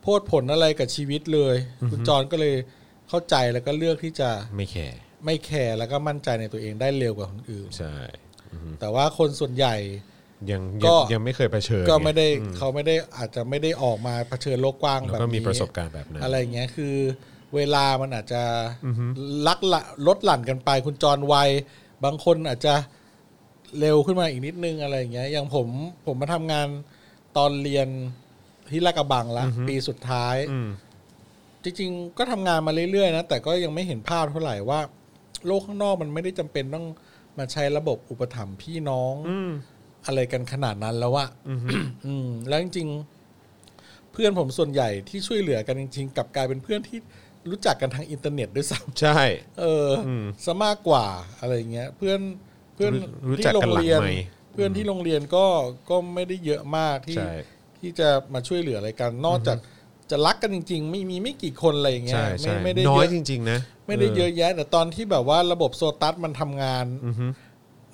S3: โพดผลอะไรกับชีวิตเลย คุณจรก็เลยเข้าใจแล้วก็เลือกที่จะ
S2: ไม่แคร์
S3: ไม่แคร์แล้วก็มั่นใจในตัวเองได้เร็วกว่าคนอื่น
S2: ใช่
S3: แต่ว่าคนส่วนใหญ่
S2: ยัง
S3: ก็
S2: ยังยังไม่เคยเผชิญ
S3: ก็ไม่ได้
S2: ง
S3: เขาไม่ได้อาจจะไม่ได้ออกมาเผชิญโลกกว้าง
S2: แล้ว
S3: แบบ
S2: ก็มี
S3: นี้
S2: ประสบการณ์แบบนั้น
S3: อะไรอย่างเงี้ยคือเวลามันอาจจะลักละลดหลั่นกันไป คุณจรไวบางคนอาจจะเร็วขึ้นมาอีกนิดนึงอะไรอย่างเงี้ยอย่างผมผมมาทำงานตอนเรียนที่ลาดกระบังละปีสุดท้าย
S2: อืม
S3: จริงๆก็ทำงานมาเรื่อยๆนะแต่ก็ยังไม่เห็นภาพเท่าไหร่ว่า โลกข้างนอกมันไม่ได้จำเป็นต้องมาใช้ระบบอุปถัมภ์พี่น้อง
S2: อืม
S3: อะไรกันขนาดนั้นแล้วว่า อืมแล้วจริงๆ เพื่อนผมส่วนใหญ่ที่ช่วยเหลือกันจริงๆกลับกลายเป็นเพื่อนที่รู้จักกันทางอินเทอร์เน็ตด้วยซ้
S2: ใช่
S3: ำเอ ออซะมากกว่าอะไรอย่างเงี้ย เพื่อนเพื่อน
S2: รู้รู้จัก
S3: ที่
S2: กันห
S3: โรง
S2: ลัง
S3: เรียน
S2: ไมค์
S3: เพื่อนที่โรงเรียนก็ก็ไม่ได้เยอะมากที่
S2: ใช่
S3: ที่จะมาช่วยเหลืออะไรกัน นอกจากจะรักกันจริง ๆ ไม่มีไม่กี่คนอะไรอย่างเงี้ย
S2: ใช่
S3: ไม่
S2: ใช่
S3: ไม่ได้เะ
S2: น้อยจริง ๆ นะ
S3: ไม่ได้เยอะแยะ แต่ตอนที่แบบว่าระบบโซตัสมันทำงาน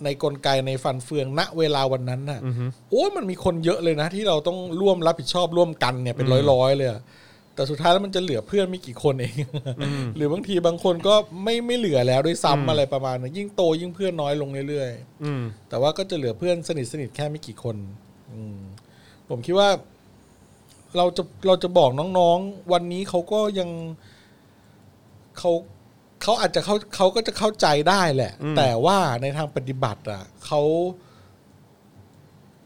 S3: ในกลไกในฟันเฟืองณเวลาวันนั้นน่ะโอ้ยมันมีคนเยอะเลยนะ ที่เราต้องร่วมรับผิดชอบร่วมกันเนี่ยเป็นร้อยๆเลยอะแต่สุดท้ายแล้วมันจะเหลือเพื่อนไม่กี่คนเอง หรือบางทีบางคนก็ไม่ไม่เหลือแล้วด้วยซ้ำอะไรประมาณนั้นยิ่งโตยิ่งเพื่อนน้อยลงเรื่อยๆ
S2: อืม
S3: แต่ว่าก็จะเหลือเพื่อนสนิทสนิทแค่ไม่กี่คนอืมผมคิดว่า เราจะเราจะบอกน้องๆ วันนี้เขาก็ยังเขาเขาอาจจะเขาเขาก็จะเข้าใจได้แหละ
S2: อืม
S3: แต่ว่าในทางปฏิบัติ อ่ะเขา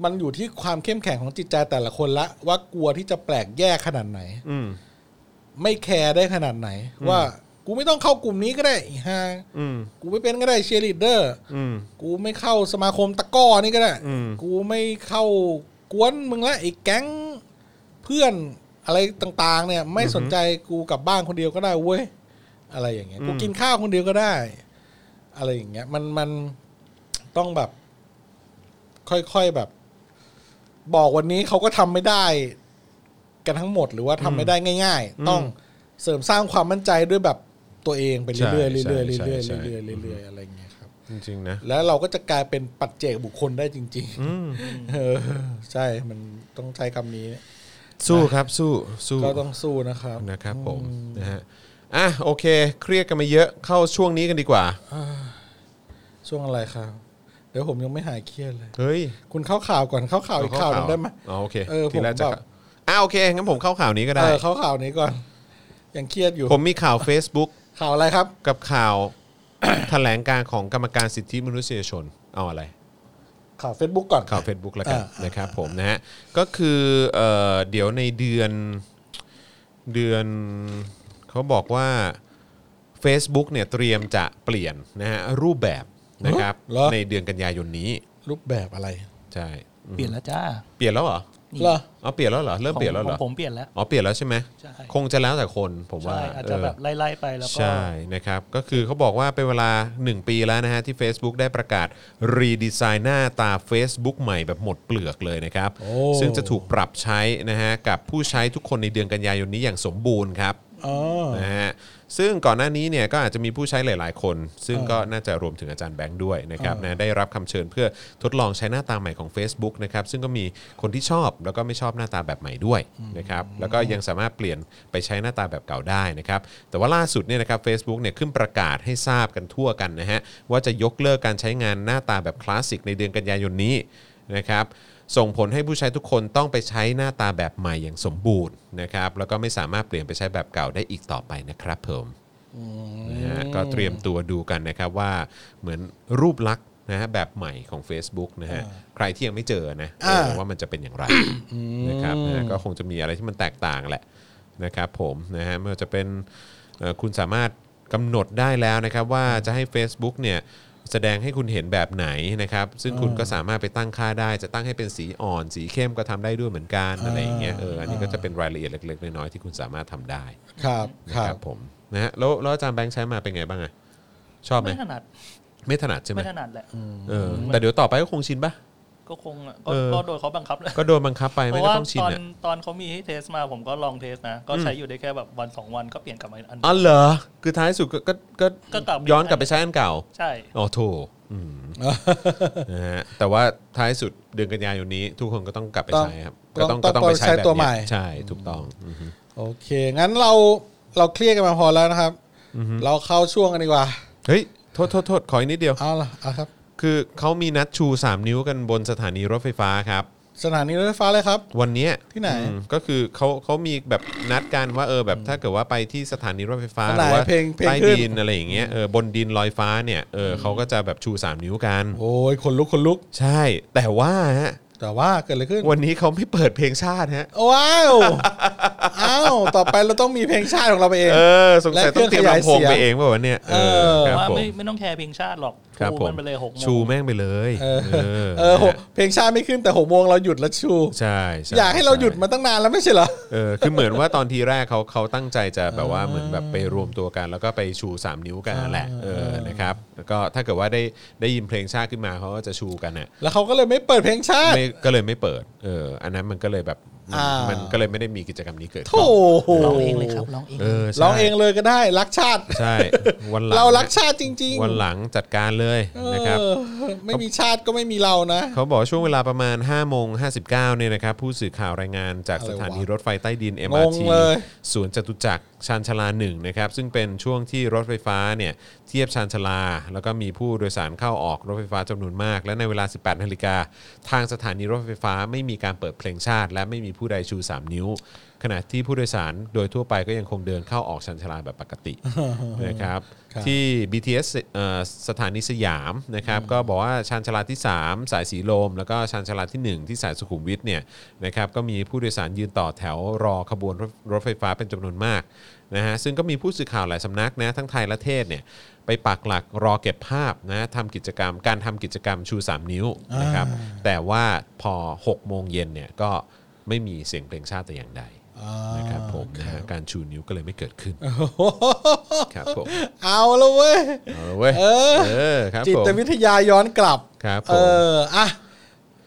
S3: มันอยู่ที่ความเข้มแข็งของจิตใจแต่ละคนละ ว่ากลัวที่จะแปลกแยกขนาดไหน
S2: อืม
S3: ไม่แคร์ได้ขนาดไหน ว่ากูไม่ต้องเข้ากลุ่มนี้ก็ได้อีฮะ
S2: อืม
S3: กูไม่เป็นก็ได้เชียร์ลีดเดอร์
S2: อืม
S3: กูไม่เข้าสมาคมตะกร้อนี่ก็ได้
S2: อืม
S3: กูไม่เข้ากวนมึงละไอ้แก๊งเพื่อนอะไรต่างๆ เนี่ย ไม่สนใจกูกลับบ้านคนเดียวก็ได้เว้ยอะไรอย่างเงี้ย กูกินข้าวคนเดียวก็ได้ อะไรอย่างเงี้ย มันมันต้องแบบ ค่อยๆแบบ บอกวันนี้เขาก็ทำไม่ได้ กันทั้งหมดหรือว่าทำไม่ได้ง่าย ๆ ต้องเสริมสร้างความมั่นใจด้วยแบบตัวเองไปเรื่อยๆ
S2: ใช่
S3: เรื่อยๆ
S2: ใช่
S3: เรื่อย
S2: ใช่
S3: ๆเรื่อย
S2: ใช่
S3: ๆเรื่อยๆเรื่อยๆอะไรอย่างเงี้ยครับ
S2: จริง ๆ นะ
S3: แล้วเราก็จะกลายเป็นปัจเจกบุคคลได้จริงๆเออ ใช่มันต้องใช้คำนี้
S2: สู้ครับสู้สู้
S3: ก็ต้องสู้นะครับ
S2: นะครับผมนะฮะอ่ะโอเค เครียดกันมาเยอะเข้าช่วงนี้กันดีกว่า
S3: ช่วงอะไรครับ เดี๋ยวผมยังไม่หายเครียดเลย
S2: เฮ้ย
S3: คุณเข้าข่าวก่อนเข้าข่าวอีกข่าวหนึงได้ไหม
S2: อ๋อโอเค
S3: เออผม
S2: ทีแรกจะ
S3: แบบ
S2: อ่าโอเคงั้นผมเข้าข่าวนี้ก็ได้
S3: เออเข้าข่าวนี้ก่อน ยังเครียดอยู่
S2: ผมมีข่าว Facebook
S3: ข่าวอะไรครับ
S2: กับข่าว แถลงการของกรรมการสิทธิมนุษยชน เอาอะไร
S3: ข่าว Facebook ก่อน
S2: ข่าว Facebook แล้วกัน
S3: อ่าน
S2: นะครับผมนะฮะ ก็คือเอ่อเดี๋ยวในเดือนเดือนเขาบอกว่า Facebook เนี่ยเตรียมจะเปลี่ยนนะฮะรูปแบบนะครับ
S3: เหรอ
S2: ในเดือนกันยายนนี้
S3: รูปแบบอะไร
S2: ใช่
S4: เปลี่ยนแล้วจ้า
S2: เปลี่ยนแล้วเหรอ
S4: นี่
S3: เหรอ
S2: อ๋อเปลี่ยนแล้วเหรอเริ่มเปลี่ยนแล้วเหร
S4: ข
S2: อ
S4: องผมเปลี่ยนแล้ว
S2: อ๋อเปลี่ยนแล้วใช่ไหม
S4: ใช่
S2: คงจะแล้วแต่คนผมว่า
S4: ใช่อาจจะ
S2: เ
S4: แบบไล่ๆไปแล้วก็
S2: ใช่ นะครับ ก็คือเขาบอกว่าเป็นเวลา 1 ปีแล้วนะฮะ ที่ Facebook ได้ประกาศรีดีไซน์หน้าตา Facebook ใหม่แบบหมดเปลือกเลยนะครับ ซึ่งจะถูกปรับใช้นะฮะ กับผู้ใช้ทุกคนในเดือนกันยายนนี้อย่างสมบูรณ์ครับ
S3: อ๋อ
S2: นะฮะ ซึ่งก่อนหน้านี้เนี่ยก็อาจจะมีผู้ใช้หลาย ๆ คน ซึ่งก็น่าจะรวมถึงอาจารย์แบงค์ด้วยนะครับนะได้รับคำเชิญเพื่อทดลองใช้หน้าตาใหม่ของ Facebook นะครับซึ่งก็มีคนที่ชอบแล้วก็ไม่ชอบหน้าตาแบบใหม่ด้วยนะครับแล้วก็ยังสามารถเปลี่ยนไปใช้หน้าตาแบบเก่าได้นะครับแต่ว่าล่าสุดเนี่ยนะครับ a c e b o o k เนี่ยขึ้นประกาศให้ทราบกันทั่วกันนะฮะว่าจะยกเลิกการใช้งานหน้าตาแบบคลาสสิกในเดือนกันยายนนี้ นะครับส่งผลให้ผู้ใช้ทุกคนต้องไปใช้หน้าตาแบบใหม่อย่างสมบูรณ์นะครับแล้วก็ไม่สามารถเปลี่ยนไปใช้แบบเก่าได้อีกต่อไปนะครับผมนะฮะก็เตรียมตัวดูกันนะครับว่าเหมือนรูปลักษณ์นะฮะแบบใหม่ของ Facebook นะฮะใครที่ยังไม่เจอนะ
S3: อ่า
S2: เออว่ามันจะเป็นอย่างไรนะครับนะฮะก็คงจะมีอะไรที่มันแตกต่างแหละนะครับผมนะฮะไม่ว่าจะเป็นเอ่อคุณสามารถกำหนดได้แล้วนะครับว่าจะให้ Facebook เนี่ยแสดงให้คุณเห็นแบบไหนนะครับซึ่งคุณก็สามารถไปตั้งค่าได้ จะตั้งให้เป็นสีอ่อน สีเข้มก็ทำได้ด้วยเหมือนกันอะไรอย่างเงี้ยเอออันนี้ก็จะเป็นรายละเอียดเล็กๆน้อยๆที่คุณสามารถทำได้
S3: ครับ
S2: นะ
S3: ค
S2: ค
S3: รั
S2: รั
S3: บบ
S2: ผมนะฮะแล้วแล้วอาจารย์แบงค์ใช้มาเป็นไงบ้างอะชอบไหม
S4: ไม่ถนัด
S2: ไม่ถนัดใช่ไหม
S4: ไม่ถนัดแหละ
S2: เออแต่เดี๋ยวต่อไปก็คงชินปะ
S4: ก็คงอะก็
S2: เออ
S4: ก็โดนเขาบังคับแหละ
S2: ก็โดนบังคับไป
S4: เพ
S2: ไม่
S4: ราะ
S2: ได้
S4: ว่า
S2: ต้องชิน
S4: ตอน
S2: อะ
S4: ตอนเขามีให้เทสมาผมก็ลองเทสนะ ก็ใช้อยู่ได้แค่แบบวันสองวันก็เปลี่ยนกลับมาอัน
S2: อ๋อเหรอคือท้ายสุดก็ก็ก็
S4: ก็กลับไป
S2: ย้อนกลับไปใช้อันเก่า
S4: ใช่
S2: อ๋อโถอืมนะฮะแต่ว่าท้ายสุดเดือนกันยายนนี้ ทุกคนก็ต้องกลับไปใช้ครับ
S3: ต้
S2: ก็
S3: อง
S2: ต้องก็ต้อง
S3: ต้อง
S2: ไปใช้
S3: ใช้
S2: แบบ
S3: ตัวใหม่
S2: เนี้ยใช่ถูกต้องอือฮึ
S3: โอเค งั้นเราเราเคลียร์กันมาพอแล้วนะครับ เราเข้าช่วงกันดีกว่า
S2: เฮ้ยโทษโทษโทษขออีกนิดเดียว
S3: เอาล่ะเอาครับ
S2: คือเขามีนัดชู 3 นิ้วกันบนสถานีรถไฟฟ้าครับ
S3: สถานีรถไฟฟ้าเลยครับ
S2: วันเนี้ย
S3: ที่ไหน
S2: อืมก็คือเขาเขามีแบบนัดกันว่าเออแบบถ้าเกิดว่าไปที่สถานีรถไฟฟ้า
S3: อั
S2: ห
S3: นไหน
S2: รือว่า
S3: เพลงเพลง
S2: ใต้
S3: ขึ้น
S2: ดินอะไรอย่างเงี้ยเออบนดินลอยฟ้าเนี่ยเออเขาก็จะแบบชู 3 นิ้วกัน
S3: โอ้ยขนลุกขนลุก
S2: ใช่ แต่ว่าฮะ
S3: แต่ว่าเกิดอะไรขึ้น
S2: วันนี้เขาไม่เปิดเพลงชาติฮะ
S3: ว้าว อ้าว ต่อไปเราต้องมีเพลงชาติของเราไปเอง
S2: เออสงสัยต้องเตรียมลำโพงไปเองเปล่าวะเนี่ยเออ
S3: เออ
S2: ครับ
S4: ว่า
S2: ผม
S4: ไม่ไม่ต้องแคร์เพลงชาติหรอก
S2: ครับ
S4: ชู
S2: ผม
S4: มันไปเลยหกโม
S2: ชู
S4: ง
S2: แม่งไปเลย
S3: เออ
S2: เอ
S3: เอ
S2: อ
S3: อหกเพลงชาติไม่ขึ้นแต่หกโมงเราหยุดแล้วชู
S2: ใช่ช่
S3: อยากให้เราหยุดมาตั้งนานแล้วไม่ใช่เหรอ
S2: เออคือเหมือนว่าตอนทีแรกเขาเขาตั้งใจจะแบบว่าเหมือนแบบไปรวมตัวกัน แล้วก็ไปชู 3 นิ้วกันแหละเออนะครับแล้วก็ถ้าเกิดว่าได้ได้ยินเพลงชาติขึ้นมาเขาก็จะชูกันน่ะ
S3: แล้วเขาก็เลยไม่เปิดเพลงชาติ
S2: ไม่ก็เลยไม่เปิดเอออันนั้นมันก็เลยแบบมัน
S3: อ่ามั
S2: มันก็เลยไม่ได้มีกิจกรรมนี้เกิด
S3: โถ
S2: ขึ้น
S4: ร้องเองเลยครับร้องเอง
S2: เออใช่
S3: ร้องเองเลยก็ได้รักชาติ
S2: ใช่วันหลัง
S3: เรารักชาติจริง
S2: วันหลังจัดการเลย
S3: ๆ
S2: นะครับ
S3: เออไม่มีชาติก็ไม่มีเรานะ
S2: เขาบอกช่วงเวลาประมาณ5โมง59เนี่ยนะครับผู้สื่อข่าวรายงานจากสถานีรถไฟใต้ดิน MRT
S3: งงเลย
S2: สวนจตุจักรชานชาลา1นะครับซึ่งเป็นช่วงที่รถไฟฟ้าเนี่ยเทียบชานชาลา แล้วก็มีผู้โดยสารเข้าออกรถไฟฟ้าจำนวนมาก และในเวลา 18นาฬิกาทางสถานีรถไฟฟ้าไม่มีการเปิดเพลงชาติ และไม่มีผู้ใดชู 3 นิ้ว ขณะที่ผู้โดยสารโดยทั่วไปก็ยังคงเดินเข้าออกชานชาลาแบบปก ติ นะครับ
S3: ครับ
S2: ที่ BTS เอ่อสถานีสยามนะครับก็บอกว่าชานชาลาที่ 3 สายสีลม แล้วก็ชานชาลาทีหนึ่1 ที่สายสุขุมวิทเนี่ยนะครับก็มีผู้โดยสารยืนต่อแถวรอขบวนรถรถไฟฟ้าเป็นจำนวนมากนะฮะซึ่งก็มีผู้สื่อข่าวหลายสำนักนะทั้งไทยและเทศเนี่ยไปปักหลักรอเก็บภาพนะทำกิจกรรม การทำกิจกรรมชู 3 นิ้วนะครับแต่ว่าพอ 6 โมงเย็นเนี่ยก็ไม่มีเสียงเพลงชาติแต่อย่างใดนะครับผมนะฮะการชูนิ้วก็เลยไม่เกิดขึ้นครับผม
S3: เอาแล้วเว้ย
S2: เอาละเว้ย
S3: เออ
S2: เออครับ
S3: จิ
S2: ผม
S3: ตวิทยาย้อนกลับ
S2: ครับผม
S3: เอออ่ะ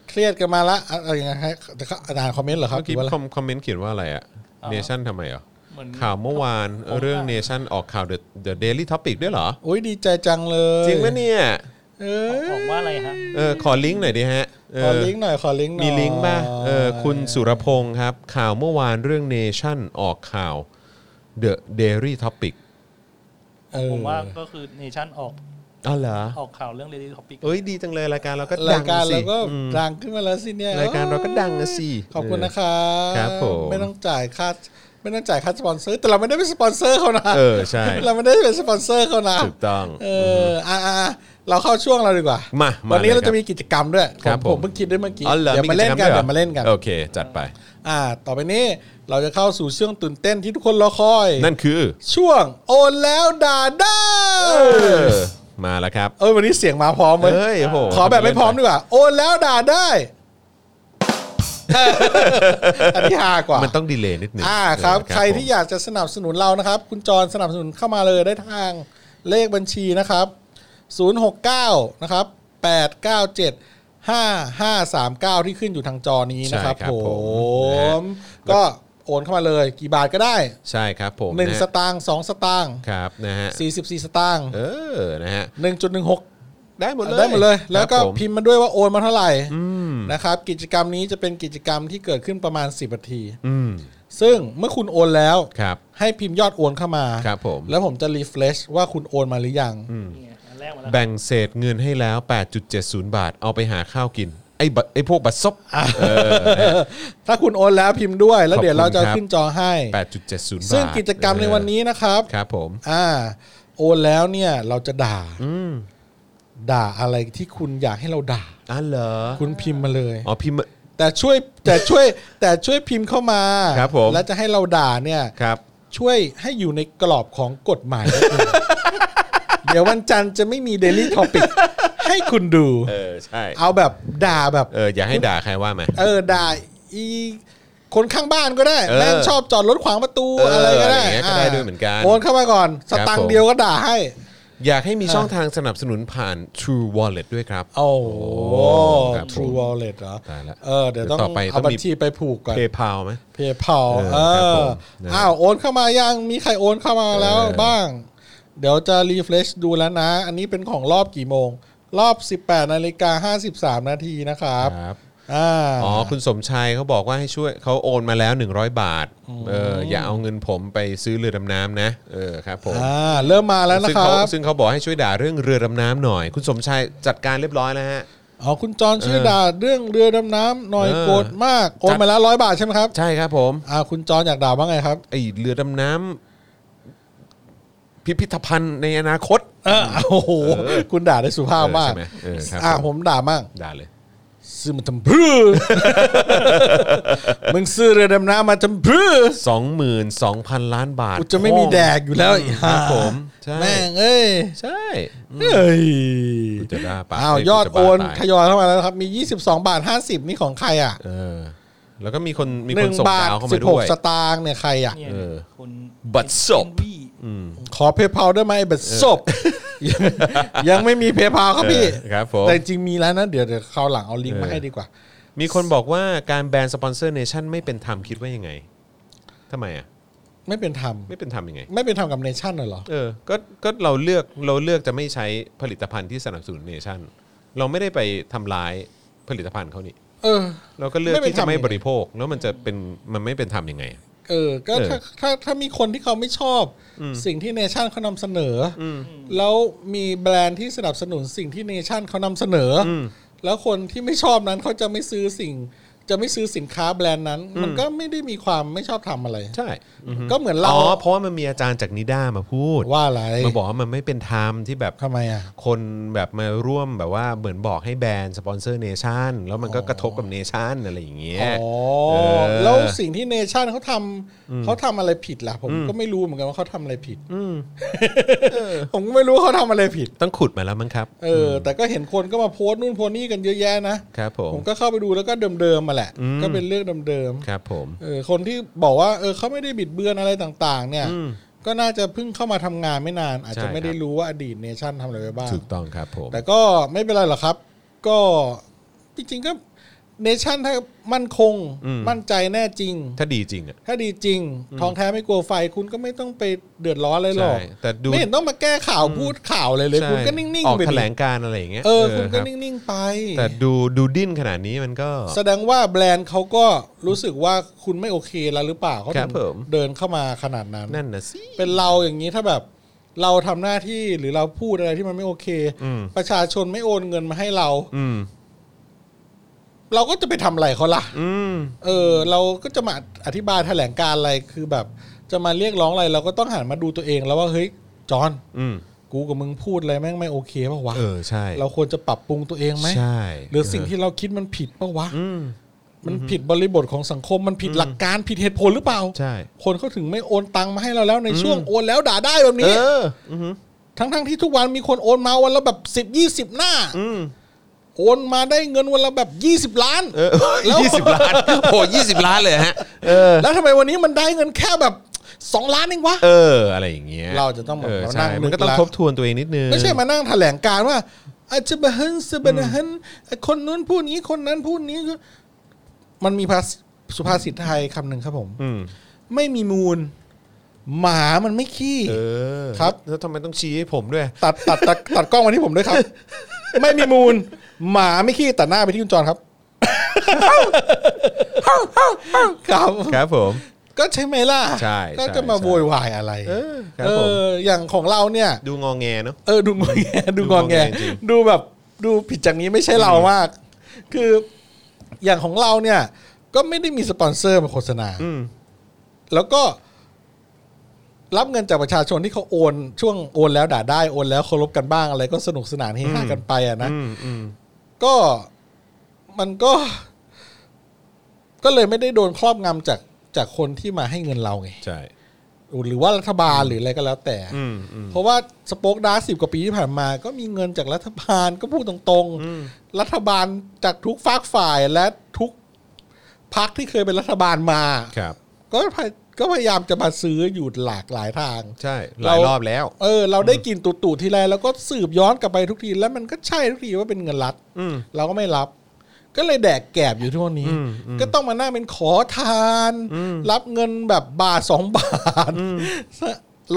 S3: เครียดกันมาละอะอะไรอย่างเงี้ยฮะแต่ก็อ่านคอมเมนต์เหรอครับ
S2: เมื่อกี้
S3: หรือว่าอะไร
S2: คอมคอมเมนต์เขียนว่าอะไรอะเนชั่นทำไมอ่ะ
S4: เหมือน
S2: ข่าวเมื่อวานเรื่องเนชั่นออกข่าวเดอะเดลี่ท็อปิกด้วยเหรอ
S3: อุ้ยดีใจจังเลย
S2: จริงไหมเนี่ย
S3: เออ
S4: บอกว่าอะไรฮะ
S2: เออขอลิงก์หน่อยดิฮะเอ
S3: ขอ
S2: อ
S3: ลิงก์หน่อยขอลิงก์หน่อย
S2: มีลิงก์ป่ะเออคุณสุรพงศ์ครับ ข่าวเมื่อวานเรื่องเนชั่นออกข่าวเดอะเดลี่ท็อปิก
S3: เออ
S4: ผมว่าก็คือเนชั่นออก
S2: อ๋อเหรอ
S4: ออกข่าวเรื่องเรดี้ท็อปิก
S2: เอ้ยดีจังเลยรายการเราก็ดั
S3: ราย
S2: ง
S3: การ
S2: สิ
S3: เราก็
S2: อืม
S3: ดังขึ้นมาแล้วสิเนี่ย
S2: รายการเราก็ดังนะสิ
S3: ขอบคุณนะคะ
S2: ครับผม
S3: ไม่ต้องจ่ายค่าไม่ต้องจ่ายค่าสปอนเซอร์แต่เราไม่ได้เป็นสปอนเซอร์เขานะ
S2: เออใช่
S3: เราไม่ได้เป็นสปอนเซอร์เขานะ
S2: ถูกต้อง
S3: เอออ่ะอ่ะอ่ะเราเข้าช่วงเราดีกว่า
S2: มามา
S3: วันนี้
S2: เลย
S3: เราจะมีกิจกรรมด้วย
S2: ครับ
S3: ผม
S2: ผม
S3: ผมเพิ่งคิดได้เมื่อกี้
S2: อ๋อเหรอ
S3: เดี๋ยวมาเล่นกันเดี๋ยวมาเล่นกัน
S2: โอเค จัดไป
S3: อ่า ต่อไปนี้เราจะเข้าสู่ช่วงตื่นเต้นที่ทุกคนรอคอย
S2: นั่นคือ
S3: ช่วงโอนแล้วด่าได้
S2: มาแล้วครับ
S3: เออวันนี้เสียงมาพร้อมเว้ย
S2: เอ้ยโห
S3: ขอแบบไม่พร้อมดีกว่า โอนแล้วด่าได้ อันนี้ฮากว่า
S2: มันต้องดีเลย์นิดหนึง
S3: อ่าครับ
S2: เออ
S3: ใครที่อยากจะสนับสนุนเรานะครับ คุณจรสนับสนุนเข้ามาเลยได้ทางเลขบัญชีนะครับ 069 นะครับ 897 5539 ที่ขึ้นอยู่ทางจอนี้นะครับ
S2: ใช่
S3: ผม
S2: นะ
S3: ก็โอ นเข้ามาเลย กี่บาทก็ได้
S2: ใช่ครับผม
S3: หนึ่ง
S2: ะ
S3: สตางค์สองสตางค์
S2: ครับนะฮะ
S3: สี่สิบสี่สตางค์
S2: เออนะฮะ
S3: หนึ่งจุดหนึ่งหก
S2: ได้หมดเลย
S3: ได้หมดเลยแล้วก็
S2: ครับผม
S3: พิมพ์มาด้วยว่าโอนมาเท่าไหร่
S2: อืม
S3: นะครับ กิจกรรมนี้จะเป็นกิจกรรมที่เกิดขึ้นประมาณ 10นาที
S2: อืม
S3: ซึ่งเมื่อคุณโอนแล้ว
S2: ครับ
S3: ให้พิมพ์ยอดโอนเข้ามา
S2: ครับผม
S3: แล้วผมจะรีเฟรชว่าคุณโอนมาหรือยัง
S4: เนี่ยอันแรกมาแล้ว
S2: แบ่งเศษเงินให้แล้ว 8.70 บาท เอาไปหาข้าวกิน ไอ้บัตไอ้พวกบัตรซบเออ
S3: ถ้าคุณโอนแล้วพิมพ์ด้วย แล้วเดี๋ยว
S2: ขอ
S3: เรา
S2: บคุณ
S3: จะ
S2: ครับ
S3: ขึ้นจอให้
S2: 8.70 บาท
S3: ซึ่งกิจกรรมในวันนี้นะครับ
S2: ครับผม
S3: อ่า โอนแล้วเนี่ยเราจะด่า ด่าอะไรที่คุณอยากให้เราด่า
S2: อ๋อเหรอ
S3: คุณพิมพ์มาเลย
S2: อ๋อพิมพ์
S3: แต่ช่วยแต่ช่วยแต่ช่วยพิมพ์เข้ามา
S2: ครับผม
S3: แล้วจะให้เราด่าเนี่ย
S2: ครับ
S3: ช่วยให้อยู่ในกรอบของกฎหมาย นิดนึงเดี๋ยววันจันทร์จะไม่มี Daily Topic ให้คุณดู
S2: เออ ใช่
S3: เอาแบบด่าแบบ
S2: เออ อย่าให้ด่าใครว่าไหมา
S3: เออด่าอีคนข้างบ้านก็ได้
S2: เออ
S3: แม่งชอบจอดรถขวางประตู
S2: เออ
S3: อะไรก็
S2: อะไรอย่างเงี้ยก็ได้ด้วยเหมือนกัน
S3: โอนเข้ามาก่อน
S2: ค
S3: ส
S2: รับ
S3: ตัง
S2: ผม
S3: ค์เดียวก็ด่าให้
S2: อยากให้มีช่องทางสนับสนุนผ่าน True Wallet ด้วยครับ
S3: โอ้โห
S2: ครับผม
S3: True Wallet เหรอ
S2: ตายละ
S3: เออเดี๋ยวต้อง
S2: ต่อไปต้
S3: เอา
S2: อง
S3: บั
S2: มี
S3: ญชีไปผูกก่อน
S2: เพย์พาไหม
S3: เพย์เพาเอ
S2: ครับผ
S3: อ
S2: มนะ
S3: อ้าว โอนเข้ามายัง มีใครโอนเข้ามาแล้ว
S2: เออ
S3: บ้าง เดี๋ยวจะรีเฟรชดูแล้วนะ อันนี้เป็นของรอบกี่โมง รอบ 18นาฬิกา53 นาทีนะครับ
S2: ครับ
S3: อ่า
S2: อ๋อ คุณสมชายเขาบอกว่าให้ช่วยเขาโอนมาแล้ว 100 บาท เออ อย่าเอาเงินผมไปซื้อเรือดำน้ำนะ เออ ครับผม
S3: อ่า เริ่มมาแล้วนะ
S2: ซึ่ง
S3: ครั
S2: เขา
S3: บ
S2: ซึ่งเขาบอกให้ช่วยด่าเรื่องเรือดำน้ำหน่อย คุณสมชายจัดการเรียบร้อยแล้วฮะ
S3: อ๋อ คุณจอนชื่อ
S2: เออ
S3: ด่าเรื่องเรือดำน้ำหน่อย
S2: เออ
S3: โกรธมาก โอ
S2: จั
S3: น
S2: ด
S3: มาแล้วร้อยบาทใช่ไหมครับ
S2: ใช่ครับผม
S3: อ่า คุณจอนอยากด่าว่าไงครับ
S2: ไอเรือดำน้ำพิพิธภัณฑ์ในอนาคต
S3: เออ โอ้โห คุณด่าได้สุภาพมาก
S2: เออใช่ไหมเออครับ
S3: อ่าผมด่ามั่ง
S2: ด่าเลย
S3: ซื้อมาทำเพื่อ มึงซื้อเรือดำน้ำมาทำเพื่อ
S2: 22,000 ล้านบาท
S3: กูจะไม่มีแดกอยู่แล้วอี
S2: ค
S3: ห่า
S2: รับผมใช่
S3: แม่งเอ้ย
S2: ใช่
S3: เอ้ย
S2: กูจะด่าปาก
S3: อ้าว
S2: เฮ้กู
S3: ยอด
S2: จะ
S3: โอ
S2: บ้าน ตาย
S3: ทยอยเข้ามาแล้วนะครับ มี 22 บาท 50 นี่ของใครอ่ะ
S2: เออ แล้วก็มีคนมีคนส่ง
S3: 1บาท
S2: ดาวเข้ามาด้วย
S3: 16 สตางค์เนี่ยใครอ่ะ
S4: เนี่ย
S2: เออ
S4: คุณ
S2: บัตรศพ
S4: Henry
S3: ขอเพย์เพาได้ไหมแบบศพ ยังไม่มีเพย์เพาครับพี่
S2: เออครับผม
S3: แต่จริงมีแล้วนะ เดี๋ยวเดี๋ยวคราวหลังเอาลิงก์มา
S2: เออ
S3: ให้ดีกว่า
S2: มีคนบอกว่าการแบนสปอนเซอร์เนชั่นไม่เป็นธรรมคิดว่ายังไงทำไมอ่ะ
S3: ไม่เป็นธรรม
S2: ไม่เป็นธรรมยังไง
S3: ไม่เป็นธรรมกับเนชั่นน่ะเหรอ
S2: เออ ก็ ก็เราเลือก เราเลือกจะไม่ใช้ผลิตภัณฑ์ที่สนับสนุนเนชั่น เราไม่ได้ไปทำร้ายผลิตภัณฑ์เขานี่
S3: เออ
S2: เราก็เลือก
S3: ไม่เป็น
S2: ที่จะไม่
S3: ธรรมยังไง
S2: บริโภค แล้วมันจะเป็น มันไม่เป็นธรรมยังไง
S3: เออ ก็
S2: เออ
S3: ถ้าถ้าถ้ามีคนที่เขาไม่ชอบ สิ่งที่เนชั่นเขานำเสนออแล้วมีแบรนด์ที่สนับสนุนสิ่งที่เนชั่นเขานำเสนออแล้วคนที่ไม่ชอบนั้นเขาจะไม่ซื้อสิ่ง จะไม่ซื้อสินค้าแบรนด์นั้น มันก็ไม่ได้มีความไม่ชอบทำอะไร
S2: ใช่อือฮึ
S3: ก็เหมือนเรา
S2: อ๋อ เพราะว่ามันมีอาจารย์จากนิด้ามาพูด
S3: ว่าอะไร
S2: มาบอกว่ามันไม่เป็นธรรมที่แบบ
S3: ทำไมอ่ะ
S2: คนแบบมาร่วมแบบว่าเหมือนบอกให้แบนสปอนเซอร์เนชั่น แล้วมันก็กระทบกับเนชั่นอะไรอย่างเงี้ย
S3: อ๋อ
S2: เออ
S3: แล้วสิ่งที่เนชั่นเขาทำเขาทำอะไรผิดล่ะ ผมก็ไม่รู้เหมือนกันว่าเขาทำอะไรผิดผมก็ไม่รู้เขาทำอะไรผิด
S2: ต้องขุดมาแล้วมั้งครับ
S3: เออ แต่ก็เห็นคนก็มาโพสต์นู่นโพสต์นี่กันเยอะแยะนะ
S2: ครับผม
S3: ผมก็เข้าไปดูแล้วก็เดิมๆมาแหละ ก็เป็นเรื่องเดิม
S2: ครับผม
S3: ๆเออคนที่บอกว่าเออเขาไม่ได้บิดเบือนอะไรต่างๆ เนี่ย ก็น่าจะเพิ่งเข้ามาทำงานไม่นาน อาจ
S2: ใช่ครั
S3: จะ
S2: บ
S3: ไม่ได้รู้ว่าอดีตเนชั่นทำอะไรไปบ้าง
S2: ถูกต้องครับผม
S3: แต่ก็ไม่เป็นไรหรอกครับ ก็จริงๆก็เนชั่นถ้ามั่นคง มั่นใจแน่จริง
S2: ถ้าดีจริงอ่ะ
S3: ถ้าดีจริง ทองแท้ไม่กลัวไฟคุณก็ไม่ต้องไปเดือดร้อนอะไรหรอก
S2: ใช่แต่ดู
S3: ไม่เห็นต้องมาแก้ข่าวพูดข่าวอะไรเลย
S2: ใช่
S3: คุณก็นิ่ง
S2: ออ
S3: ๆ
S2: ก
S3: ไปดิ
S2: แถลงการอะไรอย่างเงี้ย
S3: เออคุณก็
S2: รับ
S3: นิ่งๆไป
S2: แต่ดูดูดิ้นขนาดนี้มันก็
S3: แสดงว่าแบรนด์เขาก็รู้สึกว่าคุณไม่โอเคแล้วหรือเปล่าเขา
S2: ครั
S3: ถึ
S2: บ
S3: ง
S2: ผม
S3: เดินเข้ามาขนาดนั้น
S2: นั่นนะสิ
S3: เป็นเราอย่างนี้ถ้าแบบเราทำหน้าที่หรือเราพูดอะไรที่มันไม่โอเค ประชาชนไม่โอนเงินมาให้เรา
S2: อืม
S3: เราก็จะไปทำอะไรเขาล่ะ
S2: อืม
S3: เออ เราก็จะมาอธิบายแถลงการอะไรคือแบบ จะมาเรียกร้องอะไร เราก็ต้องหันมาดูตัวเองแล้วว่าเฮ้ยจอห์น
S2: อืม
S3: กูกับมึงพูดอะไรแม่งไม่โอเคปะวะ
S2: เออใช่
S3: เราควรจะปรับปรุงตัวเองไหม
S2: ใช่
S3: หรือสิ่งที่เราคิดมันผิดปะวะ
S2: อืม
S3: มันผิดบริบทของสังคมมันผิดหลักการผิดเหตุผลหรือเปล่า
S2: ใช่
S3: คนเขาถึงไม่โอนตังมาให้เราแล้วในช่วงโอนแล้วด่าได้แบบ
S2: เอ
S3: นี้
S2: ออือหือ
S3: ทั้งๆที่ทุกวันมีคนโอนมาวันละแบบสิบยี่สิบหน้า
S2: อืม
S3: โอนมาได้เงินวันละแบบยี่สิบล้าน
S2: เออ ยี่สิบล้านโอ้ยี่สิบล้านเลยฮะ เออ
S3: แล้วทำไมวันนี้มันได้เงินแค่แบบสองล้านเองวะ
S2: เออ อะไรอย่างเงี้ย
S3: เราจะต้องมา
S2: เออ
S3: มานั่
S2: ใช่
S3: งนึก
S2: มันก็ต้อง
S3: ละ
S2: ทบทวนตัวเองนิดนึง
S3: ไม่ใช่มานั่งแถลงการว่าอาจจะบะฮันสะบะนะฮันคนนู้นพูดนี้คนนั้นพูดนี้ มันมีภาษ สุภาษิตไทยคำหนึ่งครับผม
S2: อืม
S3: ไม่มีมูล หมามันไม่ขี้
S2: เออ
S3: ครับ
S2: แล้วทำไมต้องชี้ให้ผมด้วย
S3: ตัดตัดตัดตัดกล้องมาที่ผมด้วย ครับ ไม่มีมูล หมาไม่ขี้ตัดหน้าไปที่คุณจรครับ ครับ
S2: ครับผม
S3: ก็ใช่ไหมล่ะ
S2: ใช่
S3: ก็
S2: ใช่
S3: จะมา
S2: ใช่
S3: โวยวายอะไร
S2: เออครับ
S3: เอ
S2: ผม
S3: ออย่างของเราเนี่ย
S2: ดูงอแงเนาะ
S3: เออดูงอแงดูงอแง
S2: ดูงอแงจริง
S3: ดูแบบดูผิดจากนี้ไม่ใช่เรามาก คืออย่างของเราเนี่ย ก็ไม่ได้มีสปอนเซอร์มาโฆษณา
S2: อืม
S3: แล้วก็ รับเงินจากประชาชนที่เขาโอน ช่วงโอนแล้วด่าได้โอนแล้วเคารพกันบ้างอะไร ก็สนุกสนานเฮฮากันไปอะนะ
S2: อืมอืม
S3: ก็มันก็ ก็เลยไม่ได้โดนครอบงำจากจากคนที่มาให้เงินเราไง
S2: ใช่
S3: หรือว่ารัฐบาลหรืออะไรก็แล้วแต่
S2: อืมอืม
S3: เพราะว่าสป o อ e ดาสิบกว่าปีที่ผ่านมา ก็มีเงินจากรัฐบาลก็พูดตรงๆ รัฐบาลจากทุกฝากฝ่ายและทุกพักที่เคยเป็นรัฐบาลมา
S2: ครับ
S3: ก็พยก็พยายามจะมาซื้ออยู่หลากหลายทาง
S2: ใช่ หลายรอบแล้ว
S3: เออ เราได้กินตุ่ๆทีไรแล้วก็สืบย้อนกลับไปทุกที แล้วมันก็ใช่ทุกทีว่าเป็นเงินรัฐ
S2: อืม
S3: เราก็ไม่รับ ก็เลยแดกแกบอยู่ทุกวันนี้
S2: อืมอืม
S3: ก็ต้องมานั่งเป็นขอทาน รับเงินแบบบาทสองบาท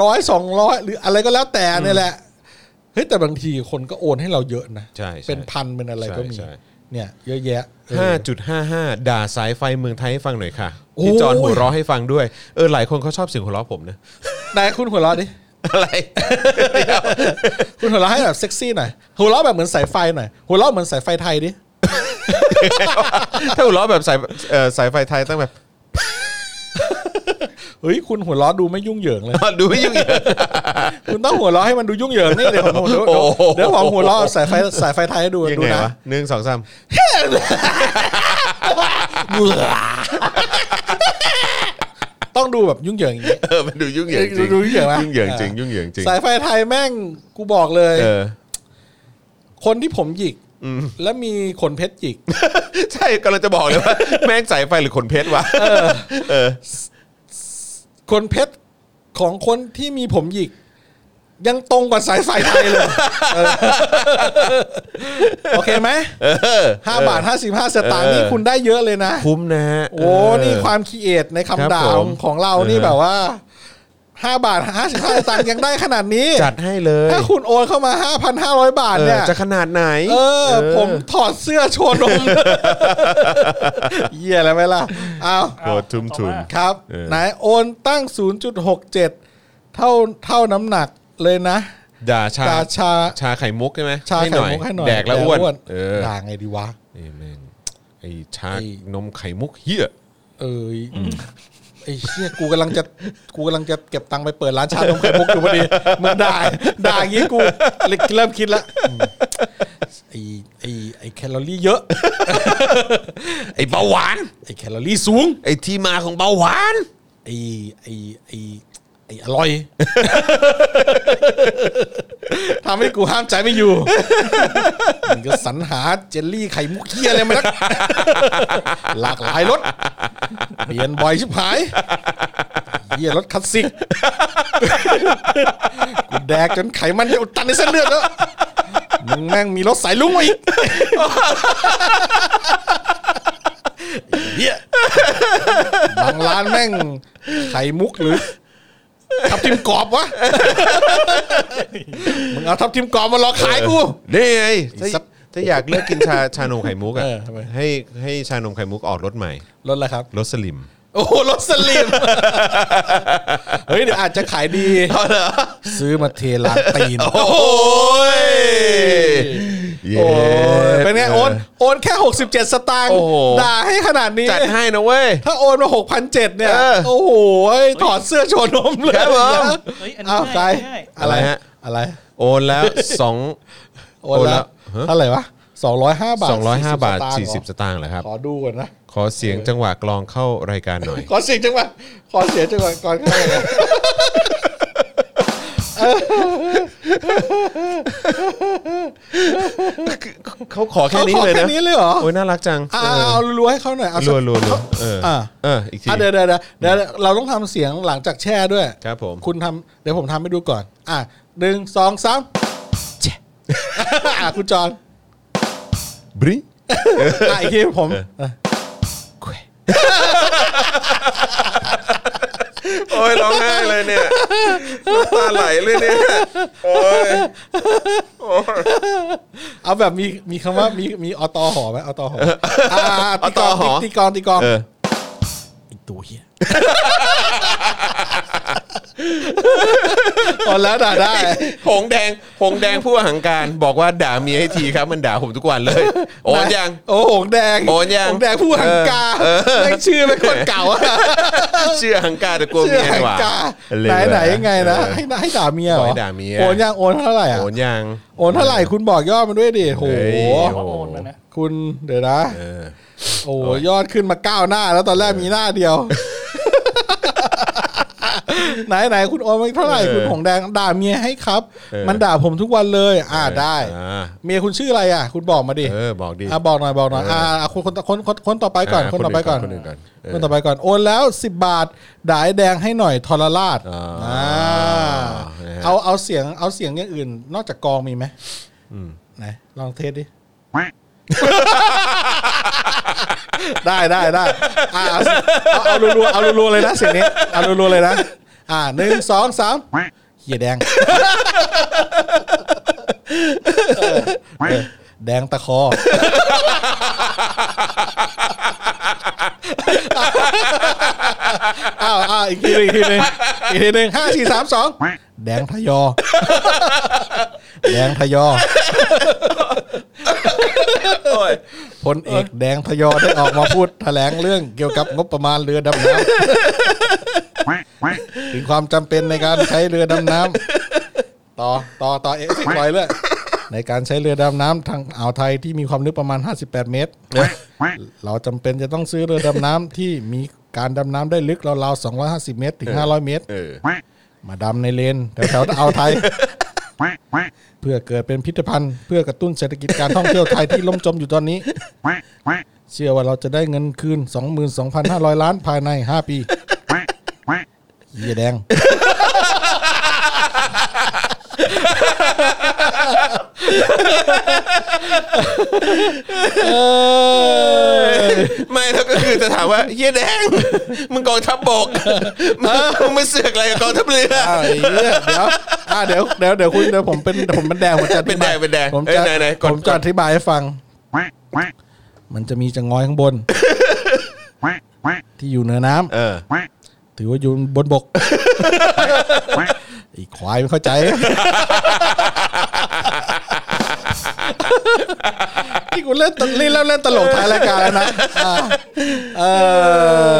S3: ร้อยสองร้อยหรืออะไรก็แล้วแต่เนี่ยแหละเฮ้ยแต่บางทีคนก็โอนให้เราเยอะนะ
S2: ใช่ใช่
S3: เป็นพันเป็นอะไรก็มี
S2: ใช่ใช่
S3: เนี่ย เยอะแยะเออ
S2: ห้าจุดห้าห้าด่าสายไฟเมืองไทยให้ฟังหน่อยค่ะ
S3: โอ้ย
S2: พี่จอนหัวเราะให้ฟังด้วย เออ หลายคนเขาชอบเสียงหัวเราะผมนะ
S3: นายคุณหัวเราะดิ
S2: อะไร
S3: คุณหัวเราะให้แบบเซ็กซี่หน่อยหัวเราะแบบเหมือนสายไฟหน่อยหัวเราะเหมือนสายไฟไทยดิ
S2: ถ้าหัวเราะแบบสายเอ่อสายไฟไทยต้องแบบ
S3: เฮ้ยคุณหัวล้อดูไม่ยุ่งเหยิงเลย
S2: ดูไม่ยุ่งเหยิง
S3: คุณต้องหัวล้อให้มันดูยุ่งเหยิงนี่เดี๋ยวผมเดี๋ยว
S2: โอ้โห
S3: เดี๋ยวผมหัวล้อสายไฟสายไฟไทยให้ดู
S2: ยัง
S3: ดู
S2: ไง
S3: นะ
S2: วะหนึ่งสองสาม
S3: ต้องดูแบบยุ่งเหยิงอย่างนี้
S2: เออมันดูยุ่งเหยิงจริง
S3: ดูยุ่งเหยิงไหม
S2: ยุ่งเหยิงจริงยุ่งเหยิงจริง
S3: สายไฟไทยแม่งกูบอกเลย
S2: เออ
S3: คนที่ผมหยิกและมีขนเพชรหยิก
S2: ใช่กำลังจะบอกเลยว่า แม่งสายไฟหรือขนเพชรวะเออ
S3: ขนเพชรของคนที่มีผมหยิก ยังตรงกว่าสายไฟไทย เลยเออโอเค ไหมห้าบาทห้าสิบห้าสตางค์นี่คุณได้เยอะเลยนะ
S2: คุ้มนะฮะ
S3: โอ้
S2: เ
S3: นี่ความคิดเอทใน
S2: ครับ
S3: คำด่า
S2: ผม
S3: ของเรานี่
S2: เออ
S3: แบบว่าห้าบาทห้าสิบห้าตังค์ยังได้ขนาดนี้
S2: จัดให้เลย
S3: ถ้าคุณโอนเข้ามาห้าพันห้าร้อยบาท
S2: เออ
S3: เนี่ย
S2: จะขนาดไหน
S3: เออ ผมถอดเสื้อโชว์นม เยี่ยแล้วไหมล่ะเอา
S2: โหดทุ่มทุน
S4: เอามา
S3: ครับ
S2: เออ
S3: ไหนโอนตั้ง 0.67 เท่าเท่าน้ำหนักเลยนะ
S2: ด่าชาก
S3: าชา
S2: ชาไข่มุกใช่ไหม
S3: ชาไข่มุกให้หน่อย
S2: แดกแล้วอ้วนเออ
S3: ด่าไงดีวะ
S2: นี่แม่งไอ้ชา
S3: ไอ้
S2: นมไข่มุกเฮีย
S3: เอ้ยไอ้เชี่ยกูกำลังจะกูกำลังจะเก็บตังค์ไปเปิดร้านชานมไข่มุกอยู่พอดีมันด่าด่าอย่างงี้กูเลยเริ่มคิดละอืมไอ้ไอ้ไอ้แคลอรี่เยอะ
S2: ไอ้เบาหวาน
S3: ไอ้แคลอรี่สูง
S2: ไอ้ที่มาของเบาหวาน
S3: ไอ้ไอ้ไอ้ไอ้อร่อย ทำให้กูห้ามใจไม่อยู่ มันก็สรรหาเจลลี่ไข่มุกเคียอะไรมานัก หลากหลายรสเปลี่ยนบ่อยชิบหายเยี่ยรสคลาสสิก กูแดกจนไขมันจะอุดตันในเส้นเลือดแล้วมึงแม่งมีรสสายลุงมาอีกเยี่ยบางร้านแม่งไข่มุกหรือทับทิมกรอบวะ มึงเอาทับทิมกรอบมารอขายกู
S2: นี่ไงถ้า
S3: ไอ้สัตว์
S2: ถ้าอยากเลิกกินชา ชานมไข่มุกอ่ะ
S3: เออทำไม
S2: ให้ให้ชานมไข่มุกออกรถใหม่
S3: รสอะไรครับ
S2: รถสลิม
S3: โอ้โหรถสลิม เฮ้ย เดี๋ยวอาจจะขายดี ซื้อมาเทลานตีน
S2: โอ้ย
S3: โอ้ย
S2: ย้
S3: เป็นไง โอน โอนแค่ 67 สตางค์
S2: โอ้โห
S3: ด่าให้ขนาดนี้
S2: จัดให้นะเว้ย
S3: ถ้าโอนมา 6,700 เนี่ย
S2: เออ
S3: โอ้โห ถอดเสื้อโชว์นมเลย
S2: ครับผม
S3: นะ
S4: เฮ้ยอันนี้
S3: อ้าวใคร
S4: ง่ายง่าย
S3: อะไร
S2: อะไรฮะ
S3: อะไร
S2: โอนแล้วสอง
S3: โอน
S2: โอนแล้
S3: แล้ว วเท่าไหร่วะ 205 บาท
S2: สองร้อยห้าบาท
S3: 40
S2: สี่สิบส
S3: สตาง
S2: ตาง
S3: ค์
S2: ค์เหรอครับ
S3: เหรอขอดูก่อนนะ
S2: ขอเสียงจังหวะกลองเข้ารายการหน่อย
S3: ขอเสียงจังหวะขอเสียงจังหวะก่อนเข้าไปนะ
S2: เขาขอแค่
S3: เขา
S2: นี้
S3: ขอ
S2: เลย
S3: แค่
S2: นะ
S3: นี้เลยเหรอ
S2: โอ้ยน่ารักจัง
S3: อ่าเอารัวๆให้เขาหน่อยเอาสั
S2: รั
S3: ก
S2: วรัวรัวๆเอออะ เอออีกที
S3: อ่ะเดี๋ยวเดี๋ยวเดี๋ยวเดี๋ยวเราต้องทำเสียงหลังจากแช่ด้วย
S2: ครับผม
S3: คุณทำเดี๋ยวผมทำให้ดูก่อน อ่ะหนึ่งสองสามแช่ อ่ะคุณจอน
S2: บริ
S3: อ่ะอีกทีผม
S2: โอ้ยร้องไห้เลยเนี่ยน้ำตาไหลเลยเนี่ยโอ้ย
S3: เอาแบบมีมีคำว่ามีมีอตหอไหมอตหออ่าตีกลองตีกลองตีกลอง
S2: เออ
S3: ไอ้ตัวเฮียตอนแล้วด่าได้
S2: หงแดงหงแดงผู้อหังการบอกว่าด่าเมียให้ทีครับมันด่าผมทุกวันเลย โอนยัง
S3: โอ้โหงแดง
S2: โหงแดง
S3: แดงผู้หังกา
S2: เออเออ
S3: แม่งชื่อเป็นคนเก่าอะ
S2: เชื่อหังการแต่กลัว
S3: ชื่
S2: เมี
S3: อย หัง
S2: กว่า
S3: กาไหนไหนยังไงนะให้ให้ด่าเมียเห
S2: บอ
S3: รอก
S2: ให้ด่าเมีย
S3: โอนยังโอนเท่าไหร่อะ
S2: โอนยัง
S3: โอนเท่าไหร่คุณบอกยอดมาด้วยดิโห
S2: เฮ้ย
S4: ผมว่าโอนเลยนะ
S3: คุณเดี๋ยวนะ
S2: เออ
S3: โอ้ยอดขึ้นมาเก้าหน้า แล้วตอนแรกมีหน้าเดียว ไหนไหนคุณโอนไปเท่าไหร่
S2: เออ
S3: คุณหงแดงด่าเมียให้ครับ
S2: เออ
S3: มันด่าผมทุกวันเลย อ่าได้
S2: อ่า
S3: เมียคุณชื่ออะไรอ่ะ คุณบอกมาดิ
S2: เออบอกดิ
S3: อ่ะบอกหน่อยบอกหน่อย
S2: เอออ่
S3: อ่าอ่ะคนคนคนคนคนต่อไปก่อน คนต่อไปก่อน
S2: คนอื่นก่อนเออ
S3: คนต่อไปก่อนโอนแล้วสิบบาทด่าไอ้แดงให้หน่อยทรราช
S2: อ่า
S3: อ่า
S2: นะฮะ
S3: เอาเอาเสียงเอาเสียงอย่างอื่น นอกจากกองมีไหมไหนลองเทสดิ ได้ได้ได้อ่ะเอาเอาเอารัวๆเอารัวๆเลยนะเสียงนี้เอารัวๆเลยนะอ่าหนึ่งสองสามเหี้ยแดงเออเออแดงตะคออ้าวอ้าวอีกทีหนึงอีกทีหนึงอีกทีหนึงห้าสี่สามสองแดงทยอ แดงทยอ
S2: โอ้ย
S3: พลเอกแดงทยอได้ออกมาพูดแถลงเรื่องเกี่ยวกับงบประมาณเรือดำน้ำ ถึงความจำเป็นในการใช้เรือดำน้ำต่อต่อต่อเอฟเฟกต์ไว้เลยในการใช้เรือดำน้ำทางอ่าวไทยที่มีความลึกประมาณ 58 เมตร เราจำเป็นจะต้องซื้อเรือดำน้ำที่มีการดำน้ำได้ลึกราวๆ250 เมตร ถึง 500 เมตร
S2: เออ
S3: มาดำในเลนแถวๆอ่าวไท ย เพื่อเกิดเป็นพิพิธภัณฑ์เพื่อกระตุ้นเศรษฐกิจการท่องเที่ยวไทยที่ล่มจมอยู่ตอนนี้ เชื่อว่าเราจะได้เงินคืน 22,500 ล้านภายใน 5 ปีเหี้ยแดง
S2: ไม่แล้วก็คือจะถามว่าเฮียแดง มึงกองทัพบก มึงมึงไม่เสือกอะไรกับกองทัพเรือ
S3: อ้าวไอ้เหี้ยเดี๋ยวอ่าเดี๋ยวเดี๋ยวเดี๋ยวคุณเดี๋ยวผมเป็นผมเป็นแดงผมจะอธิบาย
S2: เป็นแดงเป็นแดงเอ้ย
S3: ผม
S2: ไห
S3: จะ
S2: นไหนกด
S3: ผมจะอธิบายให้ฟัง มันจะมีจะงอยข้างบน ที่อยู่เหนือน้ำ
S2: เออ
S3: ถือว่าอยู่บนบกไอ้ควายไม่เข้าใจที่กูเล่นตลกเล่นแล้วเล่นตลกท้ายรายการแล้วนะอ่าเอ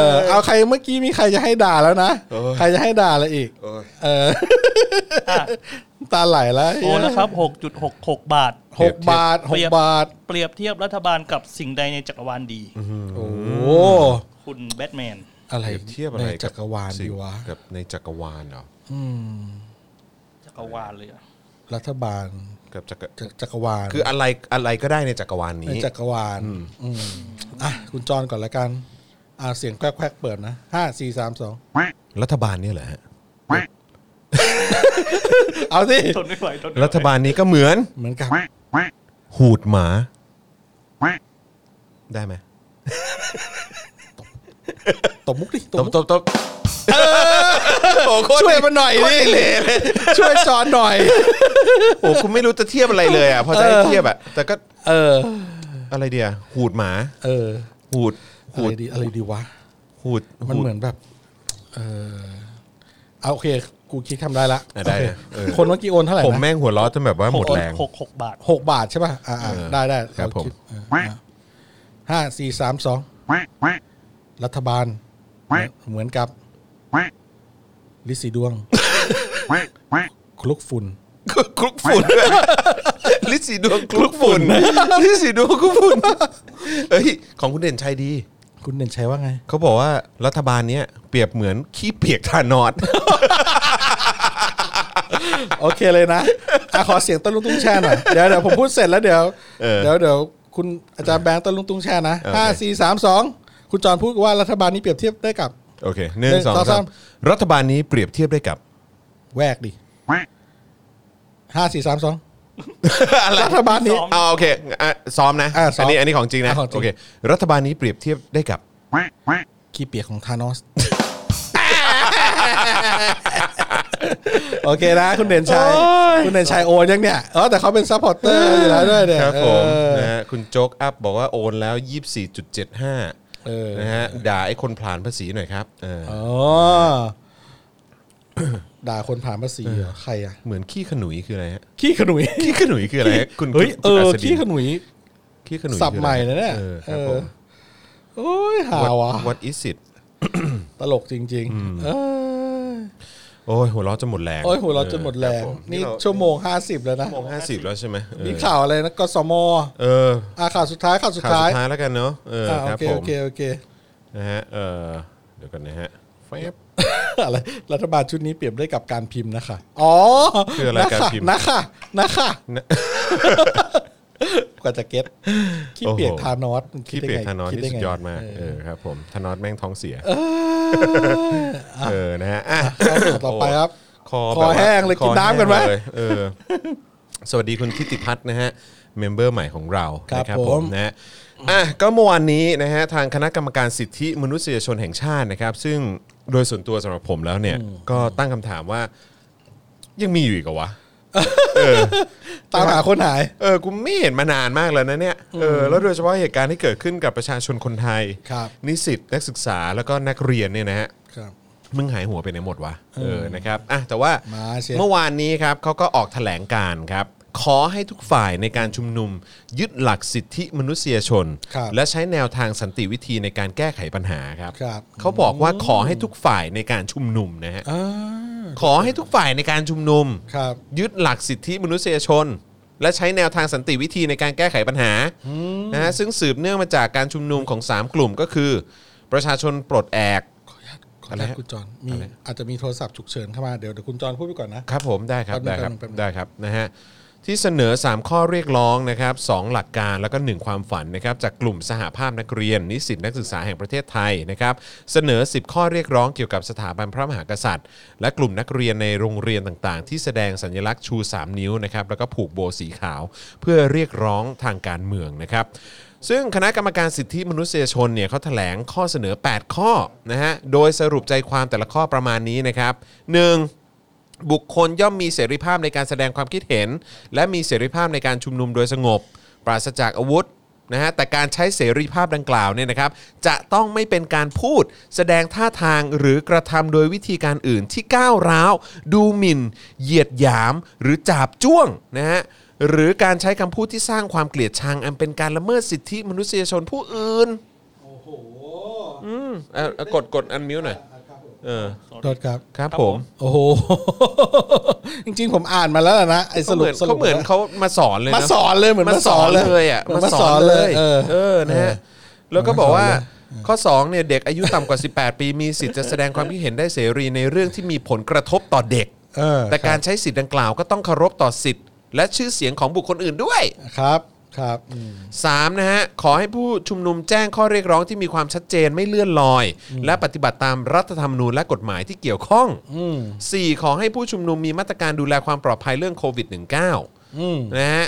S3: อเอาใครเมื่อกี้มีใครจะให้ด่าแล้วนะ
S2: โอ้ย
S3: ใครจะให้ด่าแล้วอีก
S2: โอ้ย
S3: เออน้ำ ตาไหลแล้ว
S4: โอนนะครับ 6.66 บาท
S3: หกบาทหกบาท
S4: เปรียบเทียบรัฐบาลกับสิ่งใดในจักรวาลดี
S3: โอ้
S4: คุณแบทแมน
S3: อะไร
S2: เปรียบเทียบอะไร
S3: ในจักรวาลดีวะ
S2: กับในจักรวาลเหรอ
S4: จักรวาลเลยอะ
S3: รัฐบาล
S2: กับจักร
S3: จักจักรวาล
S2: คืออะไรอะไรก็ได้ในจักรวาล
S3: ใน
S2: นี้
S3: จักรวาลอืมอ่ะคุณจอนก่อนละกันอ่าเสียงแควกๆเปิดนะห้าสี่สามสอง
S2: รัฐบาลเนี่ยแหละ
S3: เอาสิ
S4: ทนไม่ไหวทนไม่ไหว
S2: รัฐบาลนี้ก็เห มือน
S3: เหมือนกับ
S2: หูดหมาได้ไหม
S3: ตบมุกดิ
S2: ตบตบตบโอ้โหโคตร
S3: ช่วยมาหน่อยดิช่วยจอนหน่อย
S2: โอ้โหคุณไม่รู้จะเทียบอะไรเลยอ่ะพอจะให้เทียบอ่ะแต่ก็
S3: เออ
S2: อะไรเดียหูดหมา
S3: เออ
S2: หูด
S3: อะ
S2: หู
S3: ไร
S2: ด
S3: ดีอะไรดีวะ
S2: หูด
S3: มันเหมือนแบบ เออเอาโอเค กูคิดทำได้ละ
S2: อ่ะได้
S3: โอเค
S2: นะเออ
S3: คนเมื่อกี้โอนเท่าไหร่
S2: ผม
S3: นะ
S2: แม่งหัวเร้อจนแบบว่าหมดแรง
S4: หกหกบาท
S3: หกบาทใช่ป่ะอ่า
S2: เออ
S3: ได้ได้
S2: ครับผม
S3: เออห้าสี่สามสองรัฐบาล เหมือนกับลิสีดวง คลุกฝุ่น
S2: คลุกฝุ่นลิสีดวงคลุกฝุ่นลิสีดวงคลุกฝุ่นเอ้ยของคุณเด่นชัยดี
S3: คุณเด่นชัยว่าไง
S2: เขาบอกว่ารัฐบาลเนี้ยเปรียบเหมือนขี้เปียกทานอส
S3: โอเคเลยนะ อ่ะขอเสียงตะลุงตุ้งแช่หน่อยเดี๋ยวเดี๋ยวผมพูดเสร็จแล้วเดี๋ยว
S2: เออ
S3: เดี๋ยวเดี๋ยวคุณอาจารย์แบงค์ตะลุงตุ้งแช่นะ
S2: โอเค
S3: ห้าสี่สามสองคุณจอนพูดว่ารัฐบาลนี้เปรียบเทียบได้กับ
S2: โอเคหนึ่งสอง
S3: หนึ่งสอง
S2: สา
S3: สาม ม
S2: รัฐบาลนี้เปรียบเทียบได้กับ
S3: แวกดิห้าสี่สามสองรัฐบาลนี้
S4: ซ้อม
S2: อ่าโอเคอ่ะซ้อมนะ
S3: อ่ะซ้อม
S2: นนี้อันนี้ของจริงนะ
S3: อ่ะของจริง
S2: โอเค รัฐบาลนี้เปรียบเทียบได้กับ
S3: ขี้เปียกของธานอส โอเคนะ คุณเด่นชัย คุณเด่นชัยโอนยังเนี่ยเออแต่เขาเป็นซัพพอร์ตเตอร์อยู่แล้วด้วยเนี่ย
S2: ครับผม
S3: เออ
S2: นะฮะคุณโจ๊กอัพบอกว่าโอนแล้ว 24.75
S3: เออ
S2: นะฮะด่าไอ้คนผลานภาษีหน่อยครับเออ
S3: อ๋อ ด่าคนผ่านภาษีเหรอใครอ่ะ
S2: เหมือนขี้ขนุยคืออะไรฮะ
S3: ขี้ขนุย
S2: ขี้ขนุยคืออะไร ฮะคุณ
S3: เฮ้ยเอ
S2: คุณ
S3: อ
S2: ศดิ
S3: ขี้ขนุย
S2: ขี้ขนุย
S3: สับ
S2: คืออไร
S3: ใหม่นะเนี่ย
S2: ออครับผม
S3: โอ้ยหา
S2: What-
S3: วะ
S2: What is it
S3: ตลกจริง ๆ เออ
S2: โอ้ยหัวเราะจะหมดแรง
S3: โอ้ยหัวเราะจนหมดแร
S2: คบ
S3: ง
S2: ผม
S3: นี่
S2: เรา
S3: ชั่วโมงห้าสิบแล้วนะ
S2: ชั่วโมงห้าสิบแล้วใช่ไหมเออ
S3: มีข่าวอะไรนะกสม
S2: เออ
S3: อ่ะข่าวสุดท้ายข่าวสุด
S2: ข่าว
S3: ท้าย
S2: สุดท้ายแล้วกันเนาะเออ
S3: อ่ะ
S2: ค
S3: โอ
S2: รับ
S3: เค
S2: ผ
S3: โอ
S2: ม
S3: เคโอเค
S2: นะฮะเออเดี๋ยวกันนะฮะ
S3: อะไรรัฐบาลชุดนี้เปรียบได้กับการพิมพ์นะคะ อ๋อ
S2: คืออะไรการพิมพ์
S3: นะคะนะคะ
S2: นะ
S3: กว่าจะเก็ตขี้เปียกทานอสมึง
S2: ขี้
S3: ได้ไง
S2: เปียกธานอส
S3: คิ
S2: ที่
S3: ไ
S2: สุดยอดมาก
S3: เ
S2: เออครับผมธานอสแม่งท้องเสีย
S3: อ่ะ
S2: เออนะฮะอ่ะ
S3: ข่าวต่อไปครับ
S2: คอ
S3: คอแห้งเลย
S2: คอ
S3: กินน้ำกันไหม
S2: แเลยเออ สวัสดีคุณทิติพัฒน์นะฮะเมมเบอร์ใหม่ของเรา
S3: ครับ
S2: นะ
S3: ผม
S2: นะฮะอ่ะก็เมื่อวานนี้นะฮะทางคณะกรรมการสิทธิมนุษยชนแห่งชาตินะครับ ซึ่งโดยส่วนตัวสำหรับผมแล้วเนี่ย ก็ตั้งคำถามว่า ยังมีอยู่อีกเหรอวะ
S3: ตามหาคนหาย
S2: เออ กูไม่เห็นมานานมากแล้วนะเนี่ย เออ แล้วโดยเฉพาะเหตุการณ์ที่เกิดขึ้นกับประชาชนคนไทย
S3: ครับ
S2: นิสิตนักศึกษาแล้วก็นักเรียนเนี่ยนะฮะ
S3: ครับ
S2: มึงหายหัวไปไหนหมดวะ เออ นะครับ อ่ะ แต่ว่า
S3: มาเชีย
S2: เมื่อวานนี้ครับเขาก็ออกแถลงการครับ ขอให้ทุกฝ่ายในการชุมนุม ยึดหลักสิทธิมนุษยชน
S3: ครับ
S2: และใช้แนวทางสันติวิธีในการแก้ไขปัญหาครับ
S3: ครับ
S2: เขาบอกว่าขอให้ทุกฝ่ายในการชุมนุมนะฮะ
S3: อ่า
S2: ขอให้ทุกฝ่ายในการชุมนุม
S3: ครับ
S2: ยึดหลักสิทธิมนุษยชน และใช้แนวทางสันติวิธีในการแก้ไขปัญหานะฮะซึ่งสืบเนื่องมาจากการชุมนุมของ 3 กลุ่มก็คือ ประชาชนปลดแอก
S3: ขอ
S2: อะ
S3: อ
S2: ไร
S3: นุญา
S2: ฮะ
S3: ตคุณจอนมี
S2: อะไร
S3: อาจจะมีโทรศัพท์ฉุกเฉินเข้ามาเดี๋ยวเดี๋ยวคุณจอนพูดไปก่อนนะ
S2: ครับผมได้ครับ
S3: แป๊
S2: ได้
S3: บ
S2: ค
S3: นึ
S2: รับ
S3: งแป๊บนึง
S2: ได้ครับนะฮะที่เสนอ 3 ข้อเรียกร้องนะครับสองหลักการแล้วก็ 1 ความฝันนะครับจากกลุ่มสหภาพนักเรียน นิสิตนักศึกษาแห่งประเทศไทยนะครับเสนอ 10 ข้อเรียกร้องเกี่ยวกับสถาบันพระมหากษัตริย์ และกลุ่มนักเรียนในโรงเรียนต่างๆ ที่แสดงสัญลักษณ์ชู 3 นิ้วนะครับแล้วก็ผูกโบสีขาว เพื่อเรียกร้องทางการเมืองนะครับซึ่งคณะกรรมการสิทธิมนุษยชนเนี่ยเขาแถลงข้อเสนอ 8 ข้อนะฮะโดยสรุปใจความแต่ละข้อประมาณนี้นะครับ 1. บุคคลย่อมมีเสรีภาพในการแสดงความคิดเห็น และมีเสรีภาพในการชุมนุมโดยสงบ ปราศจากอาวุธนะฮะแต่การใช้เสรีภาพดังกล่าวเนี่ยนะครับ จะต้องไม่เป็นการพูด แสดงท่าทางหรือกระทำโดยวิธีการอื่นที่ก้าวร้าว ดูหมิ่น เหยียดหยาม หรือจาบจ้วงนะฮะหรือการใช้คำพูดที่สร้างความเกลียดชังอันเป็นการละเมิดสิทธิมนุษยชนผู้อื่น
S3: โอ้โห
S2: อืมเอ่อเอ่อกดกดอันมิวหน่อยเออ
S3: โทษครับ
S2: ครับผม
S3: โอ้โห จริงๆ ผมอ่านมาแล้วล่ะนะไอ้สรุปสรุ
S2: เขา
S3: ป
S2: เหมือน
S3: นะ
S2: เขามาสอนเลยนะ
S3: มาสอนเลยเหมือน
S2: มาสอนเลยอ่ะ
S3: หมืนมาสอนเลย เออ
S2: เออนะฮะแล้วก็บอกว่าข้อ2เนี่ยเด็กอายุต่ำกว่า 18 ปีมีสิทธิ์จะแสดงความคิดเห็นได้เสรีในเรื่องที่มีผลกระทบต่อเด็ก
S3: เออ
S2: แต่การใช้สิทธิ์ดังกล่าวก็ต้องเคารพต่อสิทธิ์ และชื่อเสียงของบุคคลอื่นด้วย
S3: ครับครับอืม
S2: 3นะฮะขอให้ผู้ชุมนุมแจ้งข้อเรียกร้องที่มีความชัดเจนไม่เลื่อนลอย และปฏิบัติตามรัฐธรรมนูญและกฎหมายที่เกี่ยวข้อง 4. ขอให้ผู้ชุมนุมมีมาตรการดูแลความปลอดภัยเรื่องโควิด
S3: อืม
S2: -19 นะฮะ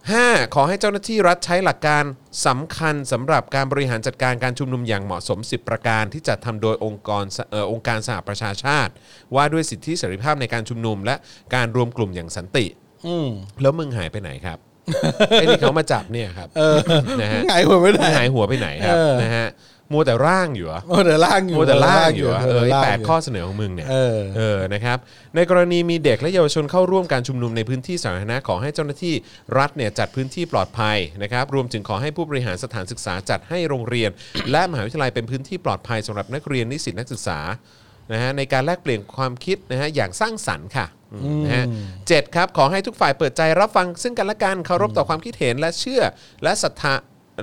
S2: 5. ขอให้เจ้าหน้าที่รัฐใช้หลักการสำคัญสำหรับการบริหารจัดการการชุมนุมอย่างเหมาะสม 10 ประการที่จัดทำโดยองค์กรสเอ่อองค์การสหประชาชาติ ว่าด้วยสิทธิเสรีภาพในการชุมนุม และการรวมกลุ่มอย่างสันติ
S3: อืม
S2: แล้วมึงหายไปไหนครับ ไอ้นี่เขามาจับเนี่ยครับนะฮะ
S3: ไงผมไม่
S2: มึ
S3: ได้
S2: งหายหัวไปไหนครับนะฮะมัวแต่ร่างอยู่เหรอ
S3: โอ้แต่ล่างอยู่
S2: มัวแต่ร่างอยู่เหรอเออไอ้
S3: ร่าง
S2: แปด
S3: ยู่
S2: ข้อเสนอของมึงเนี่ย
S3: เออ
S2: เออนะครับในกรณีมีเด็กและเยาวชนเข้าร่วมการชุมนุมในพื้นที่สาธารณะขอให้เจ้าหน้าที่รัฐเนี่ยจัดพื้นที่ปลอดภัยนะครับรวมถึงขอให้ผู้บริหารสถานศึกษาจัดให้โรงเรียน และมหาวิทยาลัยเป็นพื้นที่ปลอดภัยสำหรับนักเรียนนิสิตนักศึกษานะฮะในการแลกเปลี่ยนความคิดนะฮะอย่างสร้างสรรค์ค่ะอืมนะฮะ เจ็ดครับขอให้ทุกฝ่ายเปิดใจรับฟังซึ่งกันและกันเคารพต่อความคิดเห็นและเชื่อและศรัทธา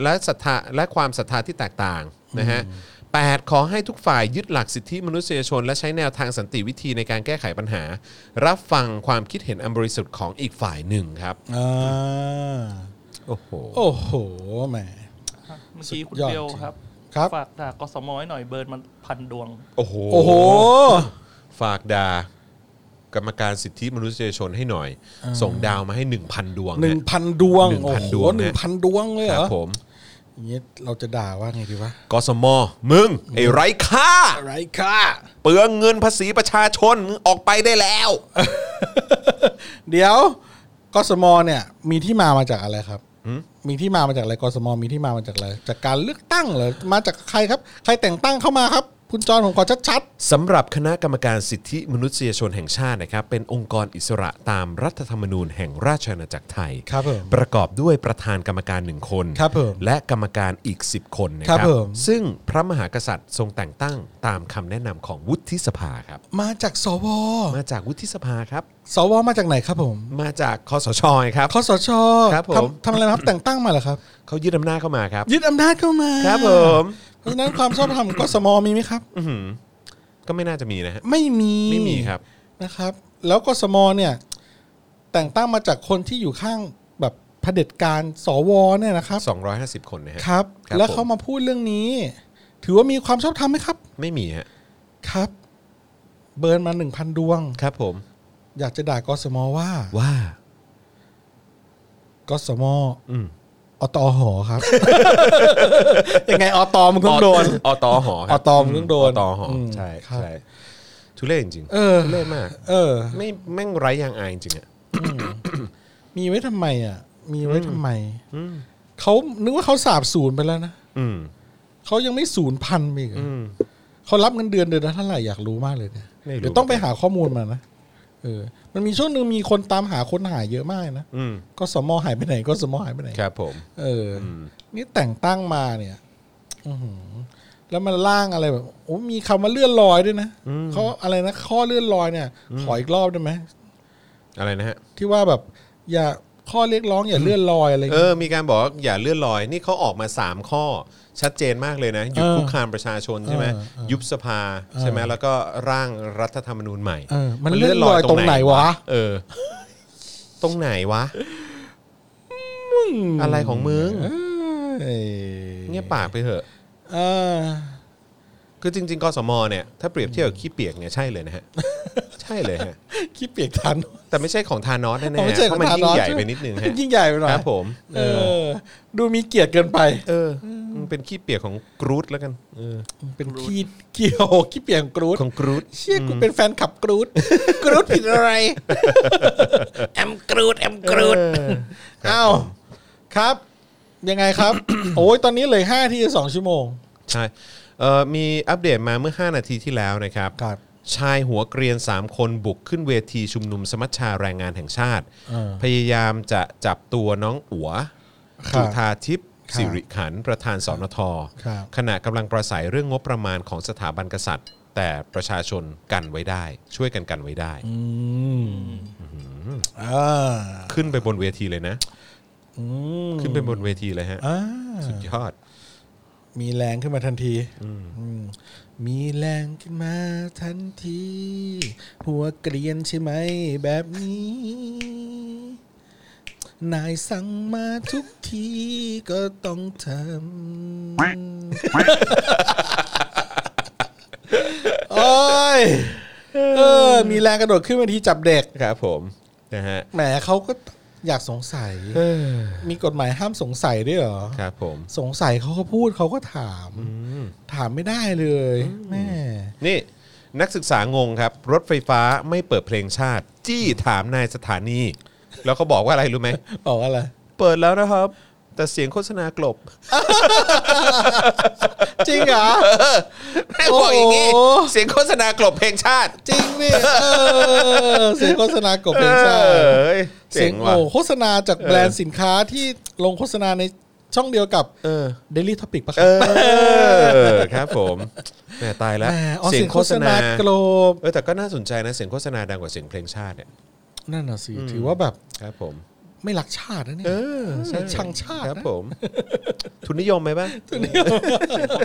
S2: และศรัทธาและความศรัทธาที่แตกต่างนะฮะแปดขอให้ทุกฝ่ายยึดหลักสิทธิมนุษยชน และใช้แนวทางสันติวิธีในการแก้ไขปัญหา รับฟังความคิดเห็นอันบริสุทธิ์ของอีกฝ่ายหนึ่งครับ
S3: อ่า
S2: โอ้โห
S3: โอ้โหแหม
S4: เมื่อกี้คุณ
S3: สุดยอด
S4: เบลครับ
S3: ครับ
S4: ฝากด่ากสมอยหน่อยเบิร์นมันพันดวง
S2: โอ้โห
S3: โอ้โห
S2: ฝากดากรรมการสิทธิมนุษยชนให้หน่อย ส่งดาวมาให้ 1,000 ดวง
S3: หนึ่
S2: ฮะ
S3: งพันดวง
S2: หนึ่ง
S3: โอ้
S2: พัน
S3: โห
S2: ดวง
S3: ห
S2: เนี่
S3: นึ่
S2: ย
S3: งพันดวงเลย
S2: ค
S3: เหร
S2: รับ
S3: อ
S2: ผม
S3: อย่างนี้เราจะด่าว่าไงดีวะ
S2: กสมมึงไอ้ไรค่า
S3: อะไรค่ะ
S2: เปลืองเงินภาษีประชาชนมึงออกไปได้แล้ว
S3: เดี๋ยวกสมเนี่ย มีที่มามาจากอะไรครับมีที่มามาจากอะไรกสมมีที่มามาจากอะไรจากการเลือกตั้งเหรอมาจากใครครับ ใครแต่งตั้งเข้ามาครับ คุณจรผมขอชัด
S2: สำหรับคณะกรรมการสิทธิมนุษยชนแห่งชาตินะครับเป็นองค์กรอิสระตามรัฐธรรมนูญแห่งราชอาณาจักรไทย
S3: ๆ ครับผม
S2: ประกอบด้วยประธานกรรมการหนึ่งคน
S3: ครับผม
S2: และกรรมการอีก 10 คนนะค
S3: ครั
S2: รับบ
S3: ผม
S2: ซึ่งพระมหากษัตริย์ทรงแต่งตั้งตามคำแนะนำของวุฒิสภาครับ
S3: มาจากสว
S2: มาจากวุฒิสภาครับ
S3: สวมาจากไหนครับผม
S2: มาจากคอสชครับ
S3: คสช
S2: ครับผม
S3: ทำทำอะไรนะครับแต่งตั้งมาเหรอครับ
S2: เขา ยึดอำนาจเข้ามาครับ
S3: ยึดอำนาจเข้ามา
S2: ครับผม
S3: เพราะฉะนั้นความชอบธรรมของกสมมีไหมครับ
S2: อื้อหือก็ไม่น่าจะมีนะฮะ
S3: ไม่มี
S2: ไม่มีครับ
S3: นะครับ แล้วกสมเนี่ย แต่งตั้งมาจากคนที่อยู่ข้างแบบเผด็จการสวเนี่ยนะครับ
S2: 250 คนนะฮะ
S3: ครับ
S2: ครับ
S3: แล้วเขา
S2: ผม
S3: มาพูดเรื่องนี้ ถือว่ามีความชอบธรรมไหมครับ
S2: ไม่มีฮะ
S3: ครับ เบิร์นมาหนึ่งพันดวง
S2: ครับผม
S3: อยากจะด่ากสมว่า
S2: ว่า
S3: กสม
S2: อืม
S3: อตอหอ ครับ ยังไงอตอมึงต้องโดน
S2: อตอหอค
S3: อ
S2: รับ
S3: ตอมึงต้องโดน
S2: อตอหออ
S3: ม
S2: ใช่
S3: ครับ
S2: ใช่ทุเรศจริง
S3: เออ
S2: ทุเรศมาก
S3: เออ
S2: ไม่แม่งไร้ยางอายจริงอ่ะ
S3: มีไว้ทำไมอ่ะ มีไว้ทำไมเขานึกว่าเขาสาบศูนย์ไปแล้วนะ
S2: อืม
S3: เขายังไม่ศูนย์พันไปอีกเหรออ
S2: ม
S3: เขารับเงินเดือนเดือนละเท่าไหร่อยากรู้มากเลยเนี่ย
S2: ไม่รู้
S3: เดี๋ยวต้องไปหาข้อมูลมานะเออ มันมีช่วงหนึ่งมีคนตามหาคนหายเยอะมากนะ
S2: อืม
S3: ก็สมหายไปไหน ก็สมหายไปไหน
S2: ครับผม
S3: เอออนี่แต่งตั้งมาเนี่ยอื้อหือแล้วมันล่างอะไรแบบโอ้มีคำว่าเลื่อนลอยด้วยนะเขาอะไรนะข้อเลื่อนลอยเนี่ยขออีกรอบได้ไหม
S2: อะไรนะฮะ
S3: ที่ว่าแบบ อย่าข้อเรียกร้องอย่าเลื่อนลอยอะไรอย่าง
S2: เอ
S3: เงี้ย
S2: อ มีการบอกว่าอย่าเลื่อนลอย นี่เขาออกมา 3 ข้อชัดเจนมากเลยนะ หยุด
S3: เออ
S2: คุกคามประชาชนใช่ไหม
S3: เออเออ
S2: ยุบสภาใช่ไหม แล้วก็ร่างรัฐธรรมนูญใหม่
S3: เออมันเลื่อนลอยตรงไหนวะ
S2: เออ ตรงไหนวะ อะไรของมึง
S3: เอ้ย
S2: เงียบปากไปเถอะ
S3: เออ
S2: คือจริง ๆ กสมเนี่ยถ้าเปรียบเทียบกับขี้เปียกเนี่ยใช่เลยนะฮะ ใช่เลยฮะ
S3: ขี้เปียกทัน
S2: แต่ไม่ใช่ของทานอสแน่ๆ
S3: เอาไม่ใช่
S2: เพราะมัน
S3: ท
S2: ยิ่ง
S3: อส
S2: ใหญ่ไปนิดนึงฮะ
S3: ยิ่งใหญ่ไปหน่อย
S2: ครับผม
S3: เออ ดูมีเกียรติเกินไป
S2: เออมึงเป็นขี้เปียกของกรูดแล้วกันเออ
S3: เป็นขี้เกี่ยวขี้เปียกของกรูด
S2: ของกรูด
S3: เชี่ยกูเป็นแฟนขับกรูดกรูดผิด อะไรแอมกรูดแอมกรูดเอ้าครับ ยังไง ครับ โอ้ยตอนนี้เหลยห้าที่สองชั่วโมง
S2: ใช่เอ่อมีอัปเดตมาเมื่อ 5 นาทีที่แล้วนะครับ
S3: ครับ
S2: ชายหัวเกรียน 3 คนบุกขึ้นเวทีชุมนุมสมัชชาแรงงานแห่งชาติ
S3: เออ
S2: พยายามจะจับตัวน้องอัว
S3: ครับ
S2: จุธาทิพย์
S3: ครับ
S2: สิริขันธ์ประธานสนท
S3: ครับ
S2: ขณะกำลังประสัยเรื่องงบประมาณของสถาบันกษัตริย์ แต่ประชาชนกันไว้ได้ ช่วยกันกันไว้ได้
S3: อืมอ่า
S2: ขึ้นไปบนเวทีเลยนะ
S3: อืม
S2: ขึ้นไปบนเวทีเลยฮะ
S3: อ่า
S2: สุดยอด
S3: มีแรงขึ้นมาทันทีอืมมีแรงขึ้นมาทันที หัวเกรียนใช่ไหมแบบนี้ นายสั่งมาทุกทีก็ต้องทำโอ้ยเออ มีแรงกระโดดขึ้นมาทีจับเด็ก
S2: ครับผมนะฮะ
S3: แหมเขาก็อยากสงสัย มีกฎหมายห้ามสงสัยด้วยเหรอ
S2: ครับผม
S3: สงสัยเขาก็พูดเขาก็ถาม
S2: ม
S3: ถามไม่ได้เลยแม่
S2: นี่นักศึกษางงครับ รถไฟฟ้าไม่เปิดเพลงชาติ จี้ถามนายสถานี แล้วเขาบอกว่าอะไรรู้ไหม
S3: บอกอะไร
S2: เปิดแล้วนะครับ แต่เสียงโฆษณากลบ
S3: จริงเหรอ
S2: แม่งบอกอย่างนี้
S3: โอ้โห
S2: เสียงโฆษณากลบเพลงชาติ
S3: จริงนี่เออเสียงโฆษณากบเป็นชาติ
S2: เอ้ย
S3: เสี
S2: เสี
S3: ย
S2: ย
S3: ง
S2: ง
S3: โอ
S2: ว่ะ
S3: โฆษณาจากแบรนด์สินค้าที่ลงโฆษณาในช่องเดียวกับ
S2: เออ
S3: เดลี่ท็อปิกปะค
S2: เอ
S3: รับ
S2: อครับผมแหม่ตายแล้ว
S3: แหมอ๋อเสียงโฆษณากลบ
S2: เออแต่ก็น่าสนใจนะเสียงโฆษณาดังกว่าเสียงเพลงชาติเนี่ย
S3: นั่นน่ะสิ ถือว่าแบบ
S2: ครับผม
S3: ไม่รักชาตินะเนี่ย
S2: เออใช่
S3: ช่างชาตินะ
S2: ครับผมทุนนิยมไหมบ้าง
S4: เสียงโฆ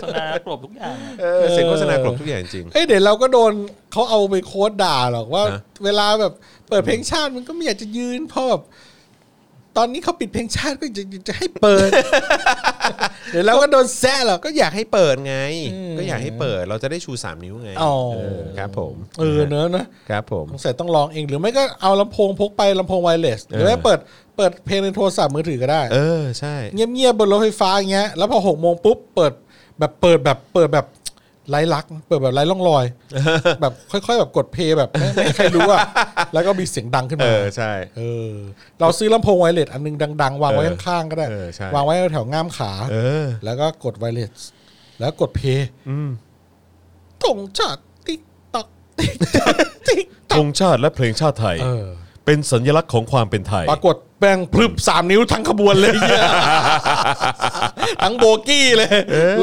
S4: ษณากลบทุกอย่างอะ
S2: เออเสียงโฆษณากลบทุกอย่างจริง
S3: เอ้ยเดี๋ยวเราก็โดนเขาเอาไปโค้ดด่าหรอกว่า
S2: นะ
S3: เวลาแบบเปิดเพลงชาติมันก็ไม่อยากจะยืนเพราะแบบตอนนี้เขาปิดเพลงชาติก็จะจะให้เปิ ด เดี๋ยวเราก็โดนแซะหรอก
S2: ก็อยากให้เปิดไง
S3: อืม
S2: ก็อยากให้เปิดเราจะได้ชู 3 นิ้วไง
S3: อ๋อ
S2: เออครับผม
S3: เออเนอะนะครับ
S2: ผม
S3: สงสัยต้องลองเองหรือไม่ก็เอาลำโพงพกไปลำโพงไวเลสหรือไม่
S2: เออ
S3: เปิด เปิดเพลงในโทรศัพท์มือถือก็ได้
S2: เออใช่
S3: เงียบๆบนรถไฟฟ้าอย่างเงี้ย แล้วพอหกโมงปุ๊บเปิดแบบเปิดแบบเปิดแบบไร้ลักษณ์เปิดแบบไร้ร่องรอย แบบค่อย ๆ แบบกดเพลย์แบบไม่ไม่มีใครรู้อะแล้วก็มีเสียงดังขึ้น
S2: เอ
S3: มา
S2: อใช่
S3: เออ เราซื้อลำโพงไวเลสอันนึงดัง ๆ วางไว้
S2: เออ
S3: ข้างๆก็ได้
S2: เออใช่
S3: วางไว้แถวๆง่ามขา
S2: เออ
S3: แล้วก็กดไวเลสแล้วกดเพย์
S2: อืม
S3: ตรงชาติติ๊กตอกติ๊กตอกติ๊กต
S2: ธ
S3: อก
S2: งชาติและเพลงชาติไทย
S3: เออ
S2: เป็นสัญลักษณ์ของความเป็นไทย
S3: ปรากฏแป้งพรึบสามนิ้วทั้งขบวนเลยเหี้ย ทั้งโบกี้เลย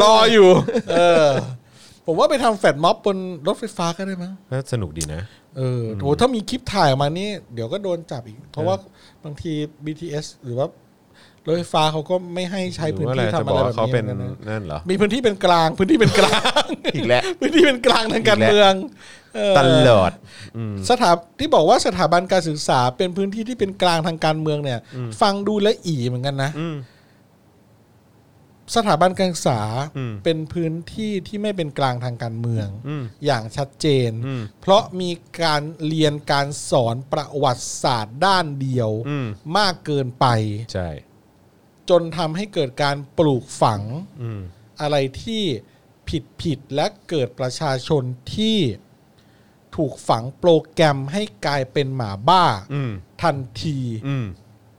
S3: รออยู่ เออ ผมว่าไปทำแฟดม็อบบนรถไฟฟ้าก็ได้มั้ง
S2: ก็สนุกดีนะ
S3: เออโหถ้ามีคลิปถ่ายออกมานี่ เดี๋ยวก็โดนจับอีก เพราะว่าบางที BTS หรือว่ารถไฟฟ้าเขาก็ไม่ให้ใช้
S2: หรื
S3: พื้
S2: อนว่าอะไร
S3: ที่
S2: จะ
S3: ทำ
S2: บ
S3: อะ
S2: อก
S3: ไรแบ
S2: ว่า
S3: บ
S2: เขา
S3: นี้
S2: เป็น
S3: หมือนกันนะ
S2: นั่นเหรอ
S3: มีพื้นที่เป็นกลางพื้นที่เป็นกลาง
S2: อีกแล้ว
S3: พื้นที่เป็นกลางทางการเมืองเออ
S2: ตลอด
S3: สถาที่บอกว่าสถาบันการศึกษาเป็นพื้นที่ที่เป็นกลางทางการเมืองเนี่ย ฟังดูและอีเหมือนกันนะสถาบันการศึกษา
S2: อืม
S3: เป็นพื้นที่ที่ไม่เป็นกลางทางการเมือง
S2: อืม
S3: อย่างชัดเจน
S2: อืม
S3: เพราะมีการเรียนการสอนประวัติศาสตร์ด้านเดียว
S2: อืม
S3: มากเกินไป
S2: ใช่
S3: จนทำให้เกิดการปลูกฝัง
S2: อืม
S3: อะไรที่ผิดผิดและเกิดประชาชนที่ถูกฝังโปรแกรมให้กลายเป็นหมาบ้า
S2: อืม
S3: ทันที
S2: อืม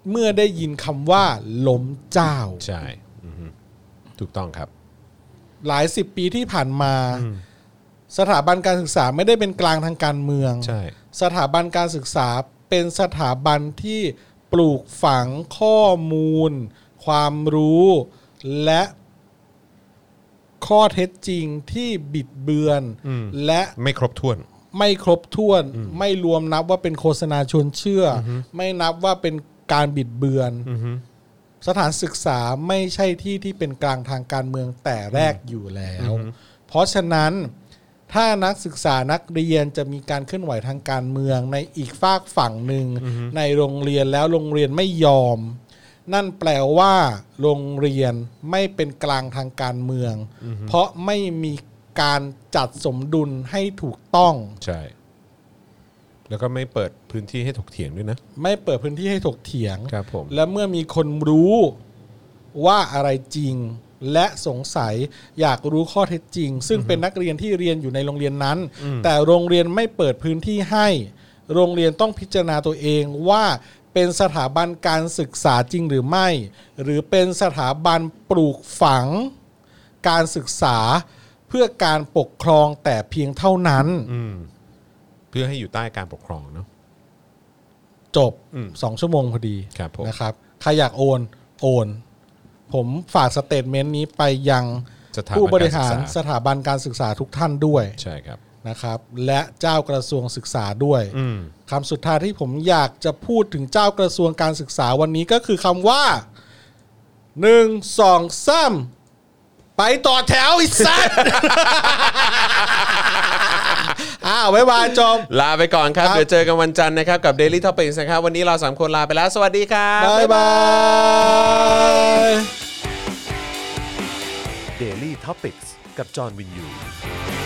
S3: เมื่อได้ยินคำว่าล้มเจ้า
S2: ใช่อือฮึถูกต้องครับ
S3: หลายสิบปีที่ผ่านมา สถาบันการศึกษาไม่ได้เป็นกลางทางการเมือง
S2: ใช่
S3: สถาบันการศึกษาเป็นสถาบันที่ปลูกฝังข้อมูล ความรู้ และข้อเท็จจริงที่บิดเบือน
S2: อืม
S3: และ
S2: ไม่ครบถ้วน
S3: ไม่ครบถ้วน ไม่รวมนับว่าเป็นโฆษณาชวนเชื่ออไม่นับว่าเป็นการบิดเบือน
S2: อือฮึ
S3: สถานศึกษาไม่ใช่ที่ที่เป็นกลางทางการเมืองแต่แรกอยู่แล้ว เพราะฉะนั้นถ้านักศึกษานักเรียนจะมีการเคลื่อนไหวทางการเมืองในอีกฝากฝั่งหนึ่งในโรงเรียนแล้วโรงเรียนไม่ยอม นั่นแปลว่า โรงเรียนไม่เป็นกลางทางการเมือง เพราะไม่มีการจัดสมดุลให้ถูกต้อง
S2: ใช่ แล้วก็ไม่เปิดพื้นที่ให้ถกเถียงด้วยนะ
S3: ไม่เปิดพื้นที่ให้ถกเถียง
S2: ครับผม
S3: และเมื่อมีคนรู้ว่าอะไรจริงและสงสัยอยากรู้ข้อเท็จจริง ซึ่งเป็นนักเรียนที่เรียนอยู่ในโรงเรียนนั้น แต่โรงเรียนไม่เปิดพื้นที่ให้ โรงเรียนต้องพิจารณาตัวเองว่าเป็นสถาบันการศึกษาจริงหรือไม่ หรือเป็นสถาบันปลูกฝัง การศึกษาเพื่อการปกครองแต่เพียงเท่านั้น
S2: อืม เพื่อให้อยู่ใต้การปกครองเนาะ
S3: จบ
S2: อืม
S3: สองชั่วโมงพอดี
S2: ครับผม
S3: นะครับใครอยากโอนโอน ผมฝากสเตทเมนต์นี้ไปยัง
S2: สถาบัน
S3: ผู้บริหาร
S2: กศึก
S3: ส
S2: ษ
S3: ถาบันการศึกษาทุกท่านด้วย
S2: ใช่ครับ
S3: นะครับ และเจ้ากระทรวงศึกษาด้วย
S2: อืม
S3: คำสุดท้ายที่ผมอยากจะพูดถึงเจ้ากระทรวงการศึกษาวันนี้ก็คือคำว่าหนึ่งสองสามไปต่อแถวอีสัตว์ อ้าวบ๊ายบายจบ
S2: ลาไปก่อนครับ
S3: ครับ
S2: เดี๋ยวเจอกันวันจันทร์นะครับ กับ Daily Topics นะครับ วันนี้เราสามคนลาไปแล้ว สวัสดีครับ
S3: บ๊ายบาย
S1: Daily t o p i c กกับจอห์นวินยู